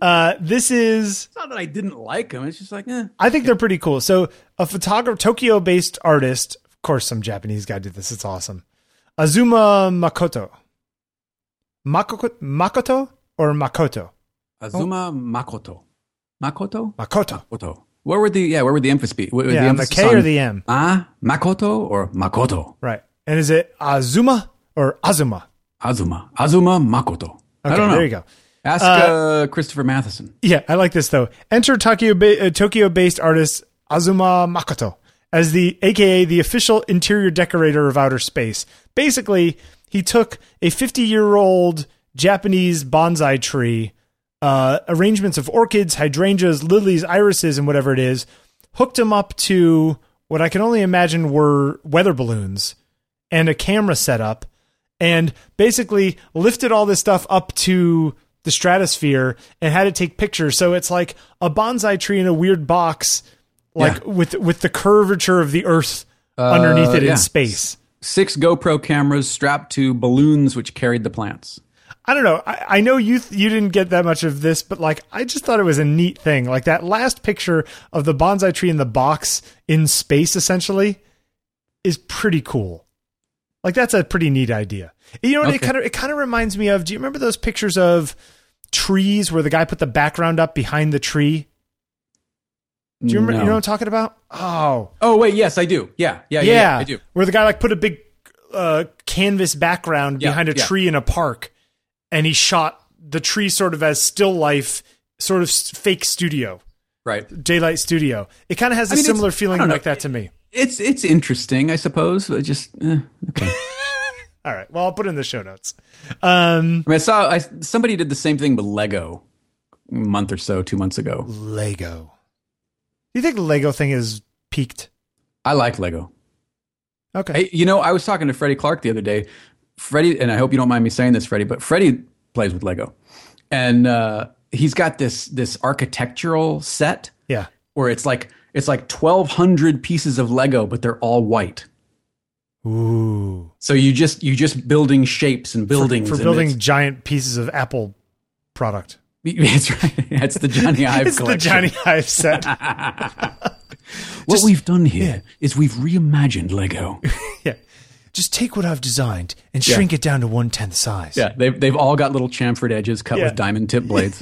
[SPEAKER 1] Uh, this is
[SPEAKER 2] It's not that I didn't like him. It's just like, eh.
[SPEAKER 1] I think they're pretty cool. So a photographer, Tokyo-based artist, of course, some Japanese guy did this. It's awesome. Azuma Makoto, Makoto, Makoto or Makoto, Oh.
[SPEAKER 2] Azuma Makoto. Makoto.
[SPEAKER 1] Makoto.
[SPEAKER 2] Makoto. Where would the yeah? Where would the emphasis be? Where would
[SPEAKER 1] Yeah, on the
[SPEAKER 2] emphasis
[SPEAKER 1] K or
[SPEAKER 2] on-
[SPEAKER 1] the M,
[SPEAKER 2] ah Makoto or Makoto?
[SPEAKER 1] right? And is it Azuma or Azuma?
[SPEAKER 2] Azuma. Azuma Makoto.
[SPEAKER 1] Okay,
[SPEAKER 2] I don't know.
[SPEAKER 1] there you go.
[SPEAKER 2] Ask uh, Christopher Matheson.
[SPEAKER 1] Yeah, I like this though. Enter Tokyo ba- uh, Tokyo-based artist Azuma Makoto as the AKA the official interior decorator of outer space. Basically, he took a 50-year-old Japanese bonsai tree, uh, arrangements of orchids, hydrangeas, lilies, irises, and whatever it is, hooked them up to what I can only imagine were weather balloons and a camera setup and basically lifted all this stuff up to the stratosphere and had it take pictures. So it's like a bonsai tree in a weird box, like with with the curvature of the Earth underneath it
[SPEAKER 2] yeah.
[SPEAKER 1] in space.
[SPEAKER 2] Six GoPro cameras strapped to balloons which carried the plants.
[SPEAKER 1] I don't know. I, I know you th- you didn't get that much of this, but like I just thought it was a neat thing. Like that last picture of the bonsai tree in the box in space, essentially, is pretty cool. Like that's a pretty neat idea. You know what? It
[SPEAKER 2] Okay.
[SPEAKER 1] kind of it kind of reminds me of. Do you remember those pictures of trees where the guy put the background up behind the tree? Do you remember?
[SPEAKER 2] No.
[SPEAKER 1] You know what I'm talking about? Oh,
[SPEAKER 2] Oh wait, yes, I do. Yeah, yeah, yeah, yeah, I do.
[SPEAKER 1] Where the guy like put a big uh, canvas background
[SPEAKER 2] Yeah,
[SPEAKER 1] behind a
[SPEAKER 2] yeah.
[SPEAKER 1] tree in a park, and he shot the tree sort of as still life, sort of s- fake studio,
[SPEAKER 2] Right.
[SPEAKER 1] daylight studio. It kind of has a
[SPEAKER 2] I mean, it's-
[SPEAKER 1] similar
[SPEAKER 2] I
[SPEAKER 1] feeling
[SPEAKER 2] don't know.
[SPEAKER 1] like that to me.
[SPEAKER 2] It's it's interesting, I suppose. but just eh, okay.
[SPEAKER 1] All right. Well, I'll put it in the show notes. Um,
[SPEAKER 2] I mean, I saw I, somebody did the same thing with Lego a month or so, two months ago.
[SPEAKER 1] Lego. Do you think the Lego thing is peaked?
[SPEAKER 2] I like Lego.
[SPEAKER 1] Okay.
[SPEAKER 2] Hey, you know, I was talking to Freddie Clark the other day. Freddie, and I hope you don't mind me saying this, Freddie, but Freddie plays with Lego, and uh, he's got this this architectural set
[SPEAKER 1] Yeah.
[SPEAKER 2] where it's like it's like twelve hundred pieces of Lego, but they're all white.
[SPEAKER 1] Ooh.
[SPEAKER 2] So you just you just building shapes and buildings
[SPEAKER 1] For
[SPEAKER 2] and
[SPEAKER 1] building
[SPEAKER 2] it's-
[SPEAKER 1] giant pieces of Apple product.
[SPEAKER 2] That's right. That's the Johnny Ive
[SPEAKER 1] It's the
[SPEAKER 2] collection.
[SPEAKER 1] Johnny Hive set.
[SPEAKER 2] what we've done here is we've reimagined Lego.
[SPEAKER 1] Yeah. Just take what I've designed and shrink it down to one tenth size.
[SPEAKER 2] Yeah, they've they've all got little chamfered edges cut
[SPEAKER 1] Yeah.
[SPEAKER 2] with diamond tip blades.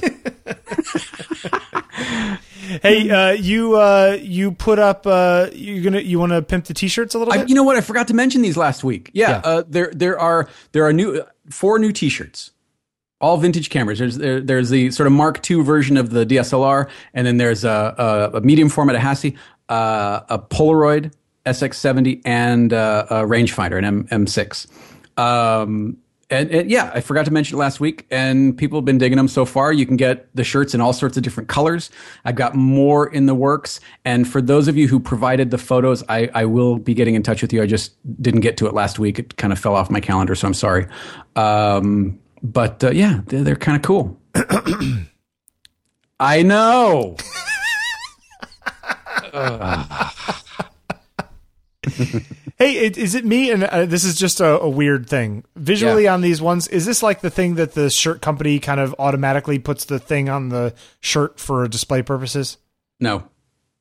[SPEAKER 1] Hey, uh, you uh, you put up uh, you gonna you want to pimp the t-shirts a little
[SPEAKER 2] I,
[SPEAKER 1] bit?
[SPEAKER 2] you know what? I forgot to mention these last week. Yeah,
[SPEAKER 1] Yeah.
[SPEAKER 2] Uh, there there are there are new uh, four new T-shirts, all vintage cameras. There's there, there's the sort of Mark II version of the DSLR, and then there's a, a, a medium format of Hassi, uh, a Polaroid SX70, and uh, a rangefinder, an M, M6. Um, and, and yeah, I forgot to mention it last week, and people have been digging them so far. You can get the shirts in all sorts of different colors. I've got more in the works. And for those of you who provided the photos, I, I will be getting in touch with you. I just didn't get to it last week. It kind of fell off my calendar, so I'm sorry. Um, but uh, yeah, they're, they're kind of cool. I know.
[SPEAKER 1] Hey, it, is it me? And uh, this is just a, a weird thing visually on these ones. Is this like the thing that the shirt company kind of automatically puts the thing on the shirt for display purposes?
[SPEAKER 2] No.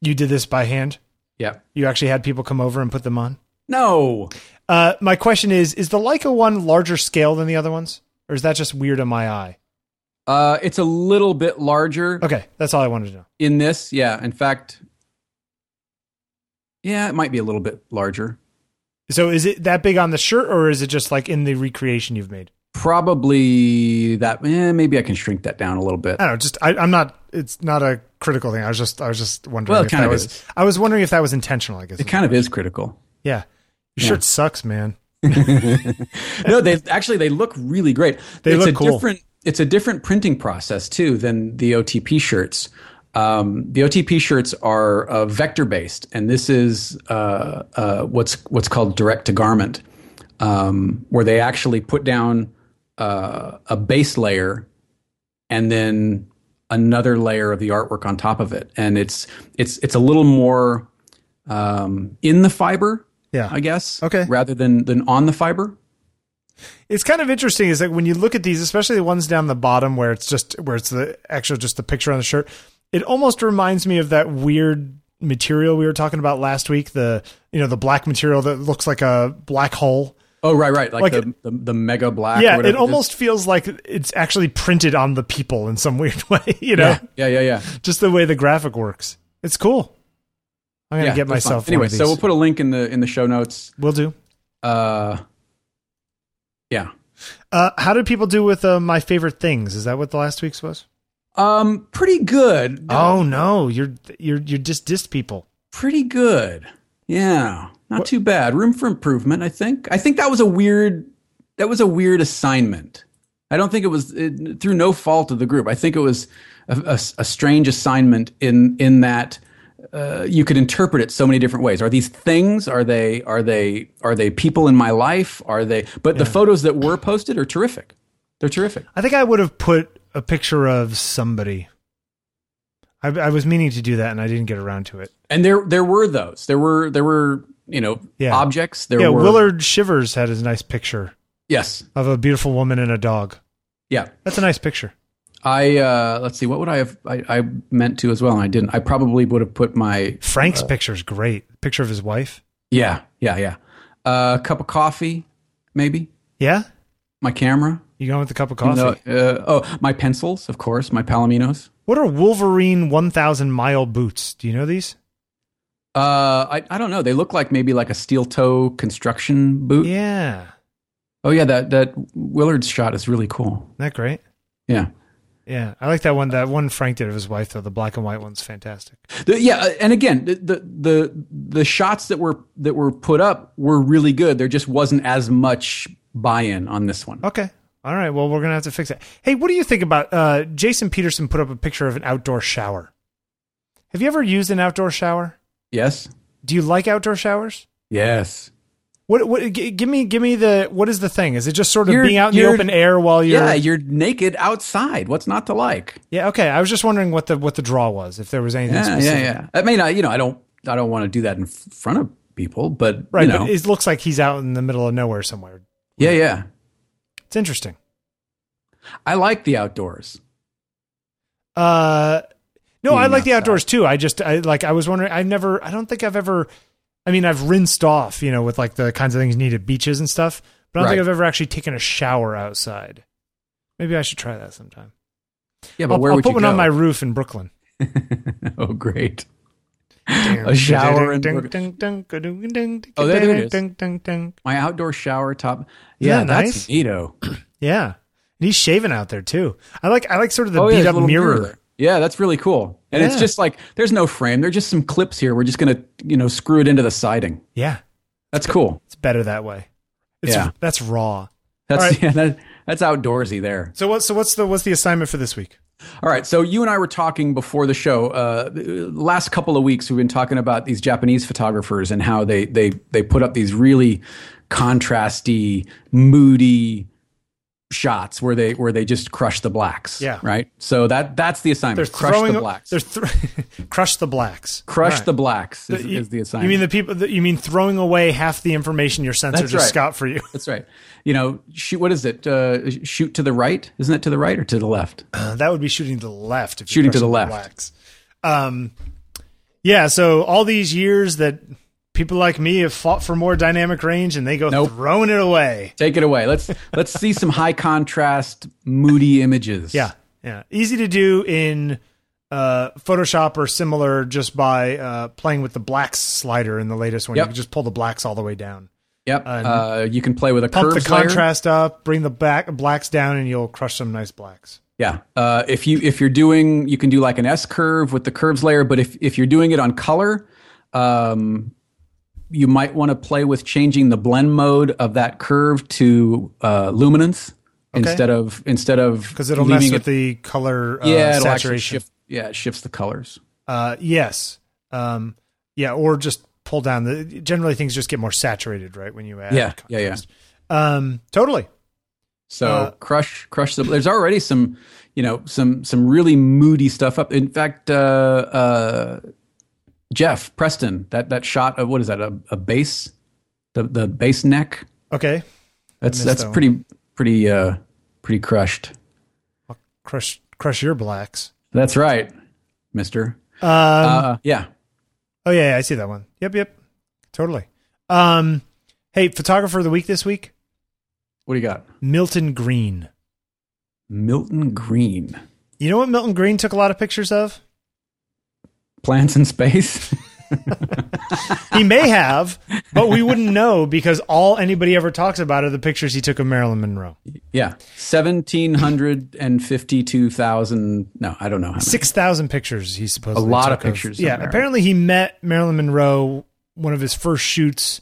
[SPEAKER 1] You did this by hand.
[SPEAKER 2] Yeah.
[SPEAKER 1] You actually had people come over and put them on.
[SPEAKER 2] No.
[SPEAKER 1] Uh, my question is: Is the Leica one larger scale than the other ones, or is that just weird in my eye?
[SPEAKER 2] Uh, it's a little bit larger.
[SPEAKER 1] Okay, that's all I wanted to know.
[SPEAKER 2] in this yeah in fact yeah it might be a little bit larger
[SPEAKER 1] So, is it that big on the shirt, or is it just like in the recreation you've made?
[SPEAKER 2] probably that eh, maybe i can shrink that down a little bit
[SPEAKER 1] I don't know. Just I, I'm not. It's not a critical thing. I was just. I was just wondering.
[SPEAKER 2] Well, it
[SPEAKER 1] if
[SPEAKER 2] kind
[SPEAKER 1] that
[SPEAKER 2] of
[SPEAKER 1] was.
[SPEAKER 2] is.
[SPEAKER 1] I was wondering if that was intentional. I guess.
[SPEAKER 2] it kind of is critical
[SPEAKER 1] yeah. Your shirt sucks, man.
[SPEAKER 2] no they actually they look really great
[SPEAKER 1] They
[SPEAKER 2] it's
[SPEAKER 1] look
[SPEAKER 2] a
[SPEAKER 1] cool.
[SPEAKER 2] different it's a different printing process too than the otp shirts um, the otp shirts are uh, vector based and this is uh, uh, what's what's called direct to garment um, where they actually put down uh, a base layer and then another layer of the artwork on top of it and it's it's it's a little more um, in the fiber
[SPEAKER 1] Yeah.
[SPEAKER 2] i guess
[SPEAKER 1] Okay.
[SPEAKER 2] rather than than on the fiber
[SPEAKER 1] It's kind of interesting. Is that when you look at these, especially the ones down the bottom where it's just where it's the actual just the picture on the shirt. It almost reminds me of that weird material we were talking about last week. The you know the black material that looks like a black hole.
[SPEAKER 2] Oh right, right,
[SPEAKER 1] Like
[SPEAKER 2] like, the, the the mega black. or
[SPEAKER 1] Yeah,
[SPEAKER 2] whatever
[SPEAKER 1] it
[SPEAKER 2] is.
[SPEAKER 1] almost feels like it's actually printed on the people in some weird way. You know,
[SPEAKER 2] Yeah, yeah, yeah.
[SPEAKER 1] just the way the graphic works. It's cool. I'm gonna
[SPEAKER 2] yeah
[SPEAKER 1] get
[SPEAKER 2] that's fine.
[SPEAKER 1] myself one
[SPEAKER 2] Anyway,
[SPEAKER 1] of these.
[SPEAKER 2] so we'll put a link in the in the show notes.
[SPEAKER 1] Will do.
[SPEAKER 2] Uh, yeah.
[SPEAKER 1] Uh, how did people do with uh, my favorite things? Is that what the last week's was?
[SPEAKER 2] Um, pretty good.
[SPEAKER 1] Oh no, you're you're you're just dissed people.
[SPEAKER 2] pretty good. Yeah, not too bad. Room for improvement, I think. I think that was a weird. That was a weird assignment. I don't think it was it, through no fault of the group. I think it was a, a- a strange assignment in in that uh, you could interpret it so many different ways. Are these things? Are they? Are they? Are they people in my life? Are they? But the photos that were posted are terrific. They're terrific.
[SPEAKER 1] I think I would have put a picture of somebody. I, I was meaning to do that and I didn't get around to it.
[SPEAKER 2] And there there were those. There were there were you know
[SPEAKER 1] Yeah.
[SPEAKER 2] objects. There
[SPEAKER 1] yeah,
[SPEAKER 2] were
[SPEAKER 1] Willard Shivers had his nice picture
[SPEAKER 2] Yes.
[SPEAKER 1] of a beautiful woman and a dog.
[SPEAKER 2] Yeah.
[SPEAKER 1] That's a nice picture.
[SPEAKER 2] I uh, let's see what would I have I, I meant to as well and I didn't. I probably would have put my
[SPEAKER 1] Frank's picture's great. Picture of his wife.
[SPEAKER 2] yeah yeah yeah a uh, cup of coffee maybe
[SPEAKER 1] Yeah,
[SPEAKER 2] my camera
[SPEAKER 1] you going with a cup of coffee?
[SPEAKER 2] No, uh, oh my pencils of course my Palominos
[SPEAKER 1] What are Wolverine 1000 mile boots? Do you know these?
[SPEAKER 2] uh, I I don't know they look like maybe like a steel toe construction boot
[SPEAKER 1] Yeah. Isn't
[SPEAKER 2] oh yeah that that Willard shot is really cool
[SPEAKER 1] that great?
[SPEAKER 2] yeah
[SPEAKER 1] Yeah. I like that one. That one Frank did of his wife, though. The black and white one's fantastic.
[SPEAKER 2] The- yeah, uh, and again, the, the the the shots that were that were put up were really good. There just wasn't as much buy-in on this one.
[SPEAKER 1] Okay. All right. Well, we're going to have to fix it. Hey, what do you think about uh, Jason Peterson put up a picture of an outdoor shower? Have you ever used an outdoor shower?
[SPEAKER 2] Yes,
[SPEAKER 1] Do you like outdoor showers?
[SPEAKER 2] yes.
[SPEAKER 1] What, what, g- give me, give me the, what is the thing? Is it just sort of
[SPEAKER 2] You're-
[SPEAKER 1] being out in the
[SPEAKER 2] you're-
[SPEAKER 1] open air while you're,
[SPEAKER 2] yeah, you're naked outside. What's not to like?
[SPEAKER 1] Yeah, Okay. I was just wondering what the, what the draw was, if there was anything
[SPEAKER 2] Yeah,
[SPEAKER 1] specific.
[SPEAKER 2] yeah, yeah. I mean, I you know, I don't I don't want to do that in f- front of people, but
[SPEAKER 1] Right.
[SPEAKER 2] you know,
[SPEAKER 1] But it looks like he's out in the middle of nowhere somewhere.
[SPEAKER 2] yeah, yeah.
[SPEAKER 1] It's interesting.
[SPEAKER 2] I like the outdoors.
[SPEAKER 1] Uh, no,
[SPEAKER 2] Being
[SPEAKER 1] I like the
[SPEAKER 2] outside.
[SPEAKER 1] outdoors too. I just I like I was wondering. I've never. I don't think I've ever. I mean, I've rinsed off, you know, with like the kinds of things you need at beaches and stuff. But I don't think
[SPEAKER 2] Right.
[SPEAKER 1] I've ever actually taken a shower outside. Maybe I should try that sometime.
[SPEAKER 2] Yeah, but
[SPEAKER 1] I'll,
[SPEAKER 2] where
[SPEAKER 1] I'll
[SPEAKER 2] would
[SPEAKER 1] put
[SPEAKER 2] you
[SPEAKER 1] one
[SPEAKER 2] go?
[SPEAKER 1] on my roof in Brooklyn.
[SPEAKER 2] Oh, great. A shower in Brooklyn.
[SPEAKER 1] Oh,
[SPEAKER 2] there- there it is.
[SPEAKER 1] is.
[SPEAKER 2] My outdoor shower top. Yeah,
[SPEAKER 1] that nice?
[SPEAKER 2] that's neato.
[SPEAKER 1] Yeah, and he's shaving out there too. I like I like sort of the
[SPEAKER 2] Oh, yeah,
[SPEAKER 1] beat
[SPEAKER 2] there's a
[SPEAKER 1] up
[SPEAKER 2] little
[SPEAKER 1] mirror.
[SPEAKER 2] Yeah, that's really cool. And it's
[SPEAKER 1] Yeah.
[SPEAKER 2] just like there's no frame. There's just some clips here. We're just gonna you know screw it into the siding.
[SPEAKER 1] Yeah,
[SPEAKER 2] That's cool.
[SPEAKER 1] it's better that way. It's,
[SPEAKER 2] Yeah.
[SPEAKER 1] that's raw.
[SPEAKER 2] That's
[SPEAKER 1] All right.
[SPEAKER 2] yeah, that, that's outdoorsy there.
[SPEAKER 1] So what? So what's the what's the assignment for this week?
[SPEAKER 2] All right. So you and I were talking before the show. Uh, the last couple of weeks, we've been talking about these Japanese photographers and how they they they put up these really contrasty, moody shots where they where they just crush the blacks.
[SPEAKER 1] Yeah.
[SPEAKER 2] Right. So that that's the assignment.
[SPEAKER 1] They're
[SPEAKER 2] crush
[SPEAKER 1] throwing
[SPEAKER 2] the blacks.
[SPEAKER 1] They're thr crush the blacks.
[SPEAKER 2] Crush
[SPEAKER 1] All right.
[SPEAKER 2] the blacks is,
[SPEAKER 1] You-
[SPEAKER 2] is the assignment.
[SPEAKER 1] You mean the people? that you mean throwing away half the information your sensor
[SPEAKER 2] That's
[SPEAKER 1] just
[SPEAKER 2] right.
[SPEAKER 1] got for you?
[SPEAKER 2] That's right. You know, shoot. What is it? Uh, shoot to the right. Isn't it to the right or to the left?
[SPEAKER 1] that would be shooting to the left. If you
[SPEAKER 2] Shooting to
[SPEAKER 1] press
[SPEAKER 2] the
[SPEAKER 1] on
[SPEAKER 2] left.
[SPEAKER 1] blacks. Um, yeah. So all these years that people like me have fought for more dynamic range, and they go
[SPEAKER 2] Nope.
[SPEAKER 1] throwing it away.
[SPEAKER 2] Take it away. Let's let's see some high contrast, moody images.
[SPEAKER 1] Yeah, yeah. Easy to do in uh, Photoshop or similar, just by uh, playing with the blacks slider in the latest one.
[SPEAKER 2] Yep.
[SPEAKER 1] You can just pull the blacks all the way down,
[SPEAKER 2] Yep. Uh, you can play with a
[SPEAKER 1] pump
[SPEAKER 2] curves
[SPEAKER 1] the
[SPEAKER 2] layer.
[SPEAKER 1] contrast up, bring the back blacks down, and you'll crush some nice blacks.
[SPEAKER 2] Yeah. Uh, if you if you're doing, you can do like an S curve with the curves layer. But if if you're doing it on color, um, you might want to play with changing the blend mode of that curve to uh, luminance instead of instead of
[SPEAKER 1] because it'll mess with the color uh,
[SPEAKER 2] yeah it'll actually
[SPEAKER 1] saturation.
[SPEAKER 2] shift yeah it shifts the colors.
[SPEAKER 1] Uh, yes, um, yeah, or just pull down the. Generally, things just get more saturated, right? When you add,
[SPEAKER 2] Yeah. Yeah. Yeah.
[SPEAKER 1] contrast. Um, totally.
[SPEAKER 2] So
[SPEAKER 1] Uh,
[SPEAKER 2] crush, crush the. There's already some, you know, some some really moody stuff up. In fact, uh, uh, Jeff Preston, that that shot of what is that? A, a base, the the base neck.
[SPEAKER 1] Okay,
[SPEAKER 2] That's
[SPEAKER 1] missed
[SPEAKER 2] that's
[SPEAKER 1] that one.
[SPEAKER 2] pretty pretty uh pretty crushed.
[SPEAKER 1] crush, crush your blacks.
[SPEAKER 2] That's right, Mister.
[SPEAKER 1] Um,
[SPEAKER 2] Uh, yeah,
[SPEAKER 1] Oh yeah, yeah, I see that one. Yep, yep. Totally. Um hey, photographer of the week this week,
[SPEAKER 2] what do you got?
[SPEAKER 1] Milton Green.
[SPEAKER 2] Milton Green,
[SPEAKER 1] You know what Milton Green took a lot of pictures of?
[SPEAKER 2] plants in space.
[SPEAKER 1] He may have, but we wouldn't know because all anybody ever talks about are the pictures he took of Marilyn Monroe.
[SPEAKER 2] yeah, seventeen hundred and fifty-two thousand. No, I don't know. How many.
[SPEAKER 1] 6,000 pictures he supposedly
[SPEAKER 2] A lot
[SPEAKER 1] took
[SPEAKER 2] of pictures of
[SPEAKER 1] yeah,
[SPEAKER 2] Marilyn.
[SPEAKER 1] apparently he met Marilyn Monroe one of his first shoots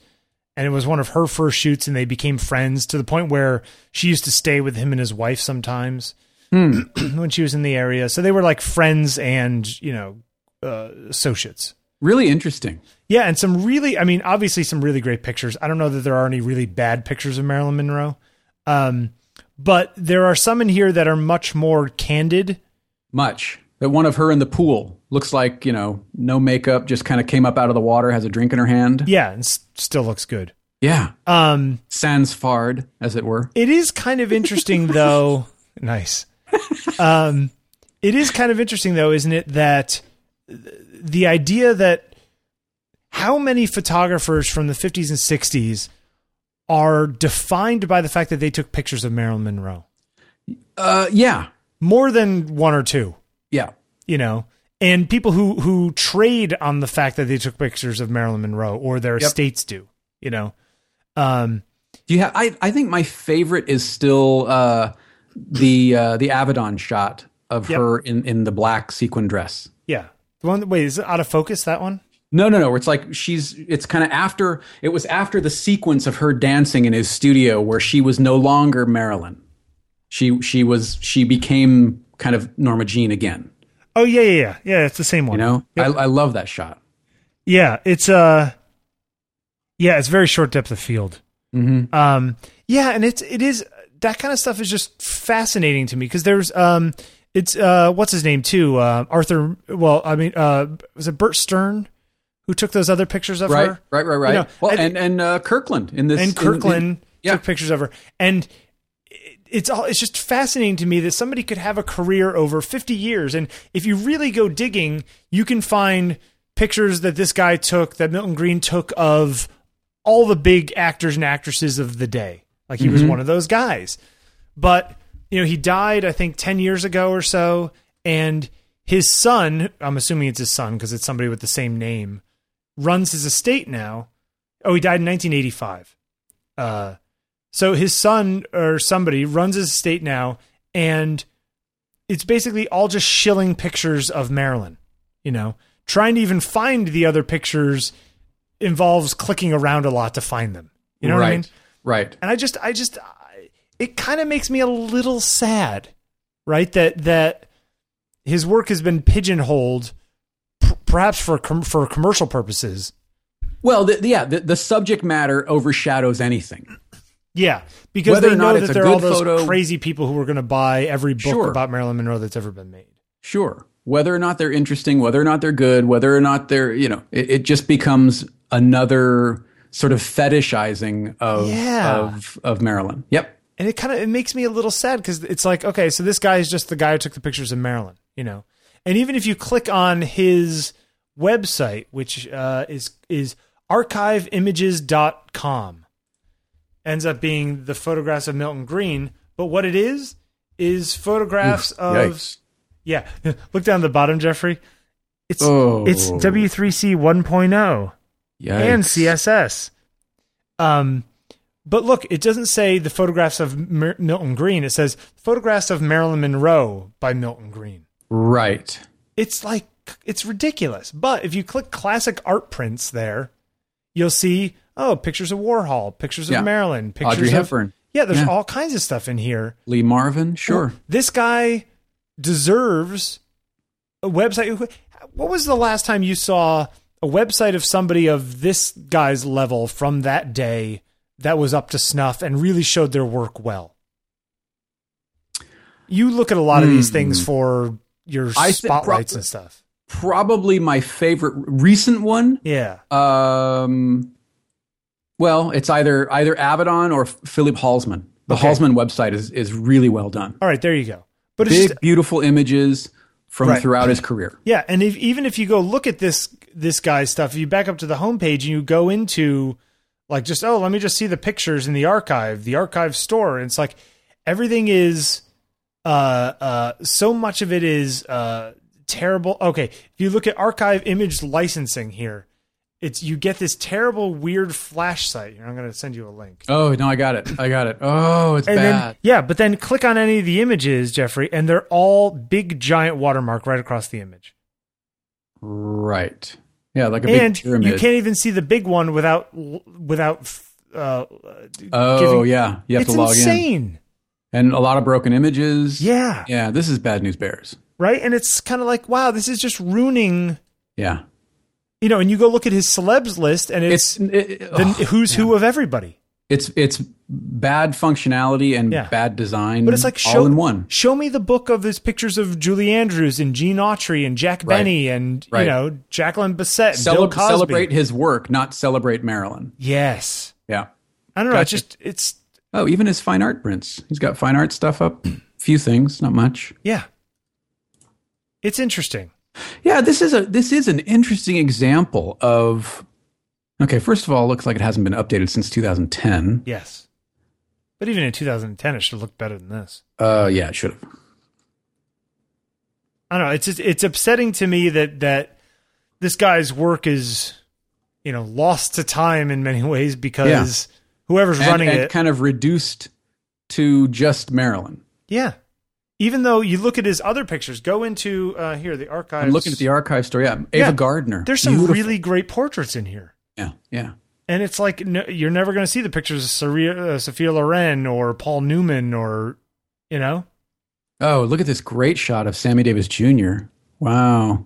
[SPEAKER 1] and it was one of her first shoots and they became friends to the point where she used to stay with him and his wife sometimes
[SPEAKER 2] Hmm.
[SPEAKER 1] when she was in the area. So they were like friends and, you know, uh, associates.
[SPEAKER 2] Really interesting.
[SPEAKER 1] Yeah, and some really, I mean, obviously some really great pictures. I don't know that there are any really bad pictures of Marilyn Monroe. Um, but there are some in here that are much more candid
[SPEAKER 2] much. That one of her in the pool looks like you know no makeup, just kind of came up out of the water, has a drink in her hand.
[SPEAKER 1] Yeah, and s- still looks good.
[SPEAKER 2] Yeah,
[SPEAKER 1] Um,
[SPEAKER 2] sans fard, as it were.
[SPEAKER 1] it is kind of interesting though. Nice. Um, it is kind of interesting though, isn't it, that the idea that how many photographers from the 50s and 60s are defined by the fact that they took pictures of Marilyn Monroe?
[SPEAKER 2] Uh, yeah,
[SPEAKER 1] More than one or two,
[SPEAKER 2] yeah,
[SPEAKER 1] you know. And people who who trade on the fact that they took pictures of Marilyn Monroe or their estates do, you know. Um
[SPEAKER 2] Do you have? I I think my favorite is still uh, the uh, the Avedon shot of
[SPEAKER 1] Yep.
[SPEAKER 2] her in in the black sequin dress.
[SPEAKER 1] Yeah. The one wait, is it out of focus that one?
[SPEAKER 2] No, no, no. It's like she's. It's kind of after. It was after the sequence of her dancing in his studio, where she was no longer Marilyn. She she was she became kind of Norma Jean again.
[SPEAKER 1] Oh yeah, yeah, yeah. Yeah, it's the same one.
[SPEAKER 2] You know, I, I love that shot.
[SPEAKER 1] Yeah, it's uh Yeah, it's very short depth of field. Mm-hmm. Um yeah, and it's it is that kind of stuff is just fascinating to me because there's um it's uh what's his name too? Uh Arthur well, I mean uh was it Bert Stern who took those other pictures of
[SPEAKER 2] Right,
[SPEAKER 1] her?
[SPEAKER 2] right, right, right.
[SPEAKER 1] You know,
[SPEAKER 2] well,
[SPEAKER 1] I-
[SPEAKER 2] and and uh, Kirkland in this,
[SPEAKER 1] and
[SPEAKER 2] in- in-
[SPEAKER 1] Kirkland
[SPEAKER 2] yeah.
[SPEAKER 1] took pictures of her. And it- it's all it's just fascinating to me that somebody could have a career over 50 years and if you really go digging, you can find pictures that this guy took that Milton Green took of
[SPEAKER 2] Mm-hmm.
[SPEAKER 1] all the big actors and actresses of the day. Like he was one of those guys. But you know, he died, I think, 10 years ago or so. And his son, I'm assuming it's his son because it's somebody with the same name, runs his estate now. Oh, he died in 1985. Uh, so his son or somebody runs his estate now. And it's basically all just shilling pictures of Marilyn, you know, trying to even find the other pictures involves clicking around a lot to find them. You know
[SPEAKER 2] right.
[SPEAKER 1] what I mean?
[SPEAKER 2] Right.
[SPEAKER 1] and I just I just I- it kind of makes me a little sad, right? That that his work has been pigeonholed, p- perhaps for com- for commercial purposes.
[SPEAKER 2] Well, the, the- yeah, the, the subject matter overshadows anything.
[SPEAKER 1] Yeah, because
[SPEAKER 2] Whether
[SPEAKER 1] they
[SPEAKER 2] or not
[SPEAKER 1] know
[SPEAKER 2] it's
[SPEAKER 1] that
[SPEAKER 2] a
[SPEAKER 1] there are all
[SPEAKER 2] good
[SPEAKER 1] those
[SPEAKER 2] photo-
[SPEAKER 1] crazy people who are going to buy every book
[SPEAKER 2] Sure.
[SPEAKER 1] about Marilyn Monroe that's ever been made.
[SPEAKER 2] Sure. Whether or not they're interesting, whether or not they're good, whether or not they're, you know, it, it just becomes another sort of fetishizing of,
[SPEAKER 1] Yeah.
[SPEAKER 2] of, of Marilyn. Yep.
[SPEAKER 1] and it kind of it makes me a little sad because it's like okay so this guy is just the guy who took the pictures in maryland you know and even if you click on his website which uh, is is archiveimages.com ends up being the photographs of milton green but what it is is photographs of
[SPEAKER 2] Yikes.
[SPEAKER 1] yeah look down the bottom jeffrey it's
[SPEAKER 2] Oh.
[SPEAKER 1] it's w3c 1.0
[SPEAKER 2] Yikes.
[SPEAKER 1] and CSS. Um, but look, it doesn't say the photographs of Mer- Milton Green. It says photographs of Marilyn Monroe by Milton Green.
[SPEAKER 2] Right.
[SPEAKER 1] It's like it's ridiculous. But if you click classic art prints there, you'll see oh pictures of Warhol, pictures
[SPEAKER 2] Yeah.
[SPEAKER 1] of Marilyn, pictures
[SPEAKER 2] Audrey
[SPEAKER 1] of
[SPEAKER 2] Hepburn.
[SPEAKER 1] Yeah, there's
[SPEAKER 2] Yeah.
[SPEAKER 1] all kinds of stuff in here.
[SPEAKER 2] Lee Marvin. Sure.
[SPEAKER 1] This guy deserves a website. What was the last time you saw a website of somebody of this guy's level from that day that was up to snuff and really showed their work well? You look at a lot of these things for your
[SPEAKER 2] Hmm. I thi- prob-
[SPEAKER 1] spotlights and stuff.
[SPEAKER 2] Probably my favorite recent one
[SPEAKER 1] Yeah.
[SPEAKER 2] Um, well, it's either either Abaddon or Philip Halsman. The
[SPEAKER 1] Okay.
[SPEAKER 2] Halsman website is is really well done.
[SPEAKER 1] All right, there you go. But it's
[SPEAKER 2] Big,
[SPEAKER 1] just,
[SPEAKER 2] beautiful images from
[SPEAKER 1] Right.
[SPEAKER 2] throughout his career.
[SPEAKER 1] yeah, and if, even if you go look at this this guy's stuff, if you back up to the homepage and you go into like just oh let me just see the pictures in the archive the archive store and it's like everything is uh uh so much of it is uh terrible okay if you look at archive image licensing here it's you get this terrible weird flash site i'm going to send you a link
[SPEAKER 2] Oh no, I got it. I got it. Oh, it's
[SPEAKER 1] and
[SPEAKER 2] bad.
[SPEAKER 1] then yeah but then click on any of the images jeffrey and they're all big giant watermark right across the image
[SPEAKER 2] right. Yeah, like a
[SPEAKER 1] and
[SPEAKER 2] big pyramid.
[SPEAKER 1] you can't even see the big one without without uh
[SPEAKER 2] oh
[SPEAKER 1] giving-
[SPEAKER 2] yeah, you have
[SPEAKER 1] it's
[SPEAKER 2] to log
[SPEAKER 1] insane
[SPEAKER 2] in, and a lot of broken images.
[SPEAKER 1] yeah
[SPEAKER 2] yeah. This is bad news bears.
[SPEAKER 1] right? And it's kind of like, wow, this is just ruining,
[SPEAKER 2] Yeah,
[SPEAKER 1] you know. And you go look at his celebs list, and it's,
[SPEAKER 2] it's it- it-
[SPEAKER 1] the
[SPEAKER 2] ugh.
[SPEAKER 1] who's who of everybody.
[SPEAKER 2] it's it's bad functionality and
[SPEAKER 1] Yeah.
[SPEAKER 2] bad design.
[SPEAKER 1] But it's like
[SPEAKER 2] Mm-hmm. all
[SPEAKER 1] show
[SPEAKER 2] in one.
[SPEAKER 1] Show me the book of his pictures of Julie Andrews and Gene Autry and Jack
[SPEAKER 2] Right.
[SPEAKER 1] Benny and
[SPEAKER 2] Right.
[SPEAKER 1] you know Jacqueline Bissett, and Bill
[SPEAKER 2] Celeb-
[SPEAKER 1] Cosby.
[SPEAKER 2] celebrate his work, not celebrate Marilyn.
[SPEAKER 1] Yes,
[SPEAKER 2] Yeah.
[SPEAKER 1] I don't know. It's
[SPEAKER 2] Gotcha.
[SPEAKER 1] just it's
[SPEAKER 2] Oh, even his fine art prints. He's got fine art stuff up. Few things, not much.
[SPEAKER 1] yeah, it's interesting.
[SPEAKER 2] Yeah, this is a this is an interesting example of. Okay, first of all, it looks like it hasn't been updated since 2010.
[SPEAKER 1] Yes, but even in 2010, it should look better than this.
[SPEAKER 2] Uh, yeah, it should have.
[SPEAKER 1] I don't know. It's just, it's upsetting to me that that this guy's work is, you know, lost to time in many ways because whoever's
[SPEAKER 2] And,
[SPEAKER 1] running
[SPEAKER 2] and
[SPEAKER 1] it,
[SPEAKER 2] kind of reduced to just Marilyn.
[SPEAKER 1] yeah. Even though you look at his other pictures, go into uh, here the archives.
[SPEAKER 2] I'm looking at the archive story. Yeah, Ava
[SPEAKER 1] Yeah,
[SPEAKER 2] Gardner.
[SPEAKER 1] There's some
[SPEAKER 2] Beautiful.
[SPEAKER 1] really great portraits in here,
[SPEAKER 2] yeah, yeah,
[SPEAKER 1] and it's like no, you're never going to see the pictures of Saria, uh, Sophia Loren or Paul Newman or, you know,
[SPEAKER 2] Oh, look at this great shot of Sammy Davis Jr. Wow.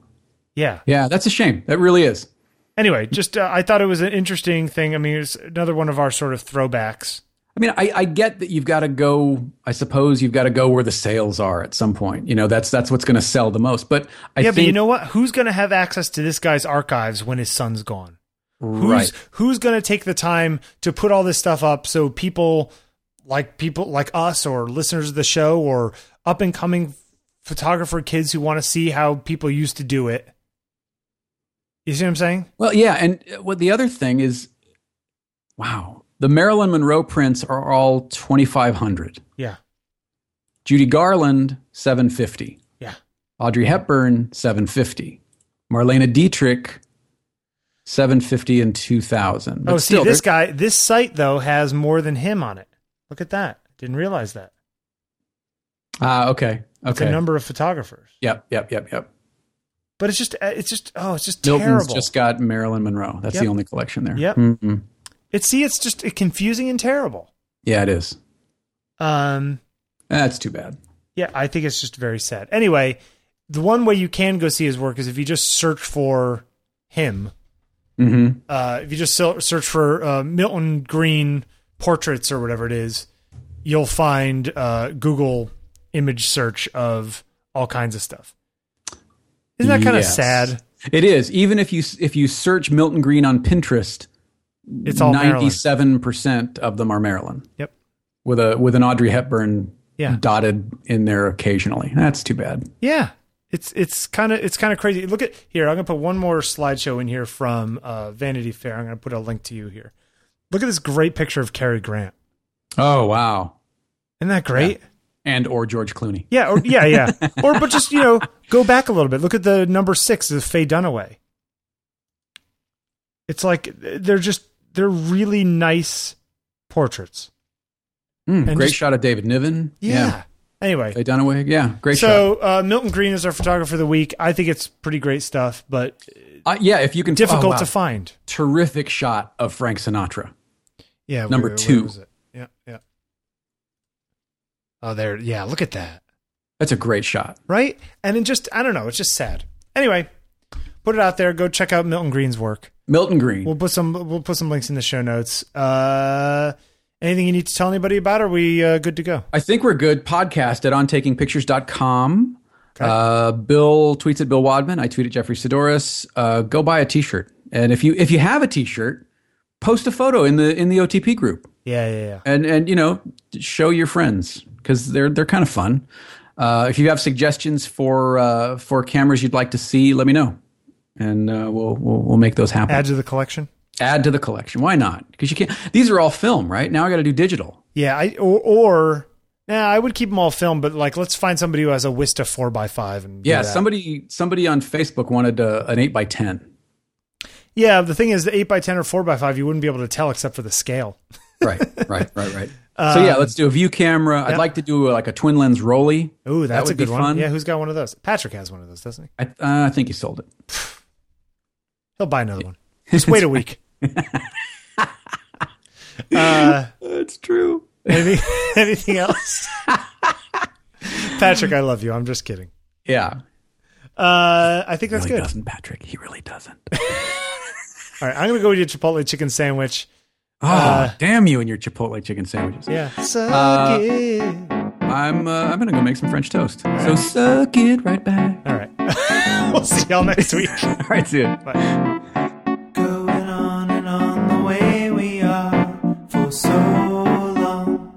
[SPEAKER 1] yeah.
[SPEAKER 2] Yeah, that's a shame. That really is.
[SPEAKER 1] Anyway, just uh, I thought it was an interesting thing. I mean, it's another one of our sort of throwbacks.
[SPEAKER 2] I mean, I, I get that you've got to go. I suppose you've got to go where the sales are at some point. You know, that's that's what's going to sell the most. But I
[SPEAKER 1] yeah,
[SPEAKER 2] think,
[SPEAKER 1] but you know what? Who's going to have access to this guy's archives when his son's gone? Who's
[SPEAKER 2] right?
[SPEAKER 1] who's going to take the time to put all this stuff up so people like people like us or listeners of the show or up and coming photographer kids who want to see how people used to do it? You see what I'm saying?
[SPEAKER 2] Well, yeah, and uh, what the other thing is, wow, the Marilyn Monroe prints are all twenty five hundred.
[SPEAKER 1] Yeah.
[SPEAKER 2] Judy Garland, 750.
[SPEAKER 1] Yeah.
[SPEAKER 2] Audrey Hepburn, 750. Marlena Dietrich, 750 and 2000. But
[SPEAKER 1] Oh, see,
[SPEAKER 2] still,
[SPEAKER 1] this
[SPEAKER 2] they're-
[SPEAKER 1] guy, this site though has more than him on it. Look at that. Didn't realize that.
[SPEAKER 2] Ah, okay.
[SPEAKER 1] It's a
[SPEAKER 2] Okay.
[SPEAKER 1] number of photographers.
[SPEAKER 2] Yep, yep, yep, yep.
[SPEAKER 1] But it's just, it's just, oh, it's just
[SPEAKER 2] Milton's
[SPEAKER 1] terrible.
[SPEAKER 2] just got Marilyn Monroe. That's
[SPEAKER 1] Yep.
[SPEAKER 2] the only collection there.
[SPEAKER 1] Yep.
[SPEAKER 2] Mhm.
[SPEAKER 1] It's see, it's just uh, confusing and terrible.
[SPEAKER 2] Yeah, it is.
[SPEAKER 1] Um,
[SPEAKER 2] That's too bad.
[SPEAKER 1] yeah, I think it's just very sad. Anyway, the one way you can go see his work is if you just search for him.
[SPEAKER 2] hmm
[SPEAKER 1] Uh, if you just se- search for uh, Milton Green portraits or whatever it is, you'll find uh, Google image search of all kinds of stuff. Isn't that kind
[SPEAKER 2] Yes.
[SPEAKER 1] of sad?
[SPEAKER 2] It is. Even if you if you search Milton Green on Pinterest,
[SPEAKER 1] It's all Maryland.
[SPEAKER 2] ninety-seven percent of them are Maryland.
[SPEAKER 1] Yep.
[SPEAKER 2] With a with an Audrey Hepburn
[SPEAKER 1] Yeah.
[SPEAKER 2] dotted in there occasionally. That's too bad.
[SPEAKER 1] Yeah. It's it's kind of it's kind of crazy. Look at here. I'm gonna put one more slideshow in here from uh, Vanity Fair. I'm gonna put a link to you here. Look at this great picture of Cary Grant.
[SPEAKER 2] Oh wow.
[SPEAKER 1] Isn't that great?
[SPEAKER 2] And or George Clooney.
[SPEAKER 1] Yeah, or, yeah, yeah. or but just you know go back a little bit. Look at the number six of Faye Dunaway. It's like they're just they're really nice portraits.
[SPEAKER 2] Mm,
[SPEAKER 1] And
[SPEAKER 2] great
[SPEAKER 1] just-
[SPEAKER 2] shot of David Niven.
[SPEAKER 1] Anyway,
[SPEAKER 2] Faye Dunaway. Yeah. Great shot.
[SPEAKER 1] so uh, Milton Green is our photographer of the week. I think it's pretty great stuff, but
[SPEAKER 2] Uh, yeah. If you can.
[SPEAKER 1] difficult
[SPEAKER 2] oh, wow.
[SPEAKER 1] to find.
[SPEAKER 2] Terrific shot of Frank Sinatra.
[SPEAKER 1] Yeah,
[SPEAKER 2] Number
[SPEAKER 1] where- where
[SPEAKER 2] two.
[SPEAKER 1] was it? Yeah, yeah. Oh, there. Yeah, look at that.
[SPEAKER 2] That's a great shot.
[SPEAKER 1] Right, and it just I don't know. It's just sad. Anyway, put it out there. Go check out Milton Green's work.
[SPEAKER 2] Milton Green.
[SPEAKER 1] We'll put some we'll put some links in the show notes. Uh, anything you need to tell anybody about? Are we uh, good to go?
[SPEAKER 2] I think we're good. Podcast at ontakingpictures.com.
[SPEAKER 1] Okay.
[SPEAKER 2] Uh, Bill tweets at Bill Wadman. I tweet at Jeffrey Sidoris. Uh, go buy a T-shirt, and if you if you have a T-shirt, post a photo in the in the OTP group,
[SPEAKER 1] Yeah, yeah, yeah.
[SPEAKER 2] and and you know show your friends because they're they're kind of fun. Uh, if you have suggestions for uh, for cameras you'd like to see, let me know, and uh, we'll, we'll we'll make those happen.
[SPEAKER 1] Add
[SPEAKER 2] Add,
[SPEAKER 1] to the collection.
[SPEAKER 2] to the collection. Why not? Because you can't. These are all film, right? Now I got to do digital.
[SPEAKER 1] Yeah, I or, or nah, I would keep them all filmed, but like let's find somebody who has a Wista four x five and do
[SPEAKER 2] Yeah,
[SPEAKER 1] that.
[SPEAKER 2] somebody somebody on Facebook wanted uh, an eight by ten.
[SPEAKER 1] Yeah, the thing is, the eight x ten or four x five, you wouldn't be able to tell except for the scale.
[SPEAKER 2] right, right, right, right.
[SPEAKER 1] Uh,
[SPEAKER 2] so yeah, let's do a view camera. I'd like to do uh like a twin lens rolly.
[SPEAKER 1] Ooh, that's
[SPEAKER 2] would
[SPEAKER 1] a good
[SPEAKER 2] be
[SPEAKER 1] one.
[SPEAKER 2] fun.
[SPEAKER 1] Yeah, who's got one of those? Patrick has one of those, doesn't he?
[SPEAKER 2] I, uh, I think he sold it.
[SPEAKER 1] He'll buy another one. Just wait a week. uh,
[SPEAKER 2] That's true.
[SPEAKER 1] anything, anything else? Patrick, I love you. I'm just kidding.
[SPEAKER 2] Yeah,
[SPEAKER 1] Uh, I think that's
[SPEAKER 2] really
[SPEAKER 1] good. Uh,
[SPEAKER 2] doesn't Patrick? He really doesn't.
[SPEAKER 1] All right, I'm gonna go with your Chipotle chicken sandwich.
[SPEAKER 2] Ah, damn you and your Chipotle chicken sandwiches.
[SPEAKER 1] Yeah, suck
[SPEAKER 2] Uh,
[SPEAKER 1] it.
[SPEAKER 2] I'm uh, I'm gonna go make some French toast. So suck it right back.
[SPEAKER 1] All right, we'll see y'all next week.
[SPEAKER 2] All right, see ya.
[SPEAKER 1] Bye.
[SPEAKER 4] Going on and on the way we are for so long.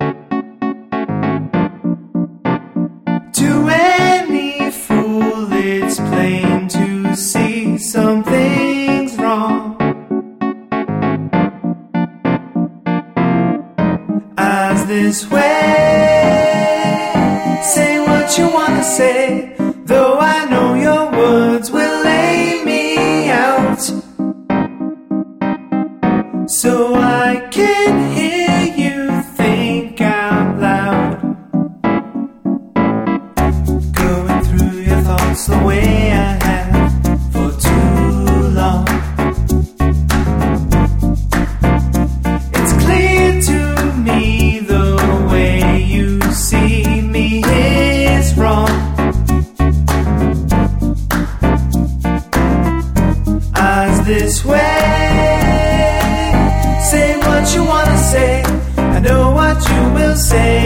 [SPEAKER 4] To any fool, it's plain to see something's wrong. Eyes this way, say what you wanna say, though I know your words will lay me out so I can hear you think out loud. Going through your thoughts the way I have for too long. It's clear to me the way you see me is wrong. eyes this way. Say what you wanna say. I know what you will say